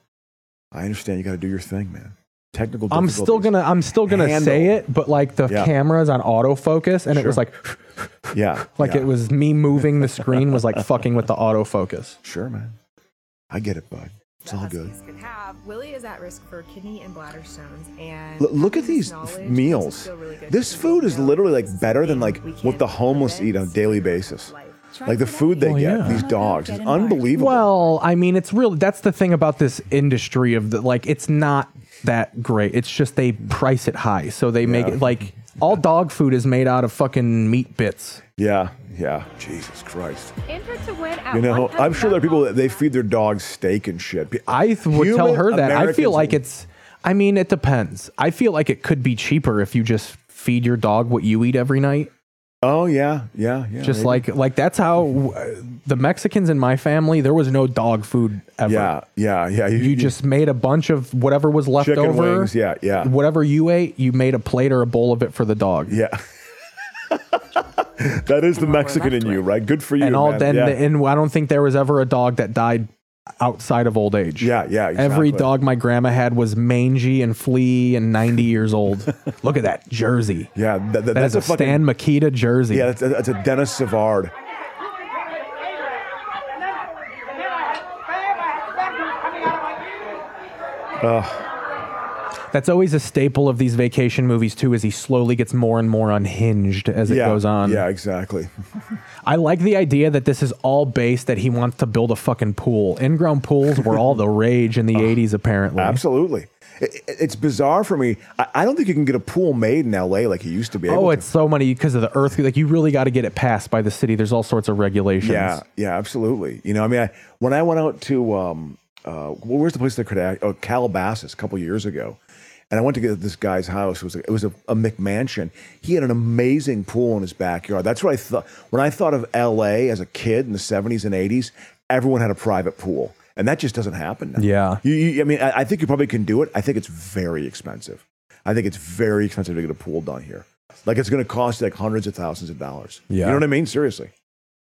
S1: I understand. You got to do your thing, man. Technical.
S4: I'm still
S1: difficulties.
S4: gonna I'm still gonna
S1: Handle.
S4: say it, but like the
S1: Yeah.
S4: camera's on autofocus, and it was
S1: Sure.
S4: like
S1: Yeah,
S4: like
S1: yeah.
S4: it was me moving the screen was like fucking with the autofocus.
S1: Sure, man. I get it, bud. It's all good.
S9: can have. Willie is at risk for kidney and bladder stones, and
S1: L- look at these
S9: knowledge makes us
S1: meals.
S9: feel really good.
S1: This food is literally like better than like what the homeless eat on a daily basis. Like the food they
S4: Well,
S1: get,
S4: Oh, yeah.
S1: these dogs, is unbelievable.
S4: Well, I mean, it's real. That's the thing about this industry of the like, it's not that great. It's just they price it high, so they make
S1: Yeah.
S4: it like all dog food is made out of fucking meat bits.
S1: Yeah, yeah. Jesus Christ.
S10: Enter to win at
S1: You know, I'm
S10: 100
S1: sure there are people that they feed their dogs steak and shit. Pe-
S4: I th- would tell
S1: Human
S4: her that. I feel
S1: Americans-
S4: like it's. I mean, it depends. I feel like it could be cheaper if you just feed your dog what you eat every night.
S1: Oh yeah, yeah, yeah.
S4: just
S1: maybe.
S4: like like that's how uh, the Mexicans in my family there was no dog food ever.
S1: Yeah, yeah, yeah.
S4: You, just made a bunch of whatever was left
S1: Chicken
S4: over.
S1: wings, yeah, yeah.
S4: Whatever you ate, you made a plate or a bowl of it for the dog.
S1: Yeah. that is the Mexican in you, right? Good for you.
S4: and all
S1: man.
S4: then
S1: yeah.
S4: and I don't think there was ever a dog that died outside of old age.
S1: yeah, yeah.
S4: Every
S1: exactly.
S4: dog my grandma had was mangy and flea and 90 years old. Look at that jersey.
S1: Yeah, that, that-
S4: That
S1: that's
S4: is
S1: a,
S4: a
S1: fucking,
S4: Stan Makita jersey.
S1: Yeah, that's a, that's a Dennis Savard. Ugh.
S4: That's always a staple of these vacation movies too. Is he slowly gets more and more unhinged as it
S1: Yeah,
S4: goes on.
S1: Yeah, exactly.
S4: I like the idea that this is all based that he wants to build a fucking pool. In-ground pools were all the rage in the '80s, apparently.
S1: Absolutely. It, it- it's bizarre for me. I, I don't think you can get a pool made in LA like you used to be. Able
S4: Oh,
S1: to.
S4: it's so many because of the earth. Like you really got to get it passed by the city. There's all sorts of regulations.
S1: Yeah, yeah, absolutely. You know, I mean, I, when I went out to um, uh, well, where's the place that could oh, Calabasas a couple years ago, and I went to get at this guy's house. It was a, it was a, a McMansion. He had an amazing pool in his backyard. That's what I thought when I thought of L.A. as a kid in the '70s and '80s. Everyone had a private pool, and that just doesn't happen now.
S4: Yeah.
S1: You, you, I mean, I, I think you probably can do it. I think it's very expensive. I think it's very expensive to get a pool done here. Like it's going to cost you like hundreds of thousands of dollars.
S4: Yeah.
S1: You know what I mean? Seriously.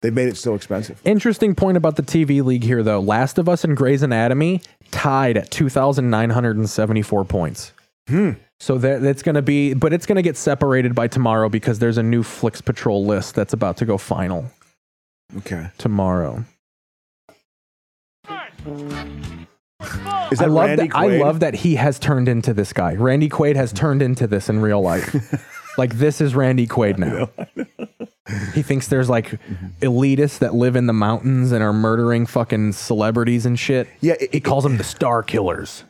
S1: They've made it so expensive.
S4: Interesting point about the TV league here, though. Last of Us and Grey's Anatomy tied at 2,974 points.
S1: Hmm.
S4: So that, that's going to be, but it's going to get separated by tomorrow because there's a new Flix Patrol list that's about to go final
S1: Okay.
S4: tomorrow.
S1: Is that
S4: I love
S1: Randy
S4: that, I
S1: Quaid?
S4: love that he has turned into this guy. Randy Quaid has turned into this in real life. like this is Randy Quaid now. he thinks there's like elitists that live in the mountains and are murdering fucking celebrities and shit.
S1: Yeah,
S4: he calls them the Star Killers.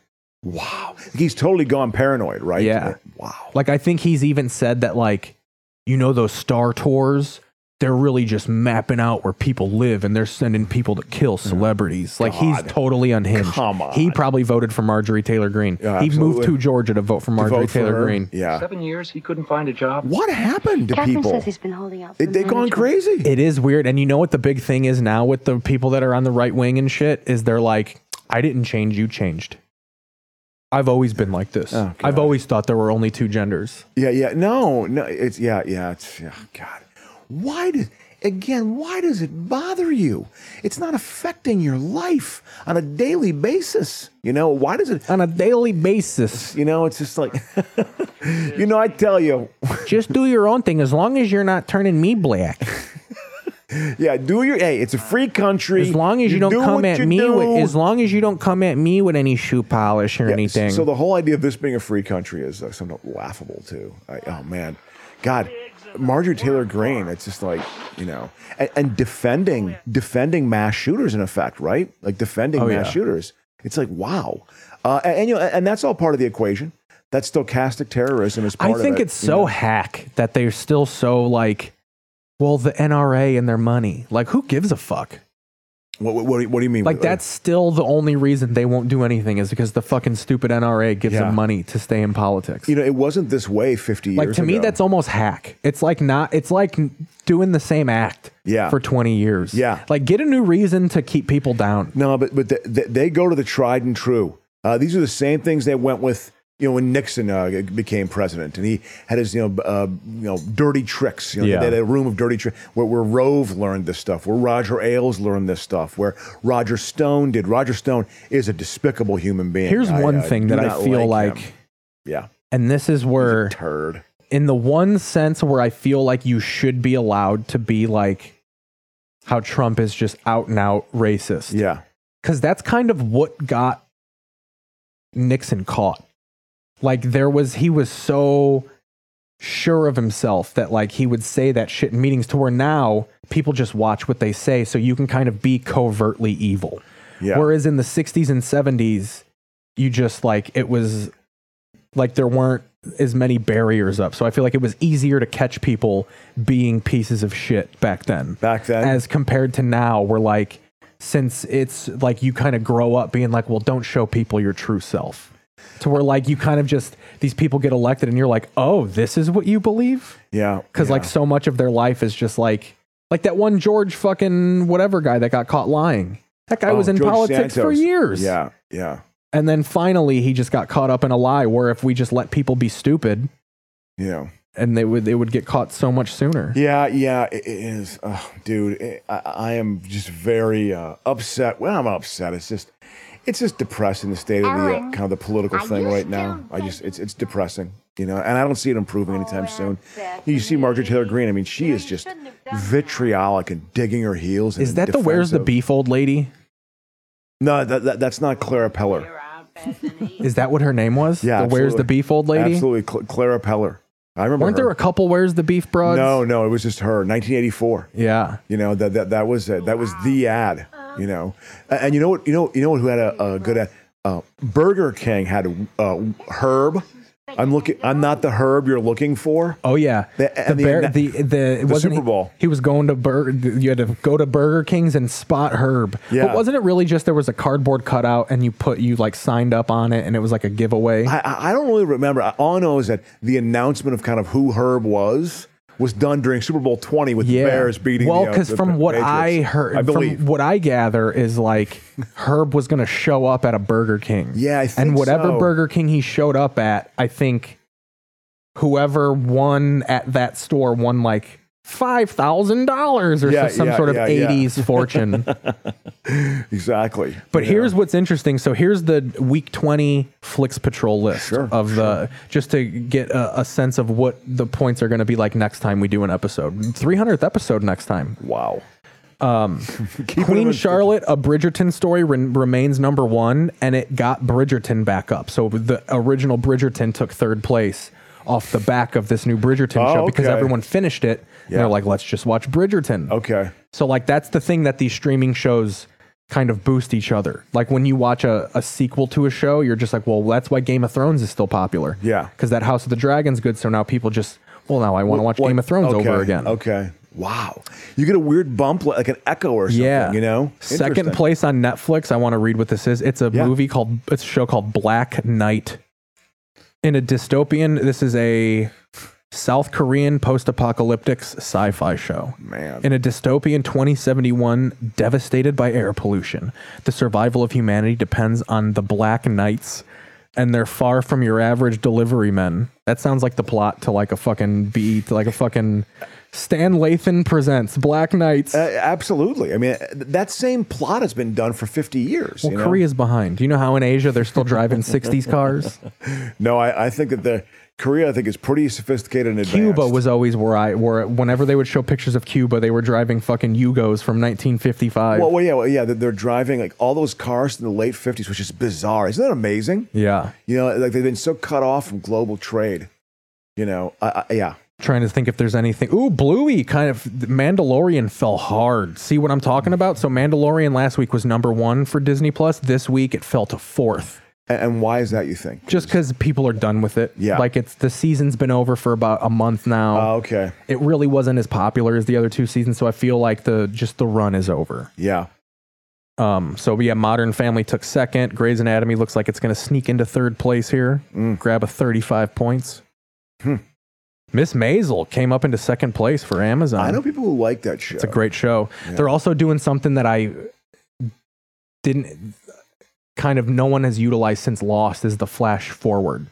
S1: Wow. He's totally gone paranoid, right?
S4: Yeah.
S1: Wow.
S4: Like I think he's even said that like you know those star tours they're really just mapping out where people live and they're sending people to kill celebrities. Like he's
S1: God.
S4: totally unhinged.
S1: Come on.
S4: He probably voted for Marjorie Taylor Greene.
S1: Yeah,
S4: he
S1: absolutely.
S4: moved to Georgia to vote for
S1: To
S4: Marjorie
S1: vote for
S4: Taylor
S1: her.
S4: Greene.
S1: Yeah.
S10: Seven years, he couldn't find a job.
S1: Ah. What happened to Catherine people? says he's
S10: been holding out.
S1: crazy.
S4: It is weird. And you know what the big thing is now with the people that are on the right wing and shit is they're like, I didn't change, you changed. I've always been like this.
S1: Oh,
S4: I've always thought there were only two genders.
S1: Yeah, yeah. No, no. It's yeah, yeah. It's yeah, God. Why does again? Why does it bother you? It's not affecting your life on a daily basis. You know why does it
S4: on a daily basis?
S1: You know it's just like, you know I tell you,
S4: just do your own thing as long as you're not turning me black.
S1: yeah. Do your hey. It's a free country.
S4: As long as you, don't
S1: do
S4: come
S1: what
S4: at
S1: you
S4: me
S1: do.
S4: with as long as you don't come at me with any shoe polish or anything.
S1: So the whole idea of this being a free country is uh, somewhat laughable too. I, oh man, God, Marjorie Taylor Greene. It's just like you know, and, and defending defending mass shooters in effect, right? Like defending
S4: Oh,
S1: mass
S4: yeah.
S1: shooters. It's like wow, uh, and, and, you know, and that's all part of the equation. That stochastic terrorism is part
S4: I
S1: of
S4: think
S1: it,
S4: it's
S1: you
S4: so
S1: know?
S4: hack that they're still so like well the NRA and their money. Like who gives a fuck?
S1: What, what, what do you mean?
S4: Like that's still the only reason they won't do anything is because the fucking stupid NRA gives
S1: Yeah.
S4: them money to stay in politics.
S1: You know, it wasn't this way 50 years
S4: Like to me
S1: ago.
S4: that's almost hack. It's like not it's like n- doing the same act
S1: Yeah.
S4: for 20 years.
S1: Yeah.
S4: Like get a new reason to keep people down.
S1: No, but but th th they go to the tried and true. Uh, these are the same things they went with. You know, when Nixon uh, g- became president, and he had his you know b- uh, you know dirty tricks. You know,
S11: Yeah.
S1: they had a room of dirty tricks where, where Rove learned this stuff, where Roger Ailes learned this stuff, where Roger Stone did. Roger Stone is a despicable human being.
S4: Here's
S1: I,
S4: one
S1: uh, do
S4: thing that I
S1: not
S4: feel
S1: like,
S4: like,
S1: him. yeah,
S4: and this is where
S1: turd.
S4: In the one sense where I feel like you should be allowed to be like how Trump is just out and out racist.
S1: Yeah.
S4: Cuz that's kind of what got Nixon caught. Like there was he was so sure of himself that like he would say that shit in meetings to where now people just watch what they say so you can kind of be covertly evil.
S1: Yeah.
S4: Whereas in the 60s and 70s you just like it was like there weren't as many barriers up. So I feel like it was easier to catch people being pieces of shit back then.
S1: Back then.
S4: As compared to now where like since it's like you kind of grow up being like, well, don't show people your true self. To where like you kind of just these people get elected and you're like, oh, this is what you believe?
S1: Yeah.
S4: Because like so much of their life is just like like that one George fucking whatever guy that got caught lying. That guy
S1: Oh,
S4: was in
S1: George
S4: politics for
S1: Santos.
S4: years.
S1: Yeah, yeah,
S4: And then finally, he just got caught up in a lie. Where if we just let people be stupid,
S1: yeah,
S4: and they would they would get caught so much sooner.
S1: Yeah, yeah, it it is, oh, dude. It, I, I am just very uh, upset. Well, I'm upset. It's just, it's just depressing the state of the uh, kind of the political thing right now. I just, it's, it's depressing, you know. And I don't see it improving anytime soon. You see Marjorie Taylor Greene. I mean, she is just vitriolic and digging her heels. and
S4: Is that the where's the
S1: defensive.
S4: beef old lady?
S1: No, that, that, that's not Clara Peller.
S4: Is that what her name was?
S1: Yeah,
S4: The where's the
S1: absolutely.
S4: beef old lady?
S1: Absolutely, Cl- Clara Peller. I remember.
S4: Weren't
S1: her.
S4: there a couple where's the beef broads?
S1: No, no, it was just her. 1984.
S4: Yeah.
S1: You know that that that was it. That was the ad.
S4: Uh-huh.
S1: You know, A- and you know what? You know you know who had a, a good ad? Uh, Burger King had uh, Herb. I'm looking. I'm not the Herb you're looking for.
S4: Oh yeah,
S1: the
S4: The, bear, the the, it wasn't
S1: Super
S4: he-
S1: Bowl.
S4: He, was going to Bur- you had to go to Burger King's and spot Herb.
S1: Yeah.
S4: But wasn't it really just there was a cardboard cutout and you put you like signed up on it and it was like a giveaway?
S1: I- I, I don't really remember. All I know is that the announcement of kind of who Herb was was done during Super Bowl 20 with the Bears beating.
S4: Well,
S1: the, uh,
S4: because
S1: the
S4: from what
S1: Patriots.
S4: I heard,
S1: I believe.
S4: from what I gather is like Herb was going to show up at a Burger King.
S1: Yeah, I think
S4: and whatever
S1: so.
S4: Burger King he showed up at, I think whoever won at that store won like five thousand dollars or
S1: Yeah,
S4: some
S1: yeah,
S4: sort of
S1: yeah, yeah.
S4: eighties fortune.
S1: exactly.
S4: But here's what's interesting. So here's the week 20 Flix Patrol list of the just to get a, a sense of what the points are going to be like next time we do an episode. 300th episode next time.
S1: Wow.
S4: Um, Queen Charlotte, a Bridgerton story re- remains number one, and it got Bridgerton back up. So the original Bridgerton took third place off the back of this new Bridgerton
S1: Oh,
S4: show because
S1: okay.
S4: everyone finished it. and
S1: Yeah.
S4: They're like, let's just watch Bridgerton.
S1: Okay.
S4: So like that's the thing that these streaming shows kind of boost each other. Like when you watch a, a sequel to a show, you're just like, well, that's why Game of Thrones is still popular.
S1: Yeah.
S4: Because that House of the Dragon's good. So now people just, well, now I want to watch Game of Thrones
S1: Okay,
S4: over again.
S1: Okay. Wow. You get a weird bump, like an echo or something,
S4: Yeah.
S1: you know?
S4: Second
S1: Interesting.
S4: place on Netflix. I want to read what this is. It's a movie called, it's a show called Black Knight. In a dystopian, this is a South Korean post apocalyptic sci fi show.
S1: Man.
S4: In a dystopian 2071, devastated by air pollution, the survival of humanity depends on the Black Knights. And they're far from your average delivery men. That sounds like the plot to like a fucking B, to like a fucking Stan Lathan presents Black Knights.
S1: Uh, absolutely. I mean, th- that same plot has been done for 50 years.
S4: Well,
S1: you know?
S4: Korea's behind. You know how in Asia they're still driving 60s cars?
S1: No, I, I think that the Korea, I think, is pretty sophisticated and advanced.
S4: Cuba was always where I, where whenever they would show pictures of Cuba, they were driving fucking Yugos from 1955.
S1: Well, well, yeah, well, yeah. They're, they're driving like all those cars in the late fifties, which is bizarre. Isn't that amazing?
S4: yeah.
S1: You know, like they've been so cut off from global trade. You know, I, I, yeah.
S4: Trying to think if there's anything. Ooh, Bluey kind of Mandalorian fell hard. See what I'm talking about? So Mandalorian last week was number one for Disney Plus. This week it fell to fourth.
S1: And, why is that? You think?
S4: Just because people are done with it.
S1: Yeah.
S4: Like it's the season's been over for about a month now.
S1: Oh, okay.
S4: It really wasn't as popular as the other two seasons, so I feel like the just the run is over.
S1: Yeah.
S4: Um, so yeah, Modern Family took second. Grey's Anatomy looks like it's going to sneak into third place here. Grab a 35 points. Miss Maisel came up into second place for Amazon.
S1: I know people who like that show.
S4: uh, It's a great show. They're also doing something that I didn't kind of no one has utilized since Lost is the flash forward.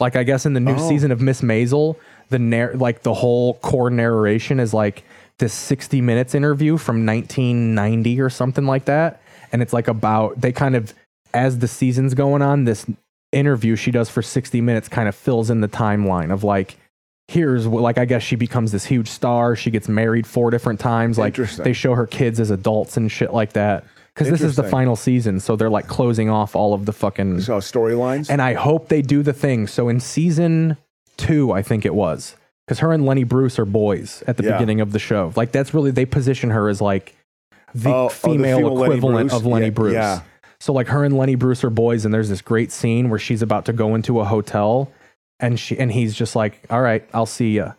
S4: Like I guess in the new
S1: Oh.
S4: season of Miss Maisel, the narr- like the whole core narration is like this 60 minutes interview from 1990 or something like that and it's like about they kind of as the season's going on this interview she does for 60 minutes kind of fills in the timeline of like here's what like I guess she becomes this huge star, she gets married four different times like
S1: Interesting.
S4: they show her kids as adults and shit like that cuz this is the
S1: Interesting.
S4: final season so they're like closing off all of the fucking
S1: So storylines.
S4: and I hope they do the thing. So in season two, I think it was, because her and Lenny Bruce are boys at the
S1: Yeah.
S4: beginning of the show. Like that's really they position her as like the
S1: Oh, oh, the
S4: female
S1: female Lenny
S4: equivalent
S1: Bruce?
S4: of Lenny
S1: Yeah,
S4: Bruce.
S1: yeah.
S4: So like her and Lenny Bruce are boys, and there's this great scene where she's about to go into a hotel, and she and he's just like, "All right, I'll see ya."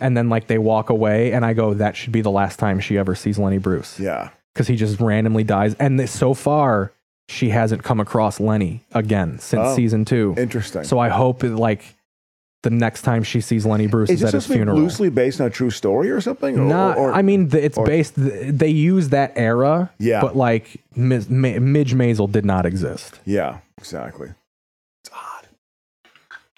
S4: And then like they walk away, and I go, "That should be the last time she ever sees Lenny Bruce."
S1: Yeah,
S4: because he just randomly dies, and this, so far she hasn't come across Lenny again since
S1: Oh.
S4: season two.
S1: Interesting.
S4: So I hope it, like the next time she sees Lenny Bruce is,
S1: is
S4: at
S1: this
S4: his
S1: supposed to be
S4: funeral.
S1: loosely based on a true story or something? Or,
S4: Not,
S1: or-
S4: I mean, the, it's
S1: or-
S4: based. th- They use that era,
S1: Yeah.
S4: But like, Ms. Ma- Midge Maisel did not exist.
S1: yeah, exactly. It's odd.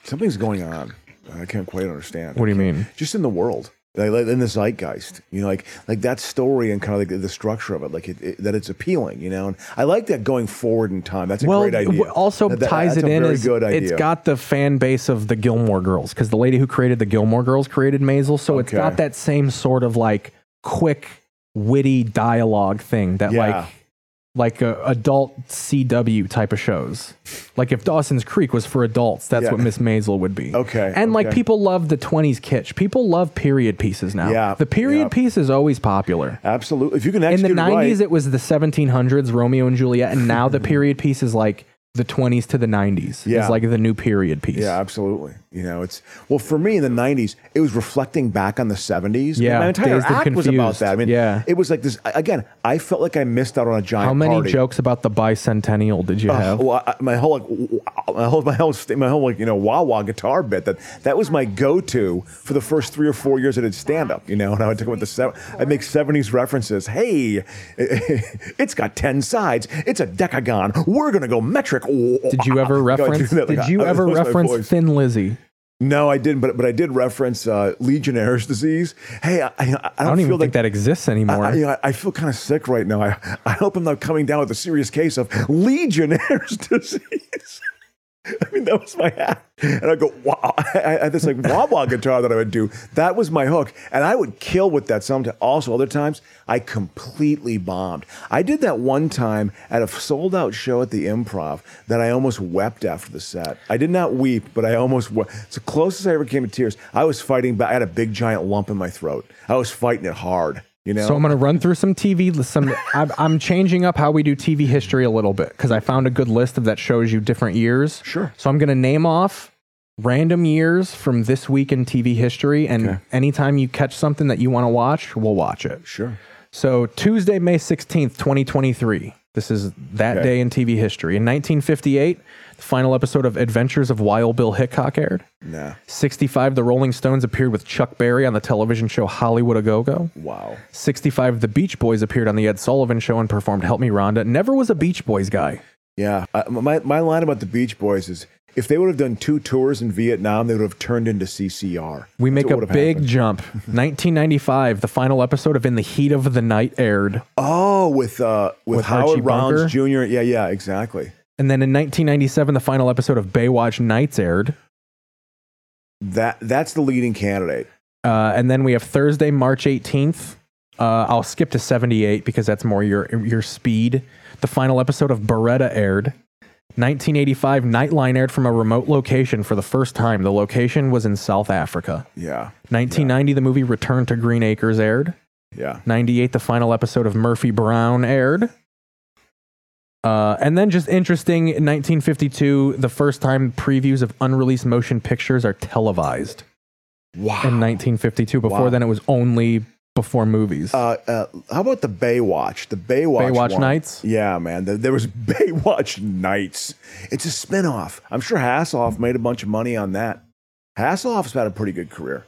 S1: Something's going on. I can't quite understand.
S4: What do you mean?
S1: just in the world like, like, in the zeitgeist you know like like that story and kind of like the, the structure of it like it, it- that it's appealing you know and i like that going forward in time that's a
S4: well,
S1: great idea
S4: what also
S1: That- that-
S4: ties
S1: that's
S4: it
S1: a
S4: in
S1: very
S4: is
S1: good idea
S4: it's got the fan base of the Gilmore Girls because the lady who created the Gilmore Girls created Maisel, so it's
S1: Okay.
S4: got that same sort of like quick, witty dialogue thing that
S1: Yeah.
S4: like like a adult CW type of shows. Like if Dawson's Creek was for adults, that's
S1: Yeah.
S4: what Miss Maisel would be.
S1: okay
S4: And like
S1: okay.
S4: people love the 20s kitsch. People love period pieces now.
S1: Yeah,
S4: The period
S1: yeah.
S4: piece is always popular.
S1: absolutely if you can
S4: In the
S1: execute
S4: 90s,
S1: right,
S4: it was the 1700s, Romeo and Juliet, and now the period piece is like the 20s to the 90s.
S1: Yeah.
S4: It's like the new period piece.
S1: yeah absolutely you know it's well for me in the 90s it was reflecting back on the 70s
S4: Yeah,
S1: my entire
S4: Dazed and
S1: act was about
S4: Confused.
S1: that i mean
S4: Yeah.
S1: it was like this I- again i felt like i missed out on a giant
S4: How many
S1: party.
S4: jokes about the bicentennial did you
S1: Oh,
S4: have?
S1: well, I, my whole like w- w- my whole my whole st- my whole like you know wah-wah guitar bit that that was my go-to for the first three or four years I did stand-up. You know, and I would talk about the seven. I make seventies references. Hey, it's got ten sides. It's a decagon. We're gonna go metric.
S4: Did you ever
S1: I do
S4: reference?
S1: that, like,
S4: did you
S1: I-
S4: ever
S1: that was my
S4: reference
S1: voice.
S4: Thin Lizzy?
S1: No, I didn't. But but I did reference uh, Legionnaire's disease. Hey, I, I, I don't,
S4: I don't even
S1: feel
S4: think
S1: like.
S4: that exists anymore.
S1: I, you know, I- I feel kind of sick right now. I, I hope I'm not coming down with a serious case of Legionnaire's disease. I mean, that was my act. And I'd go, wow. I, I had this like wah wah guitar that I would do. That was my hook. And I would kill with that sometimes. Also, other times, I completely bombed. I did that one time at a sold out show at the improv that I almost wept after the set. I did not weep, but I almost wept. It's the closest I ever came to tears. I was fighting back. I had a big giant lump in my throat. I was fighting it hard, you know?
S4: So I'm going to run through some TV. li- Some I'm, I'm changing up how we do TV history a little bit because I found a good list of that shows you different years. Sure. So I'm going to name off random years from this week in TV history, and anytime you catch something that you want to watch, we'll watch it.
S1: Sure.
S4: So Tuesday, May sixteenth, twenty twenty three. This is that
S1: Okay.
S4: day in TV history. In 1958, the final episode of Adventures of Wild Bill Hickok aired.
S1: Nah.
S4: 65, the Rolling Stones appeared with Chuck Berry on the television show Hollywood A Go Go.
S1: Wow.
S4: 65, the Beach Boys appeared on the Ed Sullivan show and performed Help Me Rhonda. Never was a Beach Boys guy.
S1: Yeah. Uh, my, my line about the Beach Boys is if they would have done two tours in Vietnam, they would have turned into CCR.
S4: We make
S1: That's
S4: a
S1: what would
S4: big
S1: have happened.
S4: jump. 1995, the final episode of In the Heat of the Night aired.
S1: Oh, with uh, with,
S4: With Archie
S1: Howard Rounds
S4: Bunker?
S1: Jr. Yeah, yeah, exactly.
S4: And then in 1997, the final episode of Baywatch Nights aired.
S1: That that's the leading candidate.
S4: Uh, and then we have Thursday, March 18th. Uh, I'll skip to 78 because that's more your your speed. The final episode of Beretta aired. 1985, Nightline aired from a remote location for the first time. The location was in South Africa.
S1: Yeah.
S4: 1990, the movie Return to Green Acres aired.
S1: Yeah.
S4: 98, the final episode of Murphy Brown aired. Uh, and then just interesting, in 1952, the first time previews of unreleased motion pictures are televised.
S1: Wow.
S4: In 1952. Before
S1: Wow.
S4: then, it was only before movies.
S1: Uh, uh, how about the Baywatch? The Baywatch.
S4: Baywatch
S1: one.
S4: Nights?
S1: Yeah, man. There, there was Baywatch Nights. It's a spinoff. I'm sure Hasselhoff made a bunch of money on that. Hasselhoff's had a pretty good career.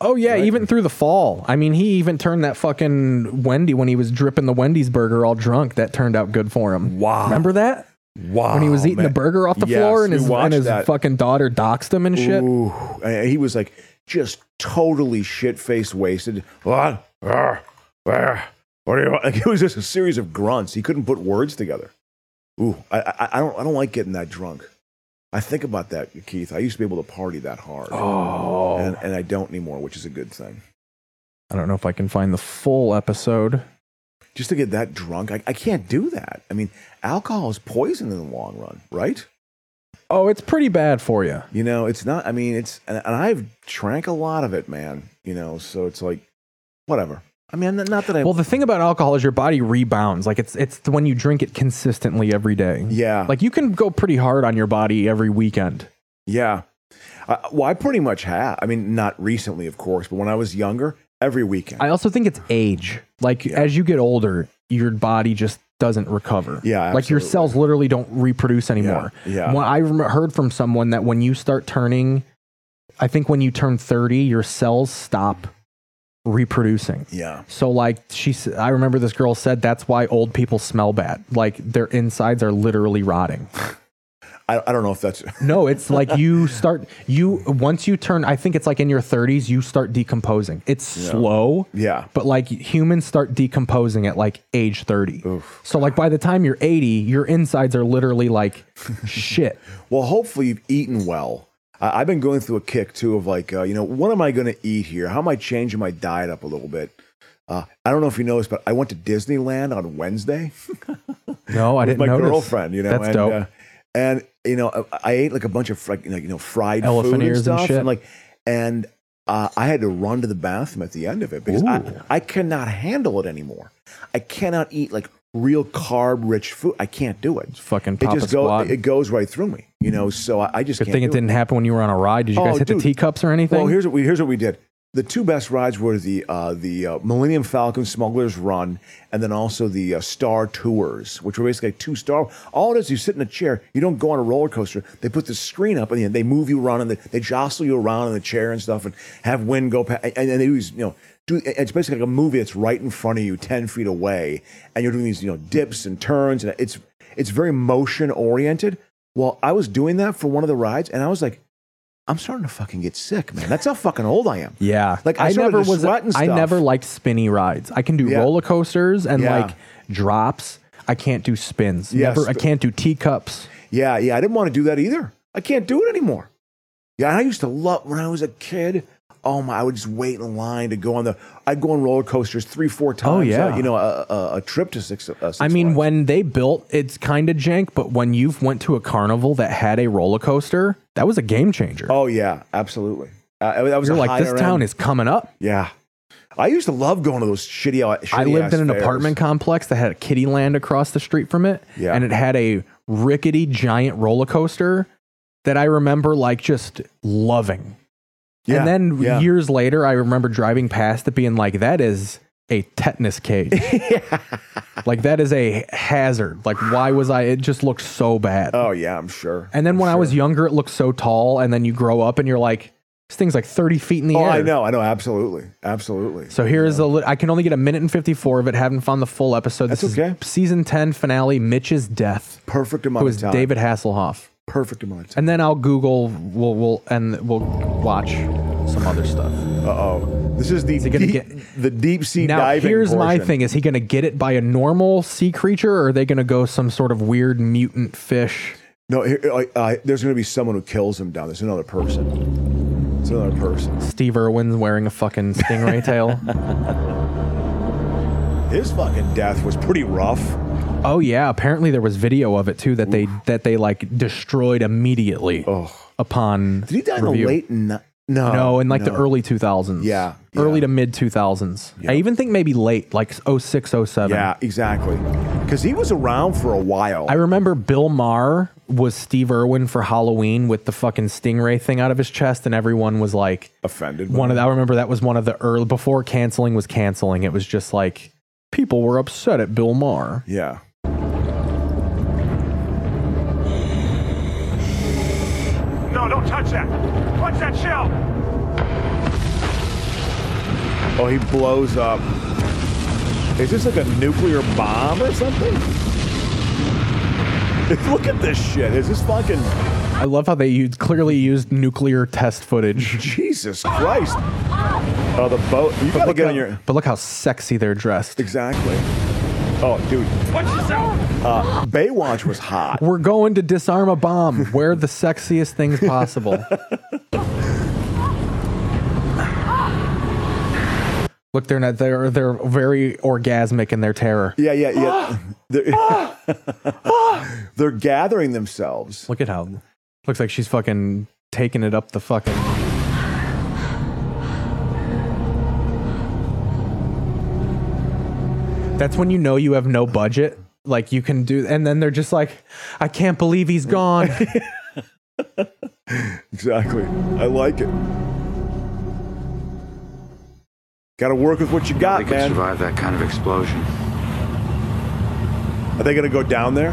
S4: oh, yeah, even through the fall. I mean, he even turned that fucking Wendy when he was dripping the Wendy's burger all drunk. That turned out good for him.
S1: Wow. Oh,
S4: Remember that?
S1: Wow.
S4: When he was eating the burger off the floor and his, and his fucking daughter doxed him and shit.
S1: he was like just totally shit faced wasted. What? Arr, arr, What do you want? Like it was just a series of grunts. He couldn't put words together. Ooh, I, I, I don't I don't like getting that drunk. I think about that, Keith. I used to be able to party that hard.
S4: Oh.
S1: And, and I don't anymore, which is a good thing.
S4: I don't know if I can find the full episode.
S1: Just to get that drunk, I, I can't do that. I mean, alcohol is poison in the long run, right?
S4: Oh, it's pretty bad for you.
S1: You know, it's not, I mean, it's, and, and I've drank a lot of it, man, you know, so it's like, whatever. I mean, not, not that I,
S4: Well, the thing about alcohol is your body rebounds. Like it's it's when you drink it consistently every day.
S1: Yeah.
S4: Like you can go pretty hard on your body every weekend.
S1: yeah. Uh, well, I pretty much have. I mean, not recently, of course, but when I was younger, every weekend.
S4: I also think it's age. Like as you get older, your body just doesn't recover.
S1: Yeah,
S4: Like your
S1: absolutely.
S4: cells literally don't reproduce anymore.
S1: yeah.
S4: When I rem- heard from someone that when you start turning, I think when you turn 30, your cells stop reproducing.
S1: Yeah.
S4: So like she s- I remember this girl said that's why old people smell bad. Like their insides are literally rotting.
S1: I, I don't know if that's,
S4: No, it's like you start you once you turn. I think it's like in your 30s you start decomposing. It's
S1: Yeah.
S4: slow,
S1: yeah.
S4: but like humans start decomposing at like age 30. So like by the time you're 80, your insides are literally like shit.
S1: Well, hopefully you've eaten well. I, I've been going through a kick too of like, uh, you know, what am I going to eat here? How am I changing my diet up a little bit? Uh, I don't know if you noticed, but I went to Disneyland on Wednesday.
S4: No, I
S1: with
S4: didn't
S1: my
S4: notice.
S1: girlfriend, you know.
S4: That's
S1: and,
S4: dope.
S1: uh, and you know, I, I ate like a bunch of like, you know fried
S4: Elephant
S1: food
S4: ears
S1: and
S4: and
S1: stuff,
S4: shit.
S1: like, and uh, I had to run to the bathroom at the end of it because I, I cannot handle it anymore. I cannot eat like real carb rich food. I can't do it.
S4: Fucking
S1: It
S4: pop
S1: just
S4: a
S1: go,
S4: squat.
S1: it goes right through me, you know. So I, I just
S4: Good
S1: can't
S4: thing
S1: do
S4: it didn't happen when you were on a ride. Did you guys
S1: Oh,
S4: hit
S1: dude.
S4: the teacups or anything?
S1: Well, here's what we here's what we did. The two best rides were the uh, the uh, Millennium Falcon Smuggler's Run, and then also the uh, Star Tours, which were basically like two Star. All it is, you sit in a chair. You don't go on a roller coaster. They put the screen up, and you know, they move you around, and they, they jostle you around in the chair and stuff, and have wind go past. And, and they use you know, do, it's basically like a movie that's right in front of you, ten feet away, and you're doing these you know dips and turns, and it's it's very motion oriented. Well, I was doing that for one of the rides, and I was like, I'm starting to fucking get sick, man. That's how fucking old I am.
S4: Yeah.
S1: Like, I started to sweat and
S4: I
S1: stuff.
S4: never liked spinny rides. I can do
S1: Yeah.
S4: roller coasters and
S1: Yeah.
S4: like drops. I can't do spins.
S1: Yeah,
S4: Never. I
S1: sp-
S4: can't do teacups.
S1: Yeah, yeah. I didn't want to do that either. I can't do it anymore. Yeah, and I used to love when I was a kid. Oh my! I would just wait in line to go on the. I'd go on roller coasters three, four times. uh,
S4: Oh, yeah.
S1: you know, a, a, a trip to six. Uh, six
S4: I mean,
S1: Flags.
S4: when they built, it's kind of jank. But when you've went to a carnival that had a roller coaster, that was a game changer.
S1: Oh yeah, absolutely. Uh, that was
S4: You're
S1: a
S4: like, this
S1: higher
S4: town
S1: end-
S4: is coming up.
S1: Yeah, I used to love going to those shitty. shitty
S4: I lived
S1: ass
S4: in an
S1: fairs.
S4: apartment complex that had a kiddie land across the street from it,
S1: Yeah.
S4: and it had a rickety giant roller coaster that I remember like just loving. and then
S1: yeah.
S4: years later, I remember driving past it being like, that is a tetanus cage. Like, that is a hazard. Like, why was I? It just looked so bad.
S1: Oh, yeah, I'm sure.
S4: And then when I was younger, it looked so tall. And then you grow up and you're like, this thing's like 30 feet in the
S1: oh,
S4: air.
S1: I know, I know, absolutely, absolutely.
S4: So here is a li- I can only get a minute and 54 of it. Haven't found the full episode. This is season 10 finale, Mitch's death.
S1: Perfect amount
S4: Who
S1: of
S4: is
S1: time.
S4: David Hasselhoff.
S1: Perfect amount of time.
S4: And then I'll Google, we'll, we'll, and we'll watch some other stuff. Uh
S1: oh. This is the deep- the deep sea
S4: now,
S1: diving
S4: Here's my
S1: portion.
S4: thing is he going to get it by a normal sea creature or are they going to go some sort of weird mutant fish?
S1: No, here, uh, uh, there's going to be someone who kills him down. There's another person. It's another person.
S4: Steve Irwin's wearing a fucking stingray tail.
S1: His fucking death was pretty rough.
S4: Oh yeah, apparently there was video of it too that they that they like destroyed immediately upon Did
S1: Oh. he die in the late ni- no,
S4: No, in like the
S1: no.
S4: early 2000s.
S1: Yeah,
S4: Early to mid 2000s. I even think maybe late like 06 07.
S1: Yeah, exactly. Because he was around for a while.
S4: I remember Bill Maher was Steve Irwin for Halloween with the fucking stingray thing out of his chest, and everyone was like
S1: offended. by
S4: One of
S1: it.
S4: the, I remember that was one of the early before canceling was canceling. It was just like people were upset at Bill Maher.
S1: Yeah.
S10: No, don't touch that. Punch that shell.
S1: Oh, he blows up. Is this like a nuclear bomb or something? Look at this shit. Is this fucking
S4: I love how they used, clearly used nuclear test footage.
S1: Jesus Christ? Oh, the boat. You gotta get on your.
S4: But look how sexy they're dressed.
S1: Exactly. Oh, dude.
S10: Punch yourself.
S1: Uh, Baywatch was hot.
S4: We're going to disarm a bomb. Wear the sexiest things possible. Look, they're not. They're they're very orgasmic in their terror.
S1: Yeah, yeah, yeah. they're, they're gathering themselves.
S4: Look at how. Looks like she's fucking taking it up the fucking. That's when you know you have no budget. Like you can do, and then they're just like, I can't believe he's gone.
S1: Exactly. I like it. Got to work with what you got,
S11: They can
S1: man.
S11: survive that kind of explosion.
S1: Are they going to go down there?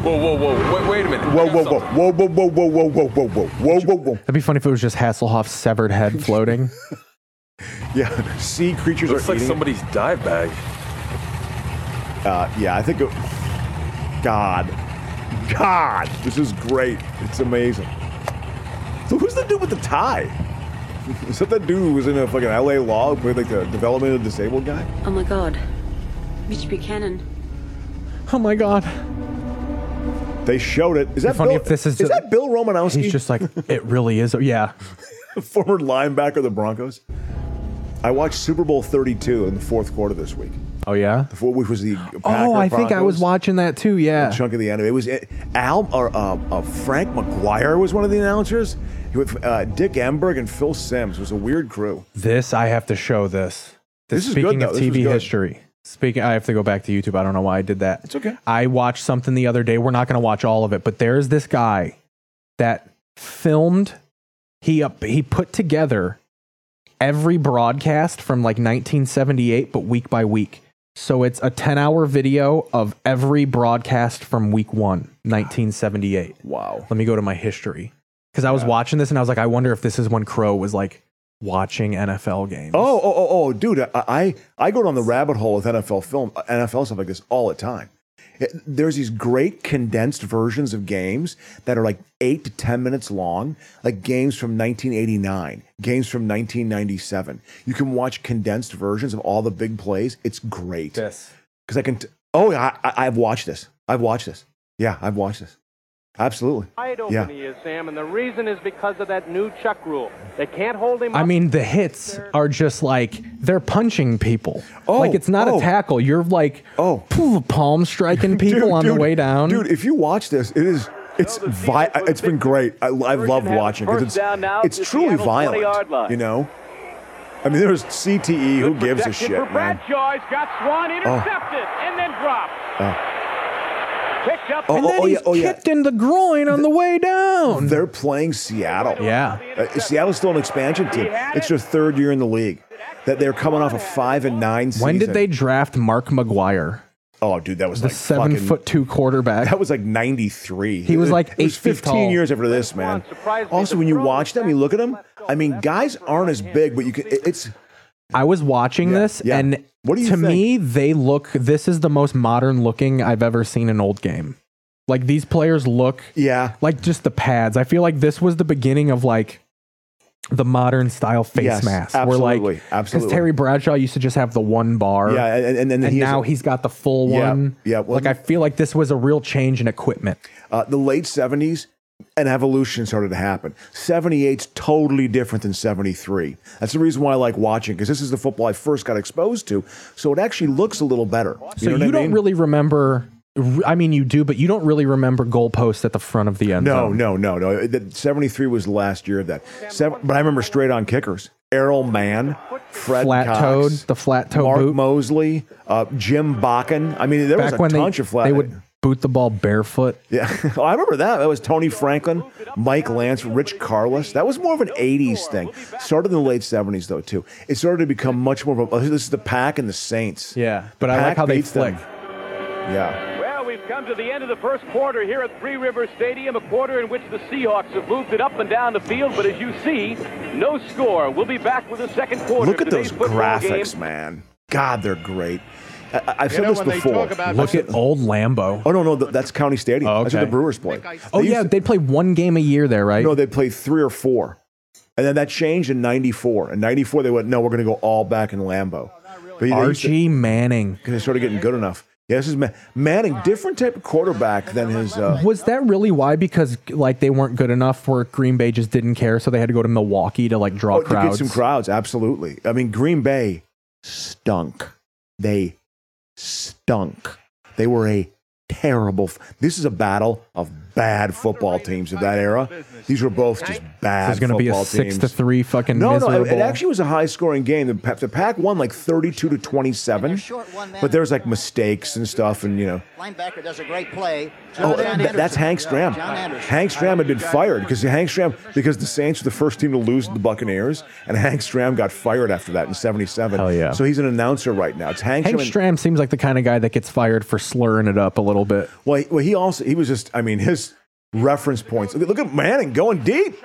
S12: Whoa, whoa, whoa. Wait, wait a minute.
S1: Whoa, whoa, whoa, whoa, whoa, whoa, whoa, whoa, whoa, whoa, whoa, whoa, whoa, whoa.
S4: That'd be funny if it was just Hasselhoff's severed head floating.
S1: Yeah, sea creatures
S12: Looks
S1: are
S12: like
S1: eating.
S12: somebody's dive bag.
S1: uh, yeah, I think. It, God, God, this is great. It's amazing. So who's the dude with the tie? Is that that dude who was in a fucking LA Law who played like the development of disabled guy?
S13: Oh my god. Mitch Buchanan.
S4: Oh my god.
S1: They showed it. Is
S4: It'd
S1: that
S4: be funny
S1: Bill,
S4: if this is
S1: is
S4: a-
S1: that Bill Romanowski?
S4: He's just like, it really is. oh, Yeah.
S1: former linebacker of the Broncos. I watched Super Bowl 32 in the fourth quarter this week.
S4: Oh yeah,
S1: the fourth, which was the
S4: Oh,
S1: Packer
S4: I think I was
S1: Broncos.
S4: watching that too. Yeah.
S1: a chunk of the anime. It was it, Al or uh, uh, Frank McGuire was one of the announcers. He went, uh, Dick Emberg and Phil Sims It was a weird crew.
S4: This I have to show this.
S1: This is good,
S4: speaking
S1: though.
S4: of
S1: This was
S4: TV
S1: good.
S4: history. Speaking, I have to go back to YouTube. I don't know why I did that. It's
S1: okay.
S4: I watched something the other day. We're not going to watch all of it, but there's this guy that filmed. He up. He put together every broadcast from like 1978, but week by week. So it's a 10 hour video of every broadcast from week one, 1978.
S1: Wow.
S4: Let me go to my history. Because I was watching this and I was like, I wonder if this is when Crow was like watching NFL games.
S1: Oh, oh, oh, oh, dude! I, I I go down the rabbit hole with NFL film, uh, NFL stuff like this all the time. It- There's these great condensed versions of games that are like eight to ten minutes long, like games from 1989, games from 1997. You can watch condensed versions of all the big plays. It's great.
S4: Yes.
S1: Because I can. T- oh, I, I, I've watched this. I've watched this. Yeah, I've watched this. Absolutely.
S14: Wide open
S1: Yeah.
S14: he is, Sam, and the reason is because of that new Chuck rule. They can't hold him
S4: I
S14: up.
S4: mean, the hits are just like they're punching people. Oh, like it's not
S1: oh.
S4: a tackle. You're like,
S1: oh,
S4: palm striking people on the way down.
S1: Dude, if you watch this, it is it's vi- it's been great. I, I've loved watching
S14: first
S1: because
S14: down now
S1: it's
S14: to
S1: it's truly
S14: Seattle's 20 yard
S1: violent.
S14: line.
S1: You know, I mean, there's CTE. Who
S14: Good
S1: gives a
S14: protection
S1: shit,
S14: for
S1: man?
S14: Bradshaw. He's got Swan intercepted and then dropped.
S1: Oh.
S10: Picked up.
S4: and then he's kicked in the groin on the way down.
S1: They're playing Seattle.
S4: Yeah.
S1: Uh, Seattle's still an expansion team. It's their third year in the league. That they're coming off a five and nine season.
S4: When did they draft Mark McGuire?
S1: Oh, dude, that was
S4: the
S1: like
S4: seven
S1: fucking-
S4: foot two quarterback.
S1: That was like ninety three.
S4: He was like
S1: it was
S4: eight feet
S1: fifteen
S4: tall.
S1: years after this, man. Also, when you watch them, you look at them. I mean, guys aren't as big, but you can. it- It's
S4: I was watching this, and
S1: do you
S4: to
S1: think?
S4: me, they look. This is the most modern looking I've ever seen an old game. Like these players look,
S1: yeah,
S4: like just the pads. I feel like this was the beginning of like the modern style face
S1: Yes,
S4: mask. where
S1: absolutely,
S4: like,
S1: absolutely.
S4: Terry Bradshaw used to just have the one bar,
S1: Yeah, and- and- and then he has
S4: now
S1: a-
S4: he's got the full
S1: Yeah,
S4: one.
S1: yeah, well-
S4: like I feel like this was a real change in equipment.
S1: uh, the late seventies. An evolution started to happen. 78's totally different than 73. That's the reason why I like watching, because this is the football I first got exposed to. So it actually looks a little better. You know
S4: So you,
S1: what I
S4: don't
S1: mean?
S4: really remember. I mean, you do, but you don't really remember goalposts at the front of the end
S1: No,
S4: zone.
S1: no, no, no. The 73 was the last year of that. Seven, but I remember straight on kickers. Errol Mann, Fred
S4: Flat
S1: Cox,
S4: toed, the flat toe
S1: Mark
S4: boot.
S1: Mosley, uh, Jim Bakken. I mean, there
S4: Back
S1: was
S4: when
S1: a
S4: they-
S1: bunch of flat.
S4: they would boot the ball barefoot.
S1: Yeah, oh, I remember that. That was Tony Franklin, Mike Lance, Rich Carlos. That was more of an '80s thing. Started in the late '70s though too. It started to become much more of a. oh, This is the Pack and the Saints.
S4: Yeah, but I like
S1: Pack
S4: how they
S1: beats them.
S4: flick.
S1: Yeah.
S14: Well, we've come to the end of the first quarter here at Three Rivers Stadium, a quarter in which the Seahawks have moved it up and down the field, but as you see, no score. We'll be back with the second quarter.
S1: Look
S14: of
S1: at those
S14: today's football
S1: graphics,
S14: game.
S1: man. God, they're great. I, I- I've
S14: You
S1: said
S14: know,
S1: this
S14: when they
S1: before.
S14: talk about-
S4: Look at old Lambo.
S1: Oh no, no, th- that's County Stadium. That's where the
S4: okay.
S1: Brewers play.
S4: Oh yeah, they play one game a year there, right?
S1: No, they played three or four, and then that changed in '94. In '94, they went, "No, we're going to go all back in Lambeau." But they used to-
S4: Archie Manning.
S1: because they started getting good enough. Yeah, this is Ma- Manning, different type of quarterback than his. Uh,
S4: Was that really why? Because like they weren't good enough, where Green Bay just didn't care, so they had to go to Milwaukee to like draw
S1: oh, to get
S4: crowds.
S1: some crowds, absolutely. I mean, Green Bay stunk. They stunk. They were a terrible. F- this is a battle of bad football teams of that era. These were both just bad.
S4: There's going to be a
S1: football
S4: six
S1: teams.
S4: to three fucking
S1: No,
S4: miserable.
S1: no, it- it actually was a high scoring game. The Pack, the Pack won like 32 to 27, but there was like mistakes and stuff, and you know.
S11: Linebacker does a great play.
S1: Oh,
S11: John
S1: that- that's
S11: Anderson.
S1: Hank Stram.
S4: Uh,
S11: John Anderson.
S1: Hank Stram had been fired because Hank Stram because the Saints were the first team to lose to the Buccaneers, and Hank Stram got fired after that in '77. Hell yeah! So he's an announcer right now. It's Hank,
S4: Hank
S1: Stram.
S4: Stram seems like the kind of guy that gets fired for slurring it up a little bit.
S1: well, he, well, he also he was just I mean his reference points. Look, at- look at Manning going deep.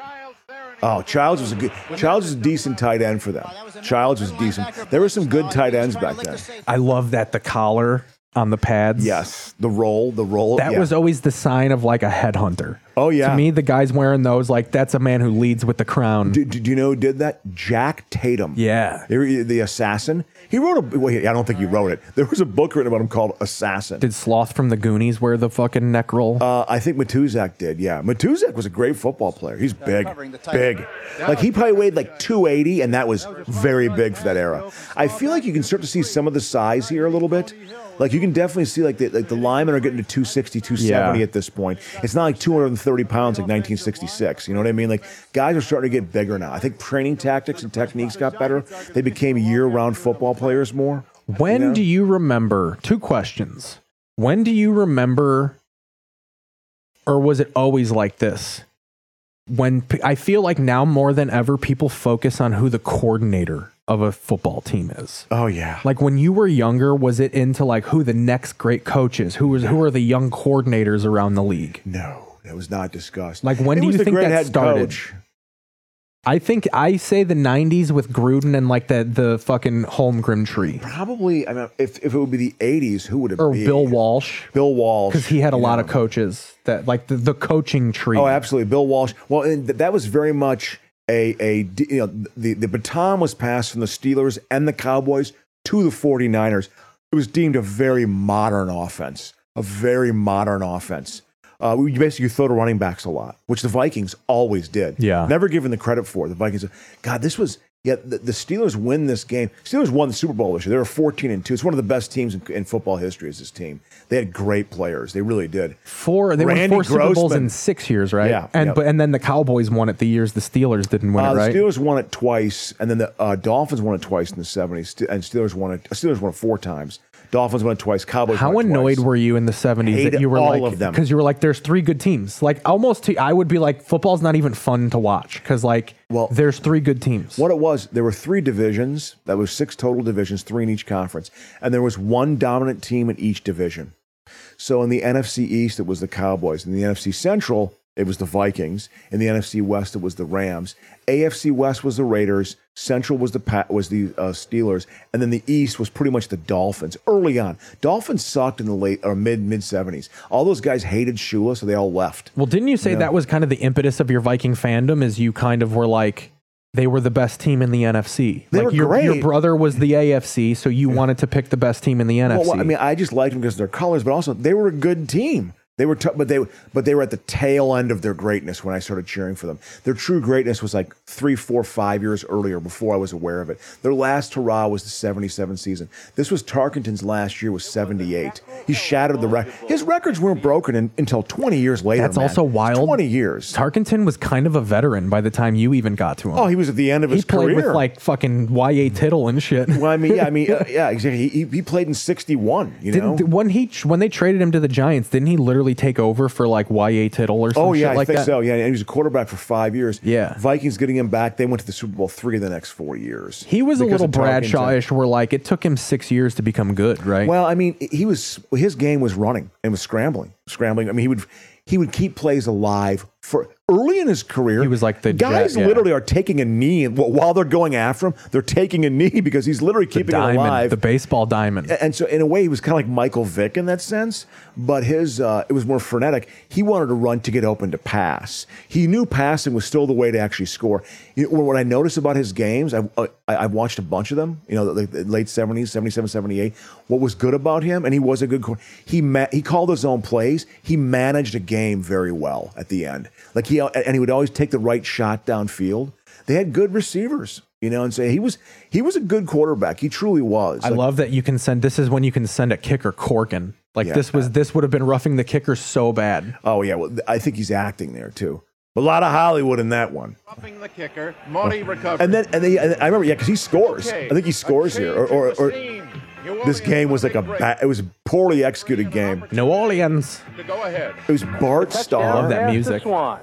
S1: Oh, Childs was a good Childs was a decent tight end for them. Childs was decent. There were some good tight ends back then.
S4: I love that the collar on the pads.
S1: Yes, the roll, the roll.
S4: That
S1: yeah.
S4: was always the sign of like a headhunter.
S1: Oh, yeah.
S4: To me, the guys wearing those, like that's a man who leads with the crown.
S1: Do, do, do you know who did that? Jack Tatum.
S4: Yeah.
S1: The, the assassin. He wrote a, well, I don't think he wrote it. There was a book written about him called Assassin.
S4: Did Sloth from the Goonies wear the fucking neck roll?
S1: Uh, I think Matuzak did, yeah. Matuzak was a great football player. He's big,
S11: tight
S1: big. Like he probably weighed like 280, and that was very big for that era. I feel like you can start to see some of the size here a little bit. Like you can definitely see like the, like the linemen are getting to 260, 270
S4: Yeah.
S1: at this point. It's not like 230 pounds like 1966. You know what I mean? Like guys are starting to get bigger now. I think training tactics and techniques got better. They became year-round football players more.
S4: When do you remember? Two questions. When do you remember, or was it always like this? When p- I feel like now more than ever, people focus on who the coordinator of a football team is.
S1: Oh yeah.
S4: Like when you were younger, was it into like who the next great coach is? Who is who are the young coordinators around the league?
S1: No, that was not discussed.
S4: Like when
S1: It
S4: do
S1: was
S4: you
S1: the
S4: think
S1: great
S4: that
S1: head
S4: started?
S1: coach.
S4: I think I say the '90s with Gruden and like the the fucking Holmgren tree.
S1: Probably, I mean, if, if it would be the 80s, who would it
S4: Or
S1: be?
S4: Bill Walsh.
S1: Bill Walsh.
S4: because he had a
S1: you
S4: lot
S1: know.
S4: of coaches that like the, the coaching tree.
S1: Oh, absolutely. Bill Walsh. Well, and th- that was very much a, a d- you know, the, the baton was passed from the Steelers and the Cowboys to the 49ers. It was deemed a very modern offense, a very modern offense. Uh, we basically throw to running backs a lot, which the Vikings always did.
S4: Yeah.
S1: Never given the credit for. The Vikings, God, this was, yeah, the, the Steelers win this game. Steelers won the Super Bowl this year. They were 14 and 2. It's one of the best teams in, in football history, is this team. They had great players. They really did.
S4: four. They won
S1: Randy
S4: four Super Bowls
S1: Grossman.
S4: in six years, right?
S1: Yeah,
S4: and
S1: yeah.
S4: but and then the Cowboys won it the years the Steelers didn't win
S1: Uh,
S4: it, right?
S1: The Steelers won it twice, and then the uh, Dolphins won it twice in the seventies, and Steelers won it. Steelers won it four times. Dolphins went twice. Cowboys.
S4: How
S1: went
S4: annoyed were you in the 70s
S1: Hated
S4: that you were
S1: all
S4: like
S1: of them.
S4: because you were like there's three good teams. Like almost to, I would be like football's not even fun to watch cuz like well there's three good teams.
S1: What it was, there were three divisions. That was six total divisions, three in each conference, and there was one dominant team in each division. So in the NFC East, it was the Cowboys. In the NFC Central, it was the Vikings. In the NFC West, it was the Rams. AFC West was the Raiders. Central was the Pat, was the uh, Steelers, and then the East was pretty much the Dolphins. Early on, Dolphins sucked in the late or mid mid seventies. All those guys hated Shula, so they all left.
S4: Well, didn't you say
S1: Yeah.
S4: that was kind of the impetus of your Viking fandom is you kind of were like they were the best team in the NFC.
S1: They
S4: like
S1: were
S4: your your
S1: great.
S4: brother was the AFC, so you wanted to pick the best team in the NFC.
S1: Well, well, I mean, I just liked them because of their colors, but also they were a good team. They were, tough, but they but they were at the tail end of their greatness when I started cheering for them. Their true greatness was like three, four, five years earlier before I was aware of it. Their last hurrah was the '77 season. This was Tarkenton's last year was '78. He shattered the record. His records weren't broken in, until 20 years later.
S4: That's
S1: man.
S4: also wild.
S1: Twenty years.
S4: Tarkenton was kind of a veteran by the time you even got to him.
S1: Oh, he was at the end of
S4: he
S1: his
S4: played
S1: career.
S4: with like fucking YA Tittle and shit. Well,
S1: I mean, yeah, I mean, uh, yeah, exactly. He, he played in '61. You know,
S4: Didn't, when he when they traded him to the Giants, didn't he literally take over for like YA Tittle or some
S1: Oh yeah,
S4: shit like
S1: I think
S4: that?
S1: so. Yeah, and he was a quarterback for five years.
S4: Yeah.
S1: Vikings getting him back. They went to the Super Bowl three the next four years.
S4: He was a
S1: because of
S4: little
S1: Tarkenton.
S4: Bradshawish, where like it took him six years to become good, right?
S1: Well, I mean, he was his game was running and was scrambling, scrambling. I mean, he would he would keep plays alive for early in his career. He was like the guys
S4: jet, yeah.
S1: literally are taking a knee and wh- while they're going after him, they're taking a knee because he's literally keeping
S4: diamond,
S1: it alive. Eh,
S4: the baseball diamond.
S1: A- And so, in a way, he was kind of like Michael Vick in that sense, but his uh, it was more frenetic. He wanted to run to get open to pass. He knew passing was still the way to actually score. You know, what I noticed about his games, I, I, I've watched a bunch of them, you know, the, the late 70s, 77, 78. What was good about him, and he was a good quarter, he, ma- he called his own plays. He managed a game very well at the end. Like he uh, And he would always take the right shot downfield. They had good receivers. You know, and say he was he was a good quarterback. He truly was.
S4: I
S1: Like,
S4: love that you can send. This is when you can send a kicker corking. Like
S1: Yeah.
S4: this was this would have been roughing the kicker so bad.
S1: Oh yeah, well th- I think he's acting there too. A lot of Hollywood in that one.
S15: Upping the kicker, Monty recovers.
S1: And then and, then, and I remember yeah, because he scores.
S15: Okay,
S1: I think he scores here. Or, or, or this game was like a ba- it was a poorly executed game.
S4: New Orleans.
S15: Go ahead.
S1: It was Bart Starr.
S4: Love that
S14: Pass to
S4: music.
S14: Swan.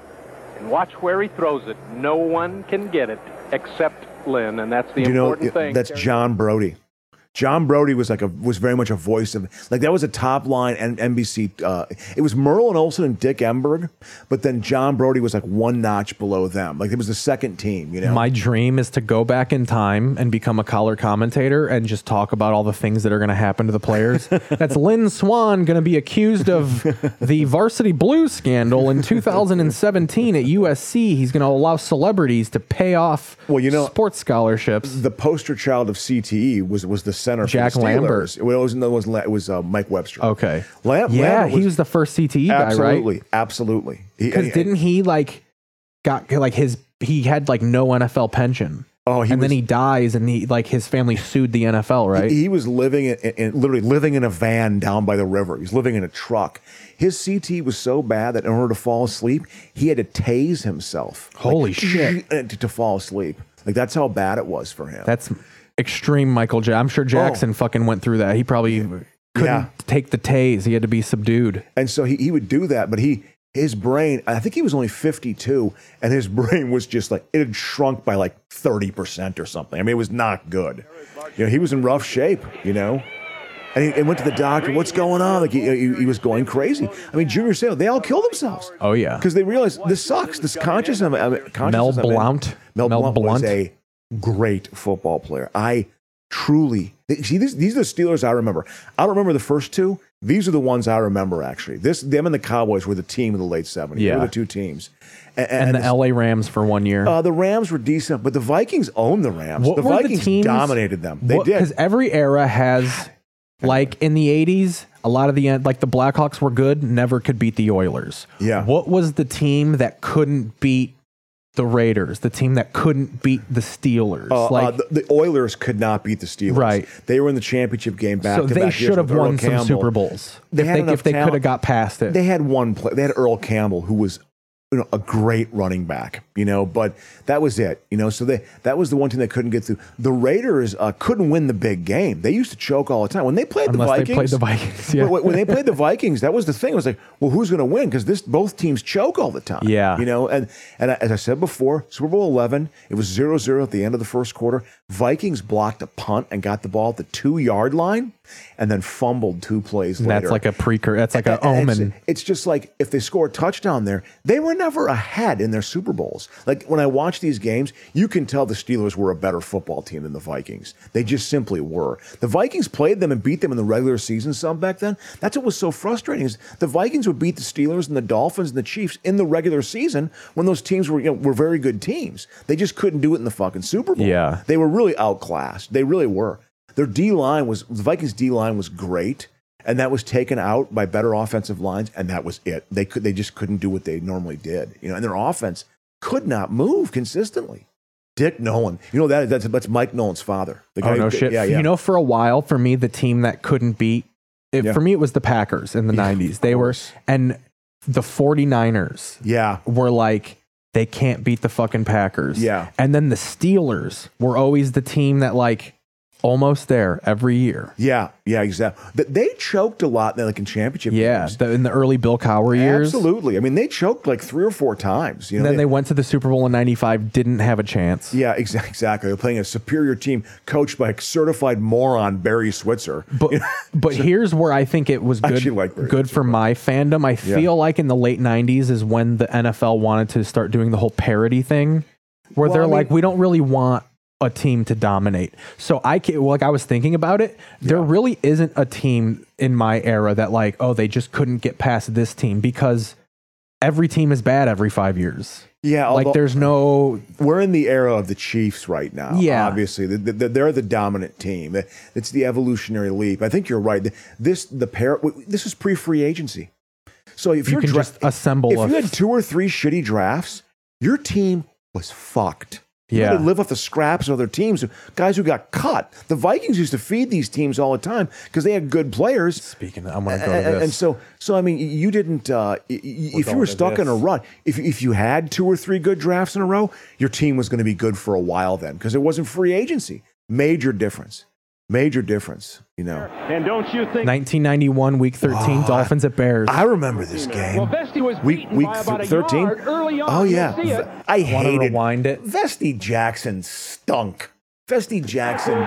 S14: And watch where he throws it. No one can get it except Lynn, and that's the
S1: Do you know
S14: important thing.
S1: that's John Brody. John Brody was like a was very much a voice of like that was a top line and NBC. Uh, it was Merlin Olsen and Dick Emberg, but then John Brody was like one notch below them. Like it was the second team. You know,
S4: My dream is to go back in time and become a color commentator and just talk about all the things that are going to happen to the players. That's Lynn Swan going to be accused of the varsity blue scandal in 2017 at USC. He's going to allow celebrities to pay off well, you know, sports scholarships.
S1: the poster child of CTE was was the center.
S4: Jack
S1: for the Steelers.
S4: Lambert.
S1: It was no, it was, La- it was uh, Mike Webster.
S4: Okay.
S1: Lam-
S4: yeah,
S1: Lambert
S4: he was the first CTE guy, right?
S1: absolutely, absolutely. He-
S4: Because
S1: he-
S4: didn't he like got like his he had like no NFL pension.
S1: Oh, he
S4: and
S1: was-
S4: then he dies, and he like his family sued the NFL, right?
S1: He, he was living in, in, in- literally living in a van down by the river. He's living in a truck. His CT was so bad that in order to fall asleep, he had to tase himself.
S4: Holy shit.
S1: To, to fall asleep, like that's how bad it was for him.
S4: That's extreme, Michael. Ja- I'm sure Jackson fucking went through that. He probably couldn't
S1: Oh. Yeah.
S4: take the tase. He had to be subdued.
S1: And so he, he would do that, but he his brain, I think he was only 52, and his brain was just like it had shrunk by like 30% or something. I mean, it was not good. You know, he was in rough shape, you know. And he and went to the doctor, what's going on? Like he, he, he was going crazy. I mean, Junior Sale, they all killed themselves.
S4: Oh yeah.
S1: Because they realized this sucks. This conscious I mean, consciousness
S4: Mel
S1: of it-
S4: Blount.
S1: Mel,
S4: Mel
S1: Blount,
S4: Blount.
S1: was a great football player. I truly see these. These are the Steelers I remember. I don't remember the first two. These are the ones I remember actually. This them and the Cowboys were the team of the late seventies. They
S4: Yeah.
S1: were the two teams. A-
S4: And, the LA Rams for one year.
S1: uh, the Rams were decent, but the Vikings owned the Rams.
S4: What
S1: the
S4: were the
S1: Vikings
S4: teams-
S1: dominated them. They did.
S4: Because every era has, like in the 80s, a lot of the end, like the Blackhawks were good, never could beat the Oilers. Yeah. What was the team that couldn't beat the Raiders? The team that couldn't beat the Steelers?
S1: Uh, uh,
S4: like,
S1: the, the Oilers could not beat the Steelers.
S4: Right.
S1: They were in the championship game back
S4: so
S1: to
S4: they
S1: back years
S4: should have
S1: with Earl
S4: won some
S1: Campbell.
S4: Super Bowls
S1: They
S4: if
S1: had
S4: they,
S1: enough
S4: if they could
S1: talent.
S4: have got past it.
S1: They had one play. They had Earl Campbell, who was you know, a great running back, you know, but that was it, you know. So they that was the one thing they couldn't get through. The Raiders uh, couldn't win the big game. They used to choke all the time when they played
S4: Unless
S1: the
S4: they
S1: Vikings.
S4: played the Vikings, yeah.
S1: When, when they played the Vikings, that was the thing. It was like, well, who's going to win? Because this both teams choke all the time.
S4: Yeah.
S1: you know. And and as I said before, Super Bowl eleven, it was 0-0 at the end of the first quarter. Vikings blocked a punt and got the ball at the two yard line, and then fumbled two plays
S4: And
S1: later.
S4: that's like a precursor. That's like an
S1: And- and it's-
S4: omen.
S1: It's, just like if they score a touchdown there, they were never ahead in their Super Bowls. Like when I watch these games, you can tell the Steelers were a better football team than the Vikings. They just simply were. The Vikings played them and beat them in the regular season some back then. That's what was so frustrating is the Vikings would beat the Steelers and the Dolphins and the Chiefs in the regular season when those teams were you know were very good teams. They just couldn't do it in the fucking Super Bowl.
S4: Yeah.
S1: They were really outclassed. They really were. Their D line was the Vikings D line was great, and that was taken out by better offensive lines, and that was it. They could they just couldn't do what they normally did. You know, and their offense could not move consistently. Dick Nolan, you know that that's, that's Mike Nolan's father. The
S4: oh
S1: who
S4: no
S1: did-
S4: shit!
S1: Yeah, yeah.
S4: You know, for a while, for me, the team that couldn't beat it,
S1: Yeah.
S4: for me, it was the Packers in the '90s. They were and the 49ers.
S1: Yeah,
S4: were like they can't beat the fucking Packers.
S1: Yeah.
S4: and then the Steelers were always the team that like almost there every year.
S1: Yeah, yeah, exactly. Th- They choked a lot in like in championship.
S4: Yeah, the, in the early Bill Cowher years.
S1: Absolutely. I mean, they choked like three or four times. You know,
S4: then they went to the Super Bowl in '95, didn't have a chance.
S1: Yeah, exa- exactly. They're playing a superior team coached by a certified moron Barry Switzer.
S4: But But here's where I think it was
S1: I
S4: good,
S1: actually like Brady
S4: good for my fandom. I
S1: Yeah.
S4: feel like in the late 90s is when the NFL wanted to start doing the whole parody thing where
S1: Well,
S4: they're
S1: I mean-
S4: like, we don't really want a team to dominate. So I can, like, I was thinking about it. There really isn't a team in my era that, like, oh, they just couldn't get past this team because every team is bad every five years.
S1: Yeah,
S4: like, there's no.
S1: We're in the era of the Chiefs right now.
S4: Yeah.
S1: obviously The- the- they're the dominant team. It's the evolutionary leap. I think you're right. This the pair. This is pre free agency. So if
S4: You
S1: you are
S4: can just assemble
S1: if
S4: a-
S1: you had two or three shitty drafts, your team was fucked. You had
S4: Yeah.
S1: to live off the scraps of other teams, guys who got cut. The Vikings used to feed these teams all the time because they had good players.
S4: Speaking, of, I'm going to go to
S1: and,
S4: this.
S1: and so so I mean you didn't uh, y- y- if you
S4: going
S1: were
S4: to
S1: stuck in a
S4: this.
S1: rut if if you had two or three good drafts in a row your team was going to be good for a while then because it wasn't free agency major difference major difference you know
S14: And don't you think
S4: 1991, week 13, Dolphins at Bears.
S1: I remember this game.
S14: Well, Vesty was
S1: week
S14: beaten
S1: week
S14: by about a
S1: th- 13
S14: yard early on.
S1: oh
S14: You
S1: yeah
S14: see it.
S1: V- I
S4: Wanna
S1: hated
S4: rewind it
S1: Vesty Jackson stunk Vesty Jackson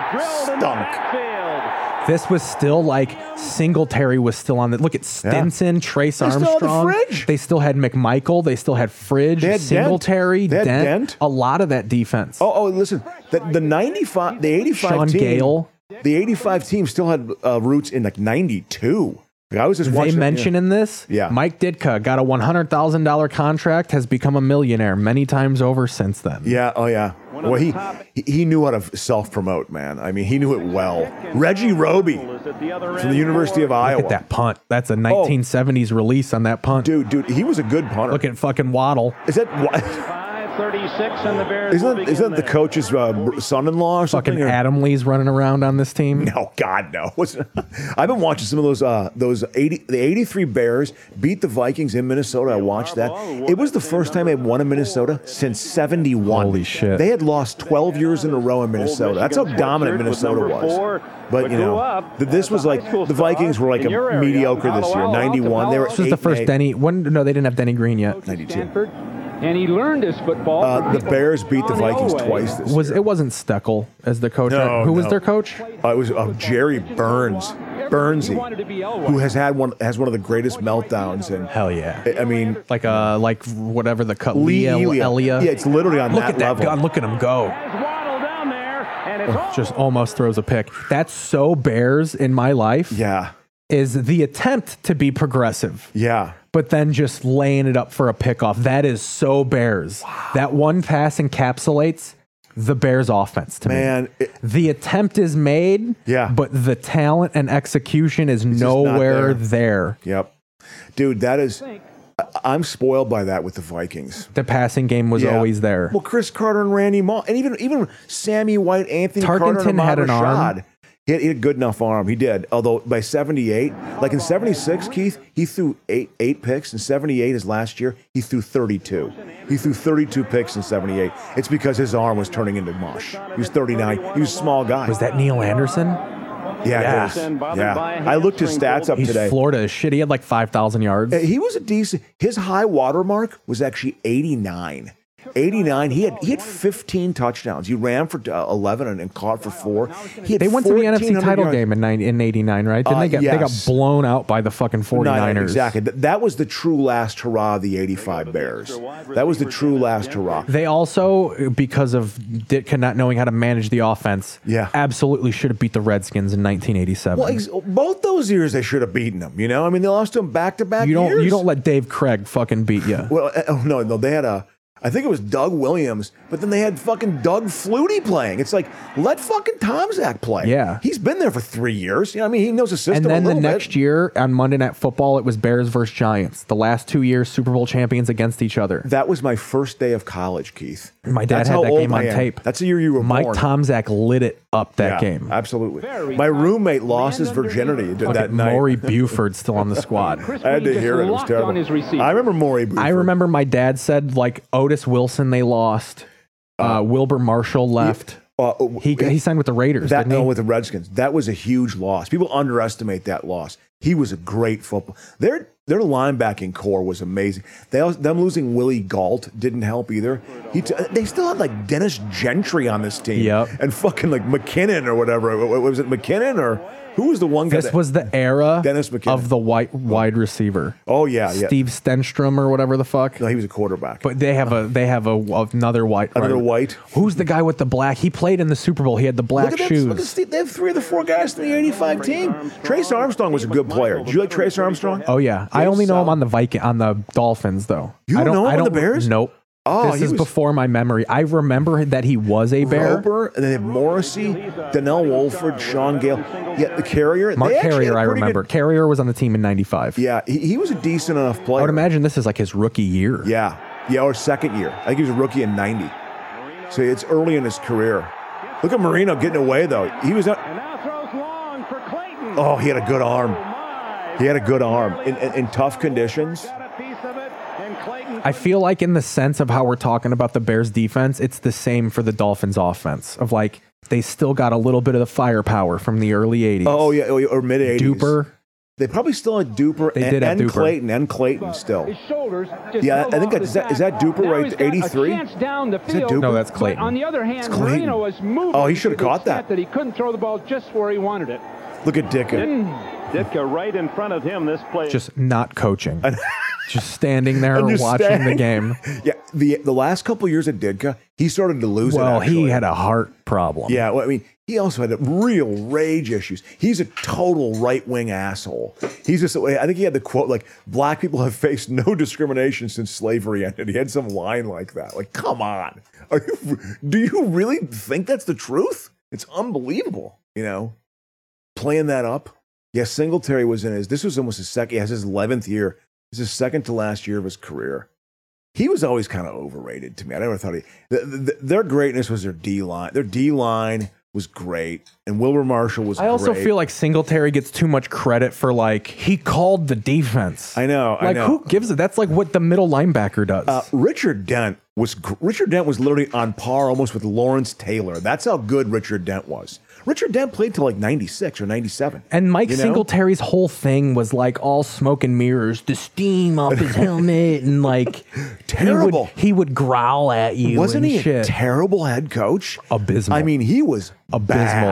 S1: stunk
S4: This was still like Singletary was still on the look at Stinson, Trace
S1: They're still on the
S4: Armstrong. They still had McMichael. They still had Fridge,
S1: They had Dent.
S4: Singletary,
S1: They had
S4: Dent,
S1: Dent.
S4: A lot of that defense.
S1: oh oh listen the, the 95 the 85
S4: Sean
S1: team
S4: Gale.
S1: the 85 team still had uh, roots in like 92 Like, I was just
S4: they
S1: watching
S4: mention
S1: yeah.
S4: in this,
S1: Yeah.
S4: Mike Ditka got a one hundred thousand dollar contract, has become a millionaire many times over since then.
S1: Yeah. Oh, yeah. Well, he he he knew how to self promote, man. I mean, he knew it well. Reggie Roby from the University of Iowa. Oh.
S4: Look at that punt. That's a nineteen seventies release on that punt,
S1: dude. Dude, he was a good punter.
S4: Look at fucking Waddle.
S1: Is that what?
S14: 36 and the Bears. will
S1: Isn't
S14: begin
S1: isn't that the
S14: their-
S1: coach's uh, br- son-in-law or something?
S4: Fucking
S1: or-
S4: Adam Lee's running around on this team.
S1: No, Oh, God, no. What's- I've been watching some of those uh, those eighty the eighty three Bears beat the Vikings in Minnesota. I watched that. It was the first time they won in Minnesota since seventy one. Holy
S4: shit!
S1: They had lost twelve years in a row in Minnesota. That's how
S14: Michigan
S1: dominant
S14: Scorchers with
S1: Minnesota
S14: number four,
S1: was. But
S14: but
S1: you
S14: grew
S1: know,
S14: up
S1: th- this was like the Vikings were like
S14: in your
S1: a
S14: area,
S1: mediocre this year.
S14: Palo Alto,
S1: Ninety one. They were
S4: This was the
S1: eight
S4: first
S1: and eight.
S4: Denny. When no, they didn't have Denny Green yet.
S1: Ninety two.
S14: Stanford, and he learned his football.
S1: Uh, the Bears beat the
S14: John
S1: Vikings
S14: Elway.
S1: twice this
S4: was it wasn't Steckel as the coach?
S1: No,
S4: who was
S1: no.
S4: their coach?
S1: Uh, it was uh, Jerry Burns, Burnsy, who has had one has one of the greatest meltdowns and
S4: hell yeah.
S1: I, I mean,
S4: like uh, like whatever the cut
S1: Lee
S4: Lee Elia.
S1: Elia. Yeah, it's literally on
S4: look
S1: that
S4: at that
S1: level.
S4: gun. Look at him go.
S1: Oh,
S4: Just almost throws a pick. That's so Bears in my life.
S1: Yeah,
S4: is the attempt to be progressive.
S1: Yeah.
S4: But then just laying it up for a pickoff. That is so Bears. That one pass encapsulates the Bears offense to
S1: Man,
S4: me. the attempt is made, yeah. but the talent and execution is
S1: just not
S4: nowhere there.
S1: Yep. Dude, that is. I- I'm spoiled by that with the Vikings.
S4: The passing game was
S1: Yeah.
S4: always there.
S1: Well, Chris Carter and Randy Moss, and even even Sammy White, Anthony Carter, and
S4: Tarkenton
S1: Ahmad
S4: had an arm.
S1: Rashad. He had, he had a good enough arm. He did. Although by 78, like in 76, Keith, he threw eight, eight picks. In 78, his last year, he threw 32. He threw 32 picks in 78. It's because his arm was turning into mush. He was 39. He was a small guy. Was
S4: that Neil Anderson?
S1: Yeah, it is. yeah. I looked his stats up
S4: He's
S1: today.
S4: Florida as shit. He had like five thousand yards.
S1: Uh, He was a decent. His high water mark was actually 89. 89. He had he had 15 touchdowns. He ran for uh, 11 and, and caught for four. He had
S4: They went to the NFC
S1: 1,400
S4: title
S1: yards.
S4: game in nine, in '89, right? Then
S1: Uh,
S4: they got they got
S1: yes.
S4: blown out by the fucking
S1: No, no,
S4: 49ers.
S1: exactly. Th- That was the true last hurrah of the 85 Bears. That was the true last hurrah.
S4: They also, because of Ditka not knowing how to manage the offense, yeah. absolutely should have beat the Redskins in 1987.
S1: Well, ex- both those years they should have beaten them. You know, I mean, they lost them back to back.
S4: you don't
S1: years.
S4: you don't let Dave Craig fucking beat you.
S1: Well, uh, oh no, no, they had a. I think it was Doug Williams, but then they had fucking Doug Flutie playing. It's like let fucking Tomzak play.
S4: Yeah.
S1: he's been there for three years. You know, I mean, he knows the system.
S4: and then
S1: a
S4: the
S1: little
S4: next
S1: bit.
S4: year on Monday Night Football, it was Bears versus Giants. The last two years, Super Bowl champions against each other.
S1: That was my first day of college, Keith.
S4: My dad
S1: That's
S4: had
S1: how
S4: that
S1: old
S4: game
S1: I
S4: on
S1: am.
S4: tape.
S1: That's the year you were
S4: Mike
S1: born.
S4: Tomzak lit it up that
S1: Yeah,
S4: game.
S1: Absolutely. My roommate lost his virginity th- that
S4: Fucking
S1: night.
S4: Maury Buford still on the squad.
S1: I had to hear it. It was terrible. I remember Maury Buford.
S4: I remember my dad said like Otis Wilson they lost, uh, Wilbur Marshall left. he he signed with the Raiders.
S1: uh, That
S4: didn't he?
S1: no, with the Redskins, that was a huge loss. People underestimate that loss. He was a great football. Their their linebacking core was amazing. They also, them losing Willie Galt didn't help either. He t- they still had like Dennis Gentry on this team, and fucking like McKinnon or whatever. Wa- wa- Was it McKinnon or who was the one guy?
S4: This
S1: that-
S4: was the era
S1: Dennis McKinnon.
S4: of the white wide receiver.
S1: Oh yeah, yeah.
S4: Steve Stenstrom or whatever the fuck. No,
S1: he was a quarterback.
S4: But they have a they have a another white
S1: Another white.
S4: Who's the guy with the black? He played in the Super Bowl. He had the black
S1: Look at
S4: shoes.
S1: Them, look at Steve. They have three of the four guys from the '85 team. Trace Armstrong was a good player. Did you like Trace Armstrong?
S4: Oh yeah, I only know him on the Viking on the Dolphins though.
S1: You
S4: I
S1: don't know him
S4: I
S1: on the Bears?
S4: Nope.
S1: Oh,
S4: this
S1: he
S4: is
S1: was-
S4: before my memory. I remember that he was a Bear.
S1: Roper, and then they had Morrissey, Donnell Wolford, Sean Gale. Yeah, the Carrier.
S4: Mark
S1: they actually
S4: Carrier,
S1: had a
S4: I
S1: pretty
S4: remember. Carrier was on the team in '95.
S1: Yeah, he, he was a decent enough player.
S4: I would imagine this is like his rookie year.
S1: Good, yeah, yeah, or second year. I think he was a rookie in '90. So it's early in his career. Look at Marino getting away though. He was not. Oh, he had a good arm. He had a good arm in, in, in tough conditions.
S4: I feel like in the sense of how we're talking about the Bears defense, it's the same for the Dolphins offense. Of like they still got a little bit of the firepower from the early '80s.
S1: Oh yeah, oh, yeah, or mid '80s.
S4: Duper.
S1: They probably still had Duper.
S4: They
S1: and,
S4: did have
S1: and
S4: Duper.
S1: Clayton and Clayton still.
S17: shoulders. just
S1: Yeah,
S17: fell
S1: I think
S17: off
S1: that's-
S17: his
S1: is that- is that
S17: back.
S1: Duper
S17: Now
S1: right-
S17: he's got a
S1: 83?
S17: chance down the
S1: Is that
S17: field,
S1: Duper? No, that's
S17: but
S1: Clayton.
S17: On the other hand,
S1: It's Clayton.
S17: Marino was moving.
S1: Oh, he should have
S17: to the
S1: caught that.
S17: extent He couldn't throw the ball just where he wanted it.
S1: Look at Ditka.
S18: Ditka right in front of him this play.
S4: Just not coaching. just standing there
S1: And
S4: watching
S1: just
S4: the
S1: standing-
S4: game.
S1: Yeah, the the last couple years at Didka, he started to lose it.
S4: Well, he
S1: actually.
S4: had a heart problem.
S1: Yeah, well, I mean, he also had real rage issues. He's a total right wing asshole. He's just, I think he had the quote like, black people have faced no discrimination since slavery ended. He had some line like that. Like, come on. Are you, do you really think that's the truth? It's unbelievable, you know? Playing that up. Yeah, Singletary was in his, this was almost his second, yeah, his 11th year. This is his second to last year of his career. He was always kind of overrated to me. I never thought he. th th their greatness was their D line. Their D line was great, and Wilbur Marshall was.
S4: I also
S1: great.
S4: feel like Singletary gets too much credit for like he called the defense.
S1: I know. I
S4: Like
S1: know.
S4: who gives it? That's like what the middle linebacker does.
S1: Uh, Richard Dent was gr- Richard Dent was literally on par almost with Lawrence Taylor. That's how good Richard Dent was. Richard Dent played till like '96 or '97.
S4: and Mike
S1: you know?
S4: Singletary's whole thing was like all smoke and mirrors, the steam off his helmet, and like
S1: Terrible.
S4: He would, he would growl at you.
S1: Wasn't
S4: and
S1: he a
S4: shit.
S1: terrible head coach?
S4: Abysmal.
S1: I mean, he was
S4: abysmal.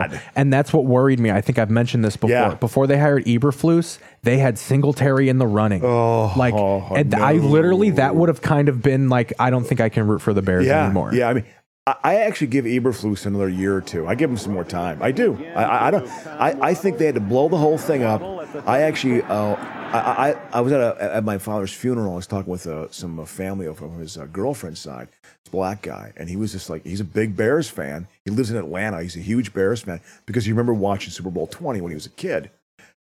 S1: bad.
S4: And that's what worried me. I think I've mentioned this before.
S1: Yeah.
S4: Before they hired Eberflus, they had Singletary in the running. Oh, like and I literally that would have kind of been like I don't think I can root for the Bears
S1: yeah,
S4: anymore.
S1: Yeah, I mean, I, I actually give Eberflus another year or two. I give him some more time. I do. I, I, I don't. I, I think they had to blow the whole thing up. I actually, uh, I, I, I was at, a, at my father's funeral. I was talking with uh, some uh, family over from his uh, girlfriend's side. This black guy, and he was just like, he's a big Bears fan. He lives in Atlanta. He's a huge Bears fan because you remember watching Super Bowl twenty when he was a kid.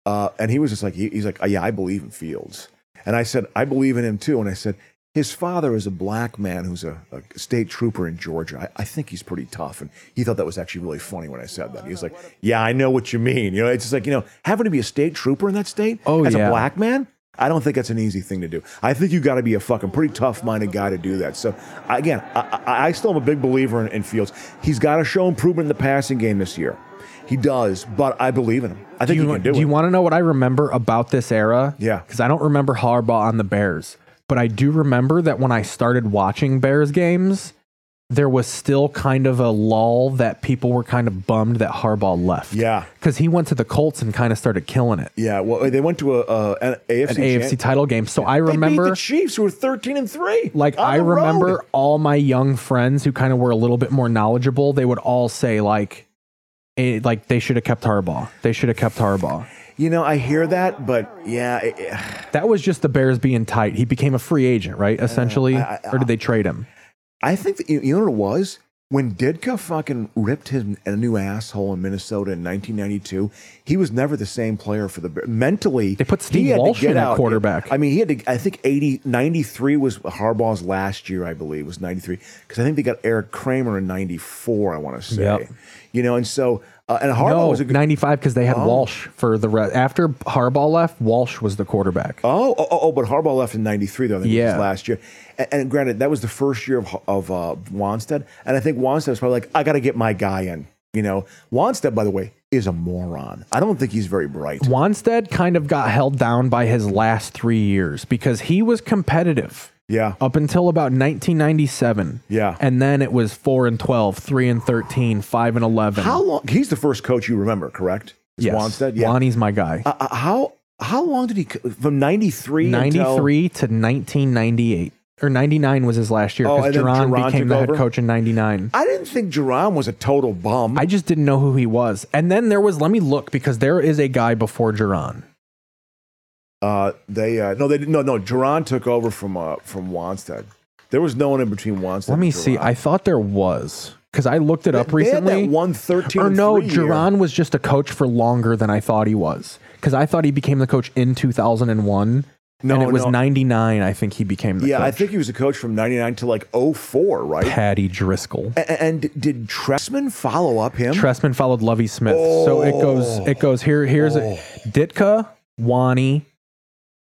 S1: Uh, and he was just like, he, he's like, "Oh, yeah, I believe in Fields. And I said, I believe in him too. And I said, His father is a black man who's a, a state trooper in Georgia. I, I think he's pretty tough. And he thought that was actually really funny when I said that. He was like, Yeah, I know what you mean. You know, it's just like, you know, having to be a state trooper in that state
S4: Oh,
S1: as
S4: yeah.
S1: a black man, I don't think that's an easy thing to do. I think you got to be a fucking pretty tough minded guy to do that. So, again, I, I, I still am a big believer in, in Fields. He's got to show improvement in the passing game this year. He does, but I believe in him. I think
S4: you,
S1: he
S4: wa-
S1: can do,
S4: you
S1: it.
S4: want to know what I remember about this era? Yeah. Because I don't remember Harbaugh on the Bears, but I do remember that when I started watching Bears games, there was still kind of a lull that people were kind of bummed that Harbaugh left. Yeah. Because he went to the Colts and kind of started killing it.
S1: yeah, well, uh, they went to a, a an AFC,
S4: An AFC
S1: champ-
S4: title game. So I
S1: They beat
S4: remember
S1: the Chiefs who were thirteen and three.
S4: Like
S1: on
S4: I
S1: the road.
S4: remember all my young friends who kind of were a little bit more knowledgeable. They would all say like, it, like they should have kept Harbaugh. They should have kept Harbaugh.
S1: You know, I hear that, but yeah, it- it-
S4: That was just the Bears being tight. He became a free agent, right? Essentially,
S1: I- I-
S4: or did they trade him?
S1: I think that, you you know what it was when Didka fucking ripped his a new asshole in Minnesota in 1992. He was never the same player for the Bear- mentally. They put
S4: Steve Walsh in at quarterback.
S1: I mean, he had to. I think 80, 93 was Harbaugh's last year. I believe was 93 because I think they got Eric Kramer in 94. I want to say.
S4: Yep.
S1: You know, and so uh, and Harbaugh
S4: no,
S1: was a good.
S4: ninety five because they had
S1: Oh.
S4: Walsh for the rest. After Harbaugh left, Walsh was the quarterback.
S1: Oh, oh, oh, oh, but Harbaugh left in '93 though. I think it was
S4: Yeah.
S1: last year. And, and granted, that was the first year of of uh, Wanstead, and I think Wanstead was probably like, I got to get my guy in. You know, Wanstead, by the way, is a moron. I don't think he's very bright.
S4: Wanstead kind of got held down by his last three years because he was competitive.
S1: Yeah.
S4: Up until about 1997.
S1: Yeah.
S4: And then it was 4 and 12, 3 and 13, 5 and 11.
S1: How long? He's the first coach you remember, correct? Is
S4: Oh. Yes.
S1: Wanstead. Yeah.
S4: Lonnie's my guy.
S1: Uh, uh, how how long did he co- from '93?
S4: 93 to 1998. Or 99 was his last year
S1: Oh,
S4: because
S1: and then
S4: Jerron
S1: Jerron
S4: became
S1: took
S4: the head
S1: over?
S4: coach in 99.
S1: I didn't think Jerron was a total bum.
S4: I just didn't know who he was. And then there was, let me look because there is a guy before Jerron.
S1: Uh, they uh, no, they didn't- no no. Jerron took over from uh, from Wanstead. There was no one in between Wanstead.
S4: Let
S1: and
S4: me
S1: Jerron.
S4: see. I thought there was because I looked it up
S1: They had that
S4: recently.
S1: one 13
S4: Or
S1: and
S4: no,
S1: three year.
S4: Jerron was just a coach for longer than I thought he was because I thought he became the coach in 2001.
S1: No,
S4: and it was
S1: no.
S4: 99. I think he became the
S1: Yeah, I
S4: coach.
S1: think he was a coach from 99 to like 04, right?
S4: Patty Driscoll.
S1: A- And, did Tressman follow up him? Oh.
S4: Tressman followed Lovey Smith. So it goes. It goes here. Here's a, Ditka Wani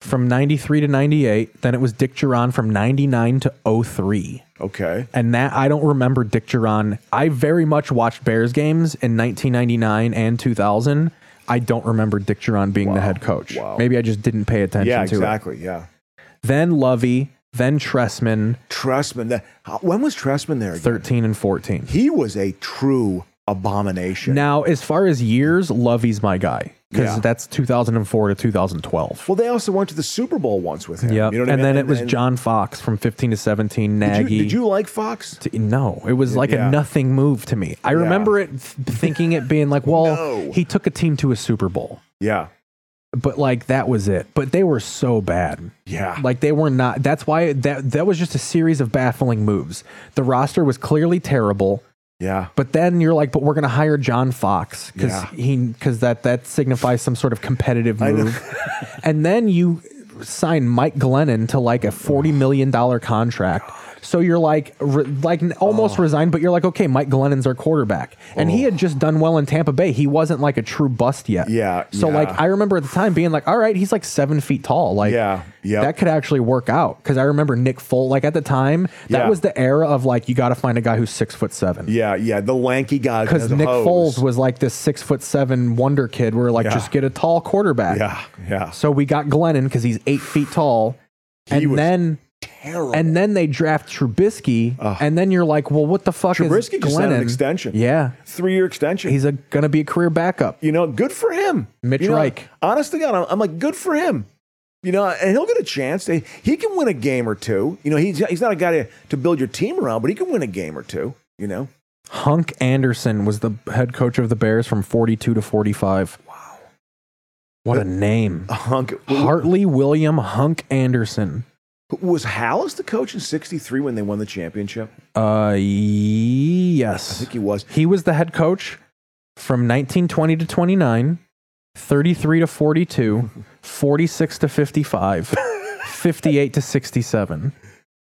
S4: from 93 to 98. Then it was Dick Duran from 99 to 03.
S1: Okay.
S4: And that I don't remember Dick Duran. I very much watched Bears games in 1999 and 2000. I don't remember Dick Duran being the head coach. Maybe I just didn't pay attention
S1: yeah,
S4: to
S1: exactly. Yeah.
S4: it. Then Lovey, then Tressman.
S1: Tressman. That, how- when was Tressman there? Again?
S4: 13 and 14.
S1: He was a true abomination.
S4: Now, as far as years, Lovey's my guy because
S1: Yeah.
S4: that's 2004 to 2012.
S1: Well, they also went to the Super Bowl once with him.
S4: Yep.
S1: You know what I
S4: and
S1: mean?
S4: then it was
S1: and-
S4: John Fox from 15 to 17,
S1: Did you,
S4: Nagy.
S1: did you like Fox?
S4: T- no, it was like
S1: Yeah.
S4: a nothing move to me. I
S1: Yeah.
S4: remember it th- thinking it being like, well,
S1: No.
S4: he took a team to a Super Bowl.
S1: Yeah.
S4: But like that was it. But they were so bad.
S1: Yeah.
S4: Like they were not that's why that that was just a series of baffling moves. The roster was clearly terrible.
S1: Yeah.
S4: But then you're like, but we're gonna hire John Fox because
S1: Yeah.
S4: he because that that signifies some sort of competitive move. and then you sign Mike Glennon to like a forty million dollar contract. So you're like re, like n- almost
S1: Oh.
S4: resigned, but you're like, okay, Mike Glennon's our quarterback, and he had just done well in Tampa Bay. He wasn't like a true bust yet.
S1: Yeah.
S4: So
S1: yeah.
S4: like I remember at the time being like, all right, he's like seven feet tall. Like
S1: Yeah, yeah.
S4: that could actually work out. Cause I remember Nick Foles, like at the time, that
S1: Yeah.
S4: was the era of like you gotta find a guy who's six foot seven.
S1: Yeah, yeah. The lanky guy. who
S4: Because
S1: has a
S4: Nick
S1: hose.
S4: Foles was like this six foot seven wonder kid where like
S1: Yeah.
S4: just get a tall quarterback.
S1: Yeah, yeah.
S4: So we got Glennon because he's eight feet tall. and
S1: was
S4: then and then they draft Trubisky. and then you're like, well, what the fuck is
S1: Trubisky
S4: Glennon?
S1: just signed an extension.
S4: Yeah.
S1: Three year extension.
S4: He's a, gonna be a career backup.
S1: You know, good for him.
S4: Mitch
S1: you know,
S4: Reich.
S1: Honest to God, I'm, I'm like, good for him. You know, and he'll get a chance. He he can win a game or two. You know, he's, he's not a guy to, to build your team around, but he can win a game or two, you know?
S4: Hunk Anderson was the head coach of the Bears from 42 to 45. Wow. What a name.
S1: Hunk.
S4: Hartley William Hunk Anderson.
S1: Was Hallis the coach in 63 when they won the championship?
S4: Uh yes. I think
S1: he was.
S4: He was the head coach from 1920 to 29, 33 to 42, 46 to 55, 58 to 67.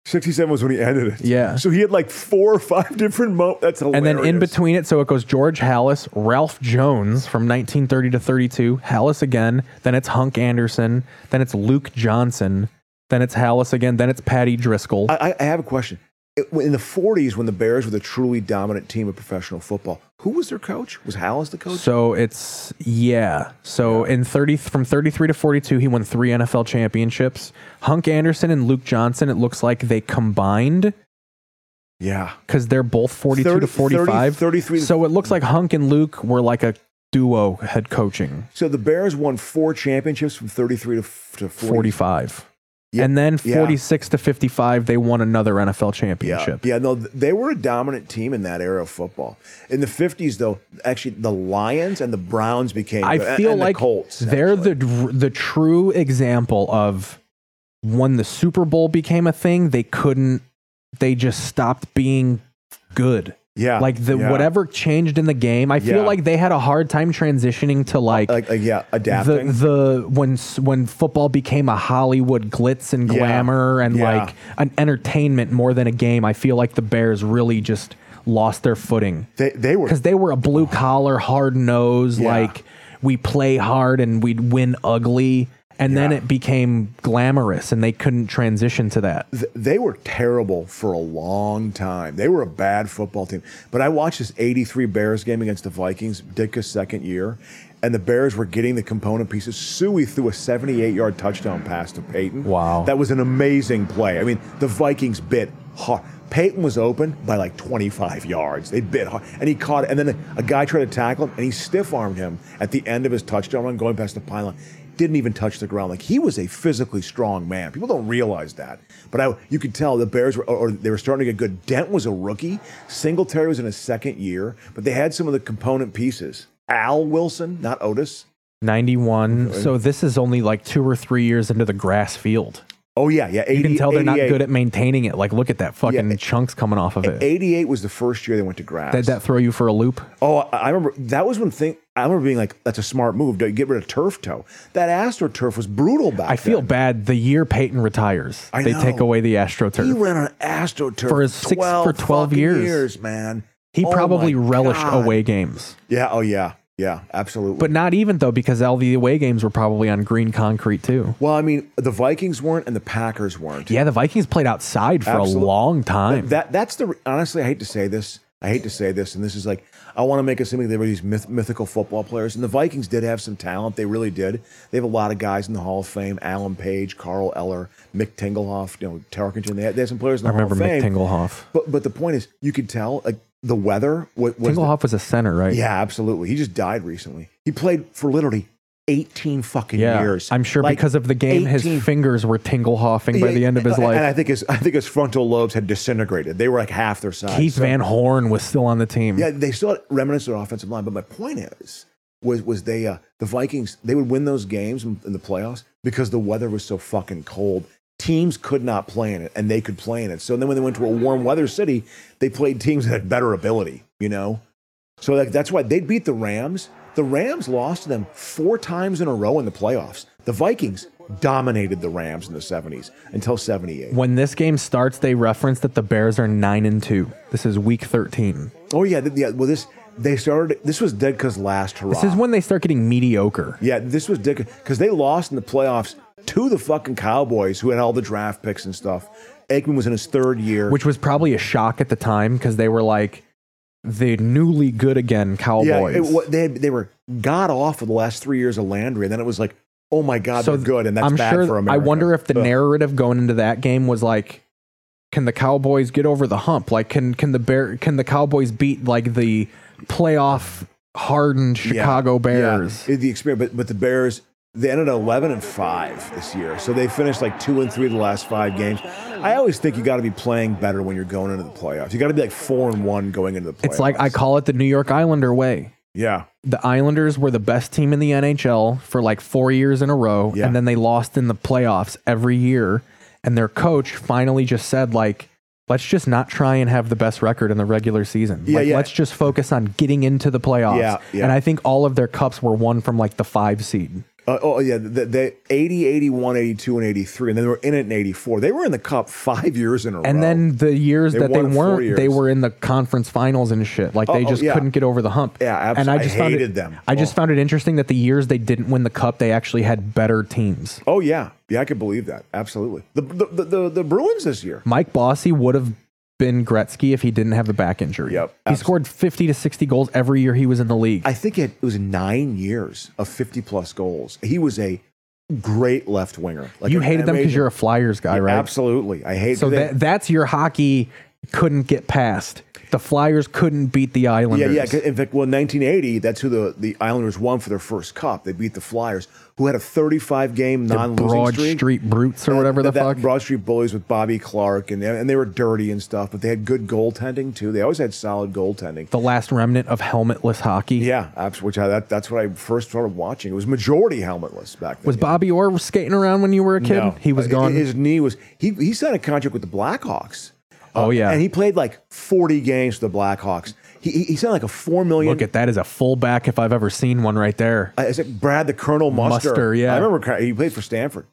S1: 67 was when he ended it.
S4: Yeah.
S1: So he had like four or five different mo. That's hilarious.
S4: And then in between it, so it goes George Hallis, Ralph Jones from 1930 to 32, Hallis again, then it's Hunk Anderson, then it's Luke Johnson, then it's Hallis again, then it's Patty Driscoll.
S1: I, I have a question. It- in the 40s, when the Bears were the truly dominant team of professional football, who was their coach? Was Hallis the coach?
S4: So it's yeah. So in thirty from thirty three to forty two, he won three NFL championships. Hunk Anderson and Luke Johnson. It looks like they combined.
S1: Yeah,
S4: because they're both forty two
S1: 30
S4: to forty five.
S1: 33
S4: So it looks like Hunk and Luke were like a duo head coaching.
S1: So the Bears won four championships from 33 to, f- to 40.
S4: Forty five. and then
S1: yeah.
S4: 46 to 55 they won another nfl championship
S1: Yeah, no, th- they were a dominant team in that era of football. In the 50s, though, actually, the Lions and the Browns became.
S4: i
S1: and-
S4: feel
S1: and the
S4: like
S1: Colts.
S4: they're the the true example of when the super bowl became a thing they couldn't they just stopped being good
S1: Yeah,
S4: like the
S1: yeah.
S4: whatever changed in the game i feel
S1: Yeah.
S4: like they had a hard time transitioning to like
S1: Like, uh, yeah, adapting.
S4: the the when s- when football became a Hollywood glitz and
S1: Yeah.
S4: glamour and
S1: Yeah.
S4: like an entertainment more than a game, I feel like the Bears really just lost their footing.
S1: They they were
S4: because they were a blue collar, hard nose
S1: Yeah.
S4: like we play hard and we'd win ugly, and then it became glamorous and they couldn't transition to that.
S1: th- they were terrible for a long time. They were a bad football team. But I watched this 83 Bears game against the Vikings, Ditka's second year, and the Bears were getting the component pieces. Suey threw a 78 yard touchdown pass to Peyton. Wow. That was an amazing play. I mean, the Vikings bit hard. Peyton was open by like 25 yards. They bit hard. And he caught it. And then a guy tried to tackle him, and he stiff armed him at the end of his touchdown run going past the pylon didn't even touch the ground. Like he was a physically strong man. People don't realize that, but I, you could tell the Bears were, or, or they were starting to get good. Dent was a rookie. Singletary was in his second year, but they had some of the component pieces. Al Wilson, not Otis.
S4: 91.
S1: Okay.
S4: So this is only like two or three years into the grass field.
S1: Oh yeah, yeah. 80,
S4: you can tell they're not
S1: 88.
S4: good at maintaining it. Like, look at that fucking chunks coming off of it.
S1: Eighty-eight was the first year they went to grass.
S4: Did that throw you for a loop?
S1: Oh, I I remember that was one thing. I remember being like, "That's a smart move. Don't Get rid of turf toe." That astroturf was brutal back.
S4: I feel bad. The year Peyton retires,
S1: Ah, I
S4: they
S1: know.
S4: take away the AstroTurf.
S1: He ran on astroturf
S4: For his six- for 12
S1: fucking
S4: years.
S1: man.
S4: He
S1: Oh my
S4: probably relished
S1: God.
S4: away games,
S1: Yeah. Oh yeah. Yeah. Absolutely.
S4: but not even though because all the away games were probably on green concrete too.
S1: Well, I mean, the Vikings weren't and the Packers weren't.
S4: Yeah, the Vikings played outside for
S1: Absolute-
S4: a long time.
S1: Th- That, that's the honestly, I hate to say this. I hate to say this, and this is like I want to make it seem like they were these myth, mythical football players, and the Vikings did have some talent. They really did. They have a lot of guys in the Hall of Fame: Alan Page, Carl Eller, Mick Tinglehoff, you know, Tarkenton. They had, they had some players in
S4: I
S1: the Hall
S4: remember
S1: of Fame.
S4: Mick Tinglehoff.
S1: But but the point is, you could tell like the weather. What was the-
S4: Tinglehoff was a center, right?
S1: yeah, absolutely. He just died recently. He played for literally eighteen fucking
S4: Yeah,
S1: years.
S4: I'm sure
S1: Like,
S4: because of the game,
S1: 18
S4: his fingers were tingle hoffing by
S1: Yeah,
S4: the end of his
S1: and-
S4: life.
S1: And I think his I think his frontal lobes had disintegrated. They were like half their size.
S4: Keith
S1: So-
S4: Van Horn was still on the team.
S1: Yeah, they still had remnants of their offensive line. But my point is, was was they uh, the Vikings? They would win those games in in the playoffs because the weather was so fucking cold. Teams could not play in it, and they could play in it. So then, when they went to a warm weather city, they played teams that had better ability. You know, so like that's why they beat the Rams. The Rams lost to them four times in a row in the playoffs. The Vikings dominated the Rams in the '70s until '78.
S4: When this game starts, they reference that the Bears are nine and two. This is week thirteen.
S1: Oh yeah, th- yeah. Well, this they started. This was Dedka's last hurrah.
S4: This is when they start getting mediocre.
S1: Yeah, this was Dick because they lost in the playoffs to the fucking Cowboys, who had all the draft picks and stuff. Aikman was in his third year.
S4: which was probably a shock at the time because they were like the newly good again Cowboys.
S1: yeah, it, wa- they had, they were god off for the last three years of Landry, and then it was like, oh my god, they're good, and that's
S4: I'm
S1: bad
S4: sure.
S1: for
S4: I
S1: America.
S4: wonder if the
S1: Ugh.
S4: narrative going into that game was like, can the Cowboys get over the hump? Like, can can the bear can the Cowboys beat like the playoff hardened
S1: Yeah,
S4: Chicago
S1: yeah,
S4: Bears?
S1: it- the experience, but but the Bears they ended at 11 and five this year, so they finished like two and three the last five games. I always think you got to be playing better when you're going into the playoffs. You got to be like four and one going into the playoffs.
S4: It's like I call it the New York Islander way.
S1: yeah.
S4: The Islanders were the best team in the NHL for like four years in a row,
S1: Yeah.
S4: and then they lost in the playoffs every year. And their coach finally just said, like, let's just not try and have the best record in the regular season.
S1: Yeah,
S4: like,
S1: yeah.
S4: let's just focus on getting into the playoffs.
S1: Yeah, yeah.
S4: And I think all of their cups were won from like the five seed.
S1: Uh, oh yeah, the, the 80, 81, 82, and 83, and then they were in it in 84. They were in the cup five years in a row.
S4: And then the years
S1: Oh, They
S4: that they
S1: won in four
S4: weren't, they
S1: years.
S4: were in the conference finals and shit. Like
S1: Oh,
S4: they
S1: oh,
S4: just
S1: yeah.
S4: couldn't get over the hump.
S1: Yeah, abso-
S4: And I
S1: I
S4: just found
S1: hated
S4: it,
S1: them. Oh.
S4: I just found it interesting that the years they didn't win the cup, they actually had better teams.
S1: Oh yeah, yeah, I could believe that. Absolutely. The the the, the, the Bruins this year.
S4: Mike Bossy would have been Gretzky if he didn't have the back injury. Yep. He scored 50 to 60 goals every year he was in the league.
S1: I think it, it was nine years of 50 plus goals. He was a great left winger.
S4: you hated them because you're a Flyers guy, right?
S1: Absolutely, I hate
S4: So
S1: they-
S4: that, that's your hockey couldn't get past. The Flyers couldn't beat the Islanders.
S1: Yeah, yeah. 'cause In fact, well, in 1980, that's who the, the Islanders won for their first cup. They beat the Flyers, who had a 35 game non losing
S4: Broad
S1: streak.
S4: Street Brutes or whatever the
S1: that
S4: fuck.
S1: Broad Street Bullies with Bobby Clark, and they, and they were dirty and stuff, but they had good goaltending too. They always had solid goaltending.
S4: The last remnant of helmetless hockey.
S1: Yeah, abs- which I, that, that's what I first started watching. It was majority helmetless back then.
S4: Was Bobby Orr skating around when you were a kid?
S1: No.
S4: He was
S1: Uh,
S4: gone.
S1: His knee was. He he signed a contract with the Blackhawks. Uh,
S4: Oh, yeah.
S1: and he played like forty games for the Blackhawks. He he, he signed like a four million.
S4: Look at that as a fullback if I've ever seen one right there.
S1: Uh, is it Brad the Colonel Muster?
S4: Muster, yeah.
S1: I remember cra- he played for Stanford.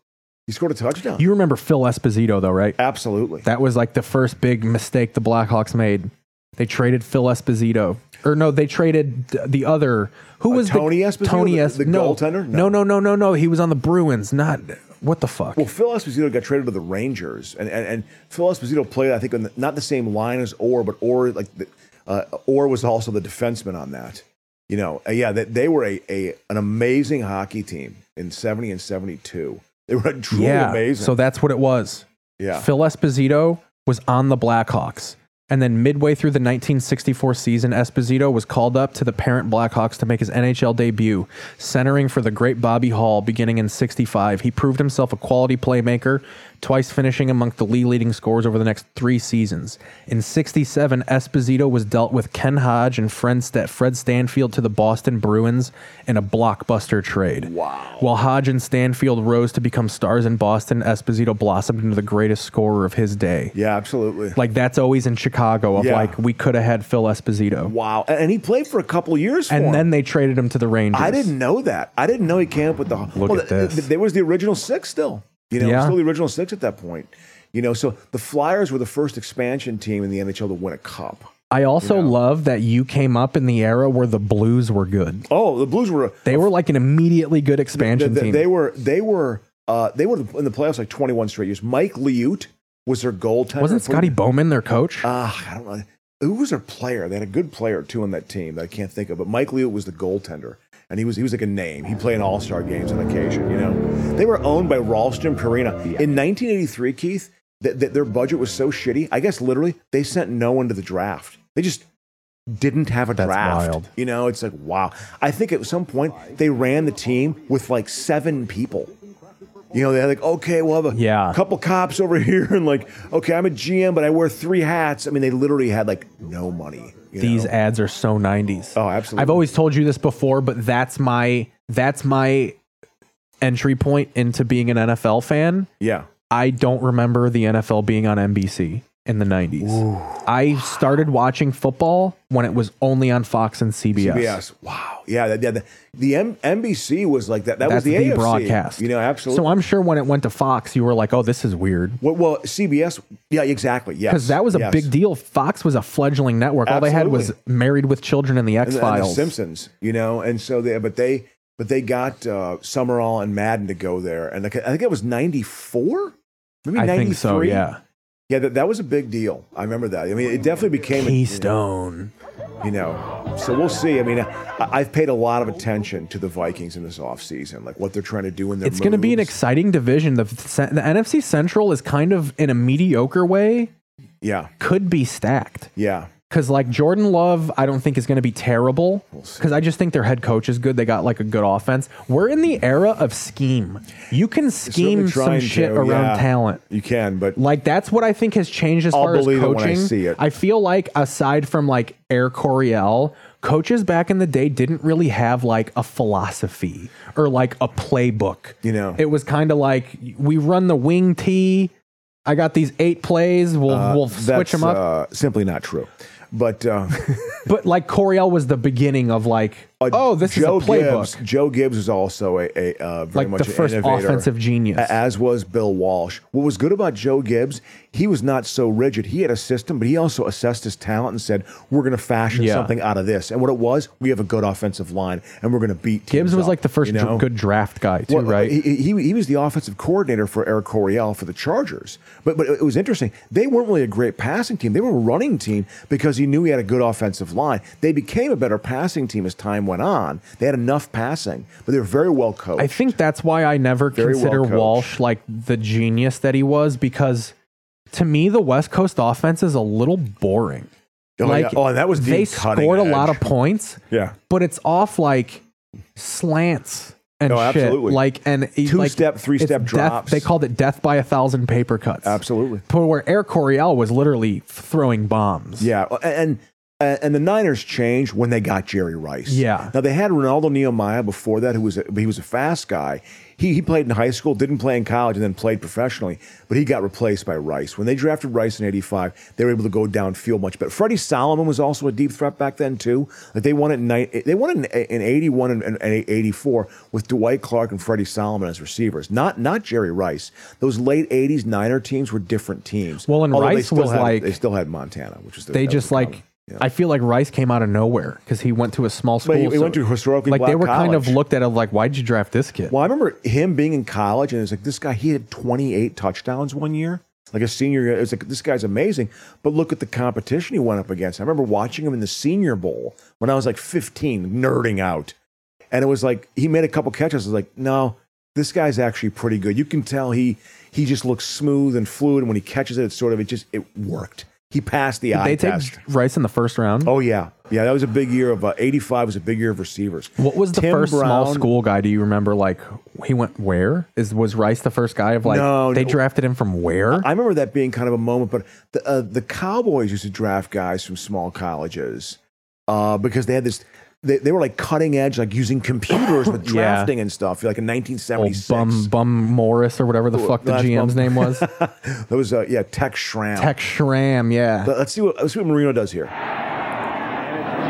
S1: He scored a touchdown.
S4: You remember Phil Esposito though, right?
S1: Absolutely.
S4: That was like the first big mistake the Blackhawks made. They traded Phil Esposito. Or no, they traded th- the other who was
S1: Uh, Tony
S4: the,
S1: Esposito,
S4: Tony
S1: the-
S4: Es-
S1: the
S4: no,
S1: goaltender?
S4: No. no, no, no, no, He was on the Bruins, not what the fuck.
S1: Well, Phil Esposito got traded to the Rangers, and and, and Phil Esposito played, I think, on the, not the same line as Orr, but Orr like the, uh, Orr was also the defenseman on that. You know, uh, yeah, they, they were a, a an amazing hockey team in seventy and seventy two. They were truly
S4: yeah.
S1: amazing.
S4: So that's what it was.
S1: Yeah.
S4: Phil Esposito was on the Blackhawks. And then midway through the 1964 season, Esposito was called up to the parent Blackhawks to make his NHL debut, centering for the great Bobby Hall beginning in 65. He proved himself a quality playmaker, twice finishing among the league leading scorers over the next three seasons. In 67, Esposito was dealt with Ken Hodge and friend Sta- Fred Stanfield to the Boston Bruins in a blockbuster trade. Wow. While Hodge and Stanfield rose to become stars in Boston, Esposito blossomed into the greatest scorer of his day.
S1: yeah, absolutely.
S4: Like that's always in Chicago of
S1: Yeah.
S4: like we could have had Phil Esposito.
S1: Wow. And, and he played for a couple years. for
S4: And
S1: 'em.
S4: then they traded him to the Rangers.
S1: I didn't know that. I didn't know he came up with the. Look
S4: at this.
S1: there was the original six still. You know,
S4: Yeah.
S1: still the original six at that point. You know, so the Flyers were the first expansion team in the NHL to win a cup.
S4: I also love that you came up in the era where the Blues were good.
S1: Oh, the Blues were
S4: They were like an immediately good expansion
S1: they,
S4: team.
S1: they were they were uh, they were in the playoffs like 21 straight years. Mike Liute was their goaltender.
S4: Wasn't
S1: for-
S4: Scotty Bowman their coach?
S1: Ah, I don't know. Who was their player? They had a good player too on that team that I can't think of. But Mike Leal was the goaltender, and he was he was like a name. He played in All Star games on occasion. You know, they were owned by Ralston Purina in 1983. Keith, that that their budget was so shitty. I guess literally they sent no one to the draft. They just didn't have a draft.
S4: wild.
S1: You know, it's like wow. I think at some point they ran the team with like seven people. You know, they're like, okay, we'll have a
S4: Yeah.
S1: couple cops over here, and like, okay, I'm a GM, but I wear three hats. I mean, they literally had like no money. you
S4: These
S1: know?
S4: ads are so 90s.
S1: Oh, absolutely.
S4: I've always told you this before, but that's my that's my entry point into being an NFL fan.
S1: Yeah.
S4: I don't remember the NFL being on NBC in the 90s. I started watching football when it was only on Fox and CBS.
S1: CBS. Wow. Yeah. That, yeah, the the M- NBC was like that. That was
S4: That's
S1: the,
S4: the,
S1: AFC.
S4: broadcast.
S1: You know, absolutely.
S4: So I'm sure when it went to Fox, you were like, "Oh, this is weird."
S1: well, well, CBS. Yeah, exactly. Yes.
S4: Because that was a
S1: yes.
S4: big deal. Fox was a fledgling network. All they had was Married with Children and The
S1: And
S4: X
S1: the- and the
S4: Files.
S1: Simpsons, you know, and so they, but they, but they got uh, Summerall and Madden to go there, and like, I think it was '94, maybe
S4: I
S1: '93.
S4: think so, yeah.
S1: yeah, that, that was a big deal. I remember that. I mean, it definitely became
S4: Keystone.
S1: you know, so we'll see. I mean, I, I've paid a lot of attention to the Vikings in this offseason, like what they're trying to do in their.
S4: It's going to be an
S1: moves.
S4: exciting division. The, the NFC Central is kind of in a mediocre way
S1: yeah,
S4: could be stacked.
S1: yeah.
S4: Because like Jordan Love, I don't think is going to be terrible. Because I just think their head coach is good. They got like a good offense. We're in the era of scheme. You can scheme
S1: Certainly
S4: some
S1: trying
S4: shit
S1: to,
S4: around
S1: yeah.
S4: talent.
S1: You can, but
S4: Like that's what I think has changed as
S1: I'll
S4: far as
S1: believe it
S4: coaching.
S1: when I see it.
S4: I feel like aside from like Air Coryell, coaches back in the day didn't really have like a philosophy or like a playbook.
S1: You know,
S4: it was kind of like we run the wing T. I got these eight plays. We'll
S1: uh,
S4: we'll switch
S1: that's,
S4: them up.
S1: Uh, simply not true, but uh,
S4: but like Coryell was the beginning of like oh, this
S1: Joe
S4: is a playbook.
S1: Gibbs, Joe Gibbs was also a, a uh, very
S4: Like
S1: much
S4: the
S1: an
S4: first
S1: innovator,
S4: offensive genius.
S1: a- as was Bill Walsh. What was good about Joe Gibbs, he was not so rigid. He had a system, but he also assessed his talent and said, "We're going to fashion
S4: Yeah.
S1: something out of this." And what it was, we have a good offensive line, and we're going to beat.
S4: Gibbs
S1: teams
S4: was
S1: up,
S4: like the first
S1: you know?
S4: dr- good draft guy too,
S1: Well, uh,
S4: right?
S1: He, he, he was the offensive coordinator for Eric Coryell for the Chargers. But but it was interesting. They weren't really a great passing team. They were a running team because he knew he had a good offensive line. They became a better passing team as time went on. They had enough passing, but they were very well coached.
S4: I think that's why I never
S1: Very well
S4: consider
S1: coached.
S4: Walsh like the genius that he was because to me the West Coast offense is a little boring.
S1: Oh,
S4: like
S1: yeah. Oh, and that was the
S4: they
S1: cutting
S4: scored a lot
S1: edge.
S4: of points.
S1: Yeah.
S4: but it's off like slants and
S1: Oh,
S4: shit.
S1: absolutely.
S4: Like and it- like,
S1: Two-step, three-step
S4: it's death-
S1: drops.
S4: They called it death by a thousand paper cuts.
S1: Absolutely.
S4: But where Air Coryell was literally throwing bombs.
S1: Yeah, and and, and the Niners changed when they got Jerry Rice.
S4: Yeah.
S1: Now they had Ronaldo Nehemiah before that, who was a, he was a fast guy. He he played in high school, didn't play in college, and then played professionally. But he got replaced by Rice when they drafted Rice in '85. They were able to go downfield much. But Freddie Solomon was also a deep threat back then too. Like they won it in ni- they won it in '81 and, and, and '84 with Dwight Clark and Freddie Solomon as receivers. Not not Jerry Rice. Those late '80s Niner teams were different teams.
S4: Well, and
S1: Although they
S4: Rice
S1: still
S4: was
S1: had-
S4: like-
S1: they still had Montana, which was the,
S4: they
S1: that was
S4: just
S1: the
S4: like I feel like Rice came out of nowhere because he went to a small school.
S1: But he- he went to a historically
S4: like they
S1: black
S4: were kind of
S1: college.
S4: looked at it like, why'd you draft this kid?
S1: Well, I remember him being in college, and it's like this guy. He had 28 touchdowns one year, like a senior. year. It was like this guy's amazing. But look at the competition he went up against. I remember watching him in the Senior Bowl when I was like 15, nerding out, and it was like he made a couple catches. I was like, no, this guy's actually pretty good. You can tell he he just looks smooth and fluid, and when he catches it, it's sort of it just it worked. He passed the
S4: Did
S1: eye
S4: they take
S1: test.
S4: Rice in the first round?
S1: Oh yeah, yeah. That was a big year of uh, '85. Was a big year of receivers.
S4: What was the
S1: Tim
S4: first small
S1: Brown-
S4: school guy? Do you remember? Like he went where? Is was Rice the first guy of like
S1: No,
S4: they
S1: no.
S4: drafted him from where?
S1: I remember that being kind of a moment, but the, uh, the Cowboys used to draft guys from small colleges uh, because they had this. They, they were like cutting edge, like using computers with
S4: Yeah. Oh,
S1: drafting and stuff, like in 1976.
S4: Bum Bum Morris or whatever the
S1: Who-
S4: fuck the
S1: that's
S4: GM's
S1: Bum-
S4: name was.
S1: that was uh, yeah, Tech Schramm.
S4: Tech Schramm, yeah.
S1: Let- Let's see what let's see what Marino does here.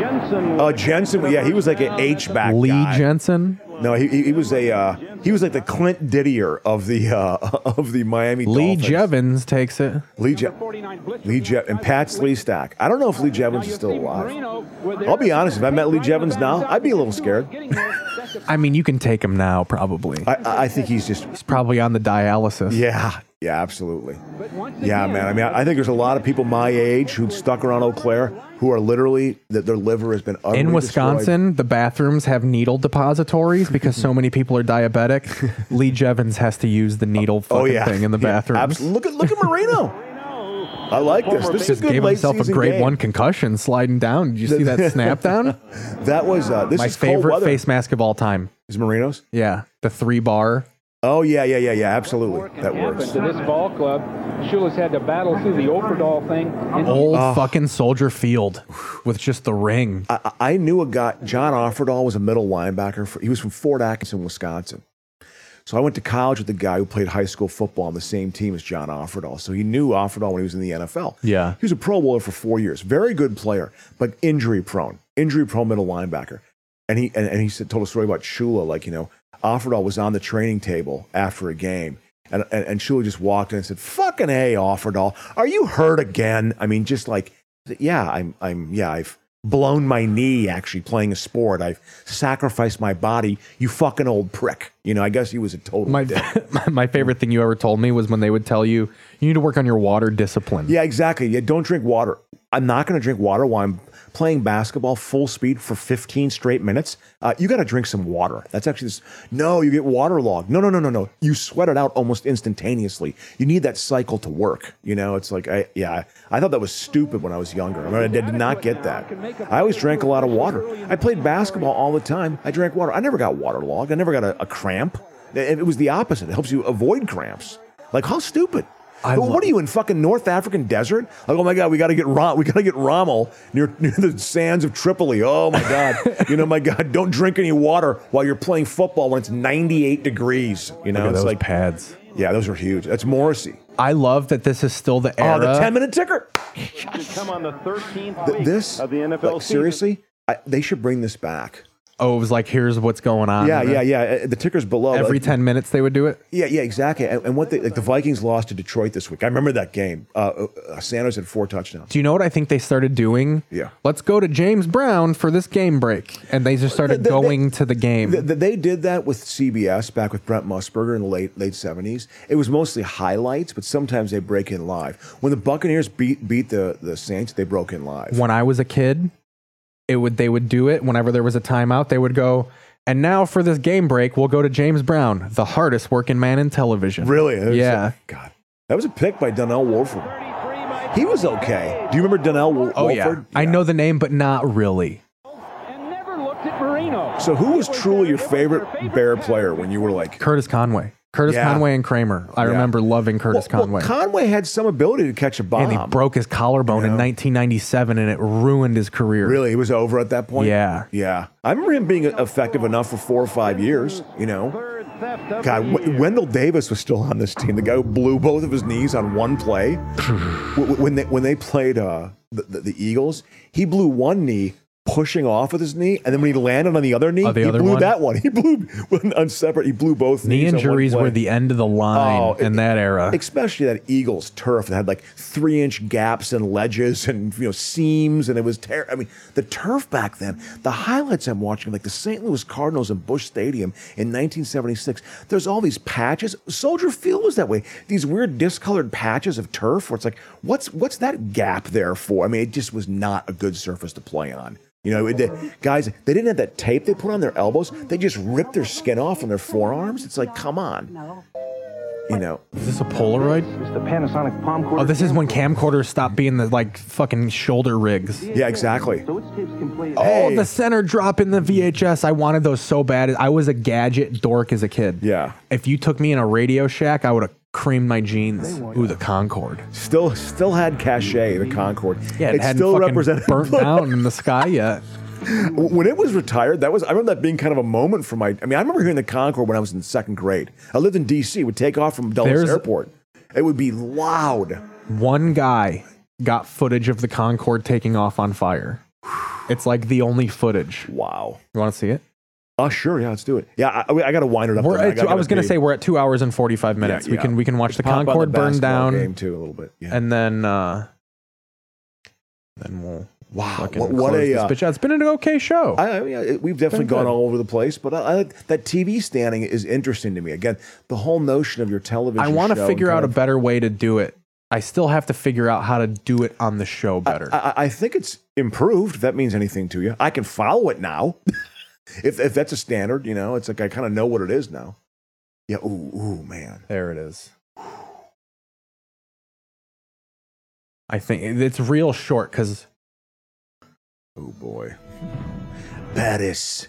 S18: Jensen.
S1: Oh, Jensen. Yeah, he was like an H back.
S4: Lee Jensen.
S1: No, he, he he was a uh, he was like the Clint Didier of the uh, of the Miami
S4: Lee
S1: Dolphins.
S4: Jevons takes it.
S1: Lee Je- Lee Je- and Pat Sleestack. I don't know if Lee Jevons is still alive. I'll be honest, if I met Lee Jevons now, I'd be a little scared.
S4: I mean, you can take him now, probably.
S1: I, I think he's just
S4: he's probably on the dialysis.
S1: Yeah, yeah, absolutely. Yeah, man. I mean, I I think there's a lot of people my age who stuck around Eau Claire who are literally that their liver has been utterly
S4: In
S1: destroyed.
S4: Wisconsin, the bathrooms have needle depositories because so many people are diabetic. Lee Jevins has to use the needle fucking
S1: Oh yeah,
S4: thing in the
S1: Yeah,
S4: bathroom.
S1: abs- look at look at Moreno. I like this. This is
S4: Just
S1: a good
S4: gave
S1: late
S4: himself a
S1: season
S4: grade
S1: game.
S4: one concussion sliding down. Did you see that snap down?
S1: That was uh, this
S4: My
S1: is cold
S4: favorite
S1: weather.
S4: face mask of all time.
S1: Is Marino's?
S4: Yeah, the three bar.
S1: Oh yeah, yeah, yeah, yeah. Absolutely, that
S17: Happened
S1: works.
S17: to this ball club. Shula's had to battle through the Oberdahl thing. and-
S4: Old
S1: Oh.
S4: fucking Soldier Field with just the ring.
S1: I, I I knew a guy, John Offerdahl was a middle linebacker. For, he was from Fort Atkinson, Wisconsin. So I went to college with a guy who played high school football on the same team as John Offerdahl. So he knew Offerdahl when he was in the NFL.
S4: Yeah.
S1: He was a Pro Bowler for four years. Very good player, but injury prone, injury prone middle linebacker. And he, and, and he said, told a story about Shula. Like, you know, Offerdahl was on the training table after a game. And, and, and Shula just walked in and said, fucking hey, Offerdahl, are you hurt again? I mean, just like, yeah, I'm, I'm, yeah, I've blown my knee actually playing a sport. I've sacrificed my body. You fucking old prick. You know, I guess he was a total
S4: My,
S1: dick.
S4: my my favorite thing you ever told me was when they would tell you you need to work on your water discipline.
S1: Yeah, exactly. Yeah, don't drink water. I'm not going to drink water while I'm playing basketball full speed for 15 straight minutes. Uh, you got to drink some water. That's actually this. No, you get waterlogged. No, no, no, no, no. You sweat it out almost instantaneously. You need that cycle to work. You know, it's like I yeah. I thought that was stupid when I was younger. I, mean, I did not get that. I always drank a lot of water. I played basketball all the time. I drank water. I never got waterlogged. I never got a, a cramp. It it was the opposite. It helps you avoid cramps. Like how stupid.
S4: I
S1: Well,
S4: lo-
S1: what are you in fucking North African desert? Like, oh my god, we got to get Rom- we got to get Rommel near, near the sands of Tripoli. Oh my god, you know, my god, don't drink any water while you're playing football when it's 98 degrees. You know,
S4: Look at
S1: it's
S4: those
S1: like
S4: pads.
S1: Yeah, those are huge. That's Morrissey.
S4: I love that this is still the era.
S1: Oh, the 10 minute ticker.
S18: Come on the 13th
S1: Th-
S18: week
S1: this
S18: of the NFL season.
S1: like, seriously, I, they should bring this back.
S4: oh, it was like here's what's going on.
S1: Yeah, yeah, yeah. Uh, The ticker's below.
S4: Every
S1: like-
S4: ten minutes they would do it.
S1: Yeah, yeah, exactly. And, and what they, like the Vikings lost to Detroit this week. I remember that game. Uh, uh, uh, Sanders had four touchdowns.
S4: Do you know what I think they started doing?
S1: Yeah.
S4: Let's go to James Brown for this game break, and they just started
S1: They- they-
S4: going to the game.
S1: Th- th- They did that with CBS back with Brent Musburger in the late late seventies. It was mostly highlights, but sometimes they break in live. When the Buccaneers beat beat the, the Saints, they broke in live.
S4: when I was a kid, it would they would do it whenever there was a timeout. They would go, and now for this game break, we'll go to James Brown, the hardest working man in television.
S1: Really? It was
S4: Yeah.
S1: a- God, that was a pick by Donnell Wolford. He was okay. Do you remember Donnell Wolford?
S4: Oh yeah. I know the name, but not really.
S1: So who was truly your favorite Bear player when you were like
S4: Curtis Conway. Curtis
S1: Yeah.
S4: Conway and Kramer. I
S1: Yeah.
S4: remember loving Curtis
S1: Well,
S4: Conway.
S1: Well, Conway had some ability to catch a bomb.
S4: and he broke his collarbone in 1997, and it ruined his career.
S1: Really, he was over at that point.
S4: Yeah.
S1: yeah. I remember him being effective enough for four or five years. You know, God, w- Wendell Davis was still on this team. The guy who blew both of his knees on one play. W- w- when they when they played uh, the, the the Eagles, he blew one knee. Pushing off with his knee, and then when he landed on the other knee,
S4: Oh, the
S1: he
S4: other
S1: blew
S4: one?
S1: that one. He blew on separate. He blew both
S4: Knee
S1: knees on one
S4: injuries
S1: play.
S4: were the end of the line
S1: Oh,
S4: in that era.
S1: especially that Eagles turf that had like three inch gaps and ledges and you know seams and it was terrible. I mean, the turf back then. The highlights I'm watching, like the St. Louis Cardinals in Bush Stadium in 1976. There's all these patches. Soldier Field was that way. These weird discolored patches of turf where it's like, what's what's that gap there for? I mean, it just was not a good surface to play on. You know, it, the, guys, they didn't have that tape they put on their elbows. They just ripped their skin off on their forearms. It's like, come on. You know,
S4: Is this a Polaroid?
S1: the Panasonic palm
S4: Oh, this is when camcorders stopped being the like fucking shoulder rigs.
S1: Yeah, exactly.
S4: Oh,
S1: Hey.
S4: the center drop in the VHS. I wanted those so bad. I was a gadget dork as a kid.
S1: Yeah.
S4: If you took me in a Radio Shack, I would have creamed my jeans. Ooh, the Concorde.
S1: Still, still had cachet. The Concorde.
S4: Yeah, it, hadn't
S1: still
S4: fucking
S1: represented
S4: burnt down in the sky yet.
S1: when it was retired, that was I remember that being kind of a moment for my. I mean, I remember hearing the Concorde when I was in second grade. I lived in D.C. Would take off from Dulles
S4: There's-
S1: Airport. It would be loud.
S4: One guy got footage of the Concorde taking off on fire. It's like the only footage.
S1: Wow.
S4: You want to see it?
S1: Oh, sure. Yeah, let's do it. Yeah, I, got to wind it up.
S4: We're
S1: then.
S4: at-
S1: gotta
S4: I,
S1: get
S4: was
S1: a
S4: gonna
S1: big-
S4: say we're at two hours and forty five minutes.
S1: Yeah,
S4: we
S1: yeah.
S4: can we can watch the
S1: Pop on
S4: Concorde burn
S1: basketball
S4: down.
S1: game too a little bit. Yeah.
S4: and then uh then we'll wow
S1: what- what a, uh,
S4: bitch out. It's been an okay show.
S1: I, I mean, it- we've definitely
S4: Been good.
S1: gone all over the place, but I, I like that TV standing is interesting to me. Again, the whole notion of your television.
S4: I want
S1: show
S4: to figure
S1: kind
S4: out a
S1: of-
S4: better way to do it. I still have to figure out how to do it on the show better.
S1: I, I- I think it's improved. If that means anything to you, I can follow it now. if if that's a standard, you know, it's like I kind of know what it is now. Yeah. Ooh, ooh, man.
S4: there it is. I think it- it's real short because
S1: Oh boy. Paris.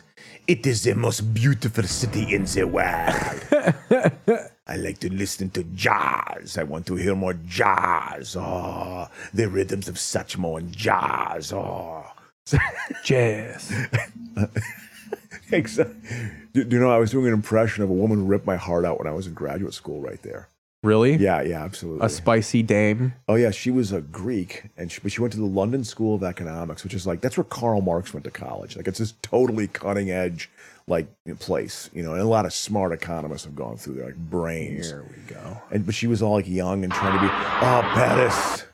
S1: It is the most beautiful city in the world. I like to listen to jazz. I want to hear more jazz. Oh, the rhythms of such more jazz. Oh.
S4: jazz.
S1: Exactly. Do, do you know, I was doing an impression of a woman who ripped my heart out when I was in graduate school right there.
S4: Really?
S1: Yeah, yeah, absolutely.
S4: A spicy dame.
S1: oh, yeah, she was a Greek, and she, but she went to the London School of Economics, which is like, that's where Karl Marx went to college. Like, it's this totally cutting edge, like, place, you know, and a lot of smart economists have gone through there, like brains. Here we go. And, but she was all like young and trying to be, oh, Paris,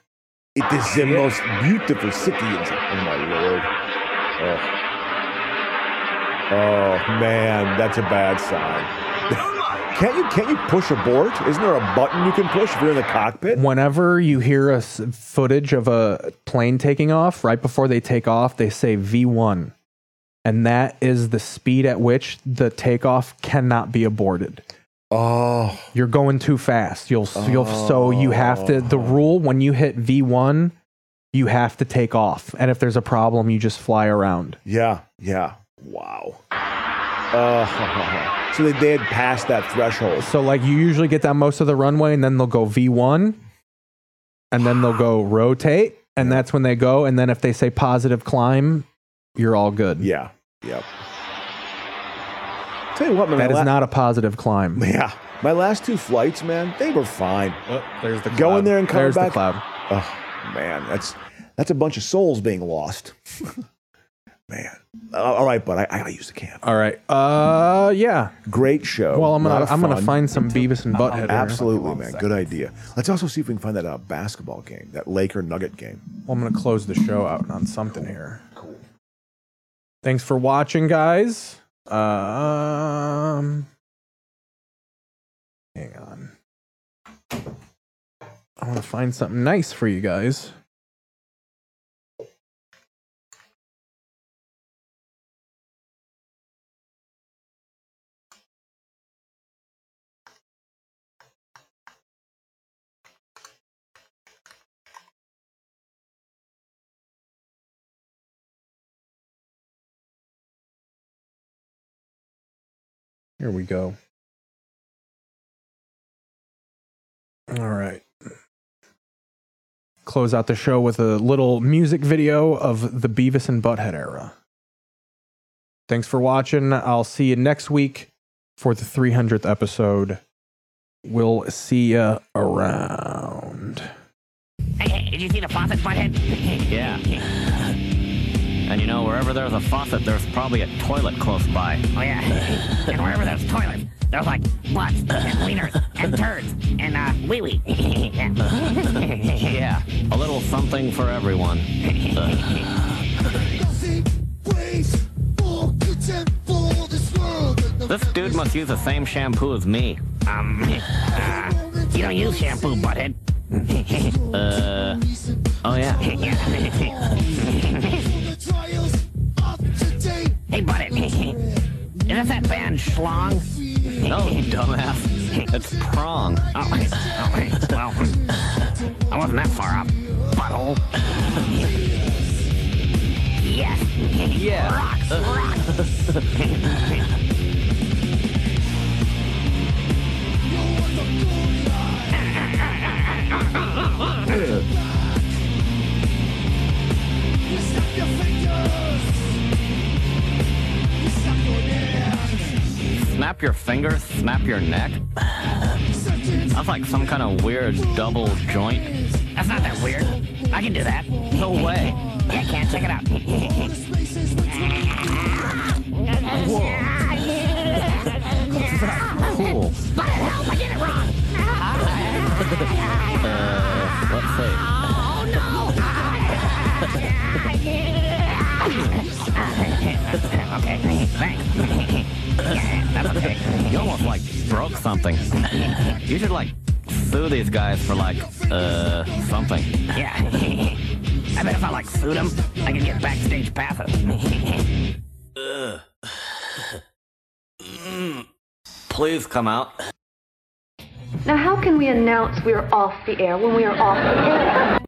S1: it is the most beautiful city. in the-" Oh, my Lord. Oh. Oh man, that's a bad sign. can't you can't you push abort? Isn't there a button you can push if you're in the cockpit?
S4: Whenever you hear a s- footage of a plane taking off, right before they take off, they say V1. And that is the speed at which the takeoff cannot be aborted.
S1: Oh,
S4: You're going too fast. You'll, s you'll so you have to the rule when you hit V1, you have to take off. And if there's a problem, you just fly around.
S1: Yeah, yeah. Wow. Uh, so they, they had passed that threshold.
S4: So like you usually get down most of the runway and then they'll go V1 and then they'll go rotate and that's when they go and then if they say positive climb, you're all good.
S1: Yeah. Yep. Tell you what, man.
S4: That
S1: my
S4: is
S1: la-
S4: not a positive climb.
S1: Yeah, my last two flights, man, they were fine.
S4: Oh, there's the
S1: Going there and coming
S4: There's the
S1: back.
S4: cloud.
S1: Oh man, that's that's a bunch of souls being lost. man. All right, but I, I gotta use the can.
S4: All right. Uh, yeah.
S1: Great show.
S4: Well, I'm
S1: Lot
S4: gonna
S1: of
S4: I'm gonna
S1: Oh, fun.
S4: find some Beavis and Butthead.
S1: Absolutely, man. Good idea. Let's also see if we can find that uh, basketball game, that Laker Nugget game.
S4: Well, I'm gonna close the show out on something here. Cool. Thanks for watching, guys. Um, hang on. I want to find something nice for you guys. Here we go. All right. Close out the show with a little music video of the Beavis and Butthead era. Thanks for watching. I'll see you next week for the 300th episode. We'll see ya around.
S3: Hey, hey, did you see the faucet, butthead?
S19: Yeah. And you know, wherever there's a faucet, there's probably a toilet close by.
S3: Oh yeah. and wherever there's toilets, there's like butts and wieners and turds and uh wee wee. yeah.
S19: Yeah, a little something for everyone. this dude must use the same shampoo as me.
S3: Um. Uh, you don't use shampoo, butthead.
S19: Uh. Oh, yeah.
S3: hey, butthead. Is that that band Schlong?
S19: No, you dumbass. It's prong.
S3: Oh, oh, well, I wasn't that far up, butthole. Yes. Yeah. Rocks, rocks.
S19: Snap your fingers, snap your neck. That's like some kind of weird double joint.
S3: That's not that weird. I can do that.
S19: No way.
S3: Yeah, I can. Check it out.
S19: Cool.
S3: But help, I did it wrong.
S19: Uh, let's see.
S3: Oh, no. okay, thanks. Yeah, that's okay.
S19: You almost like broke something. You should like sue these guys for like uh something.
S3: Yeah. I bet if I, like, sued him, I can get backstage passes.
S19: Ugh. Mm. Please come out.
S20: Now, how can we announce we're off the air when we are off the air?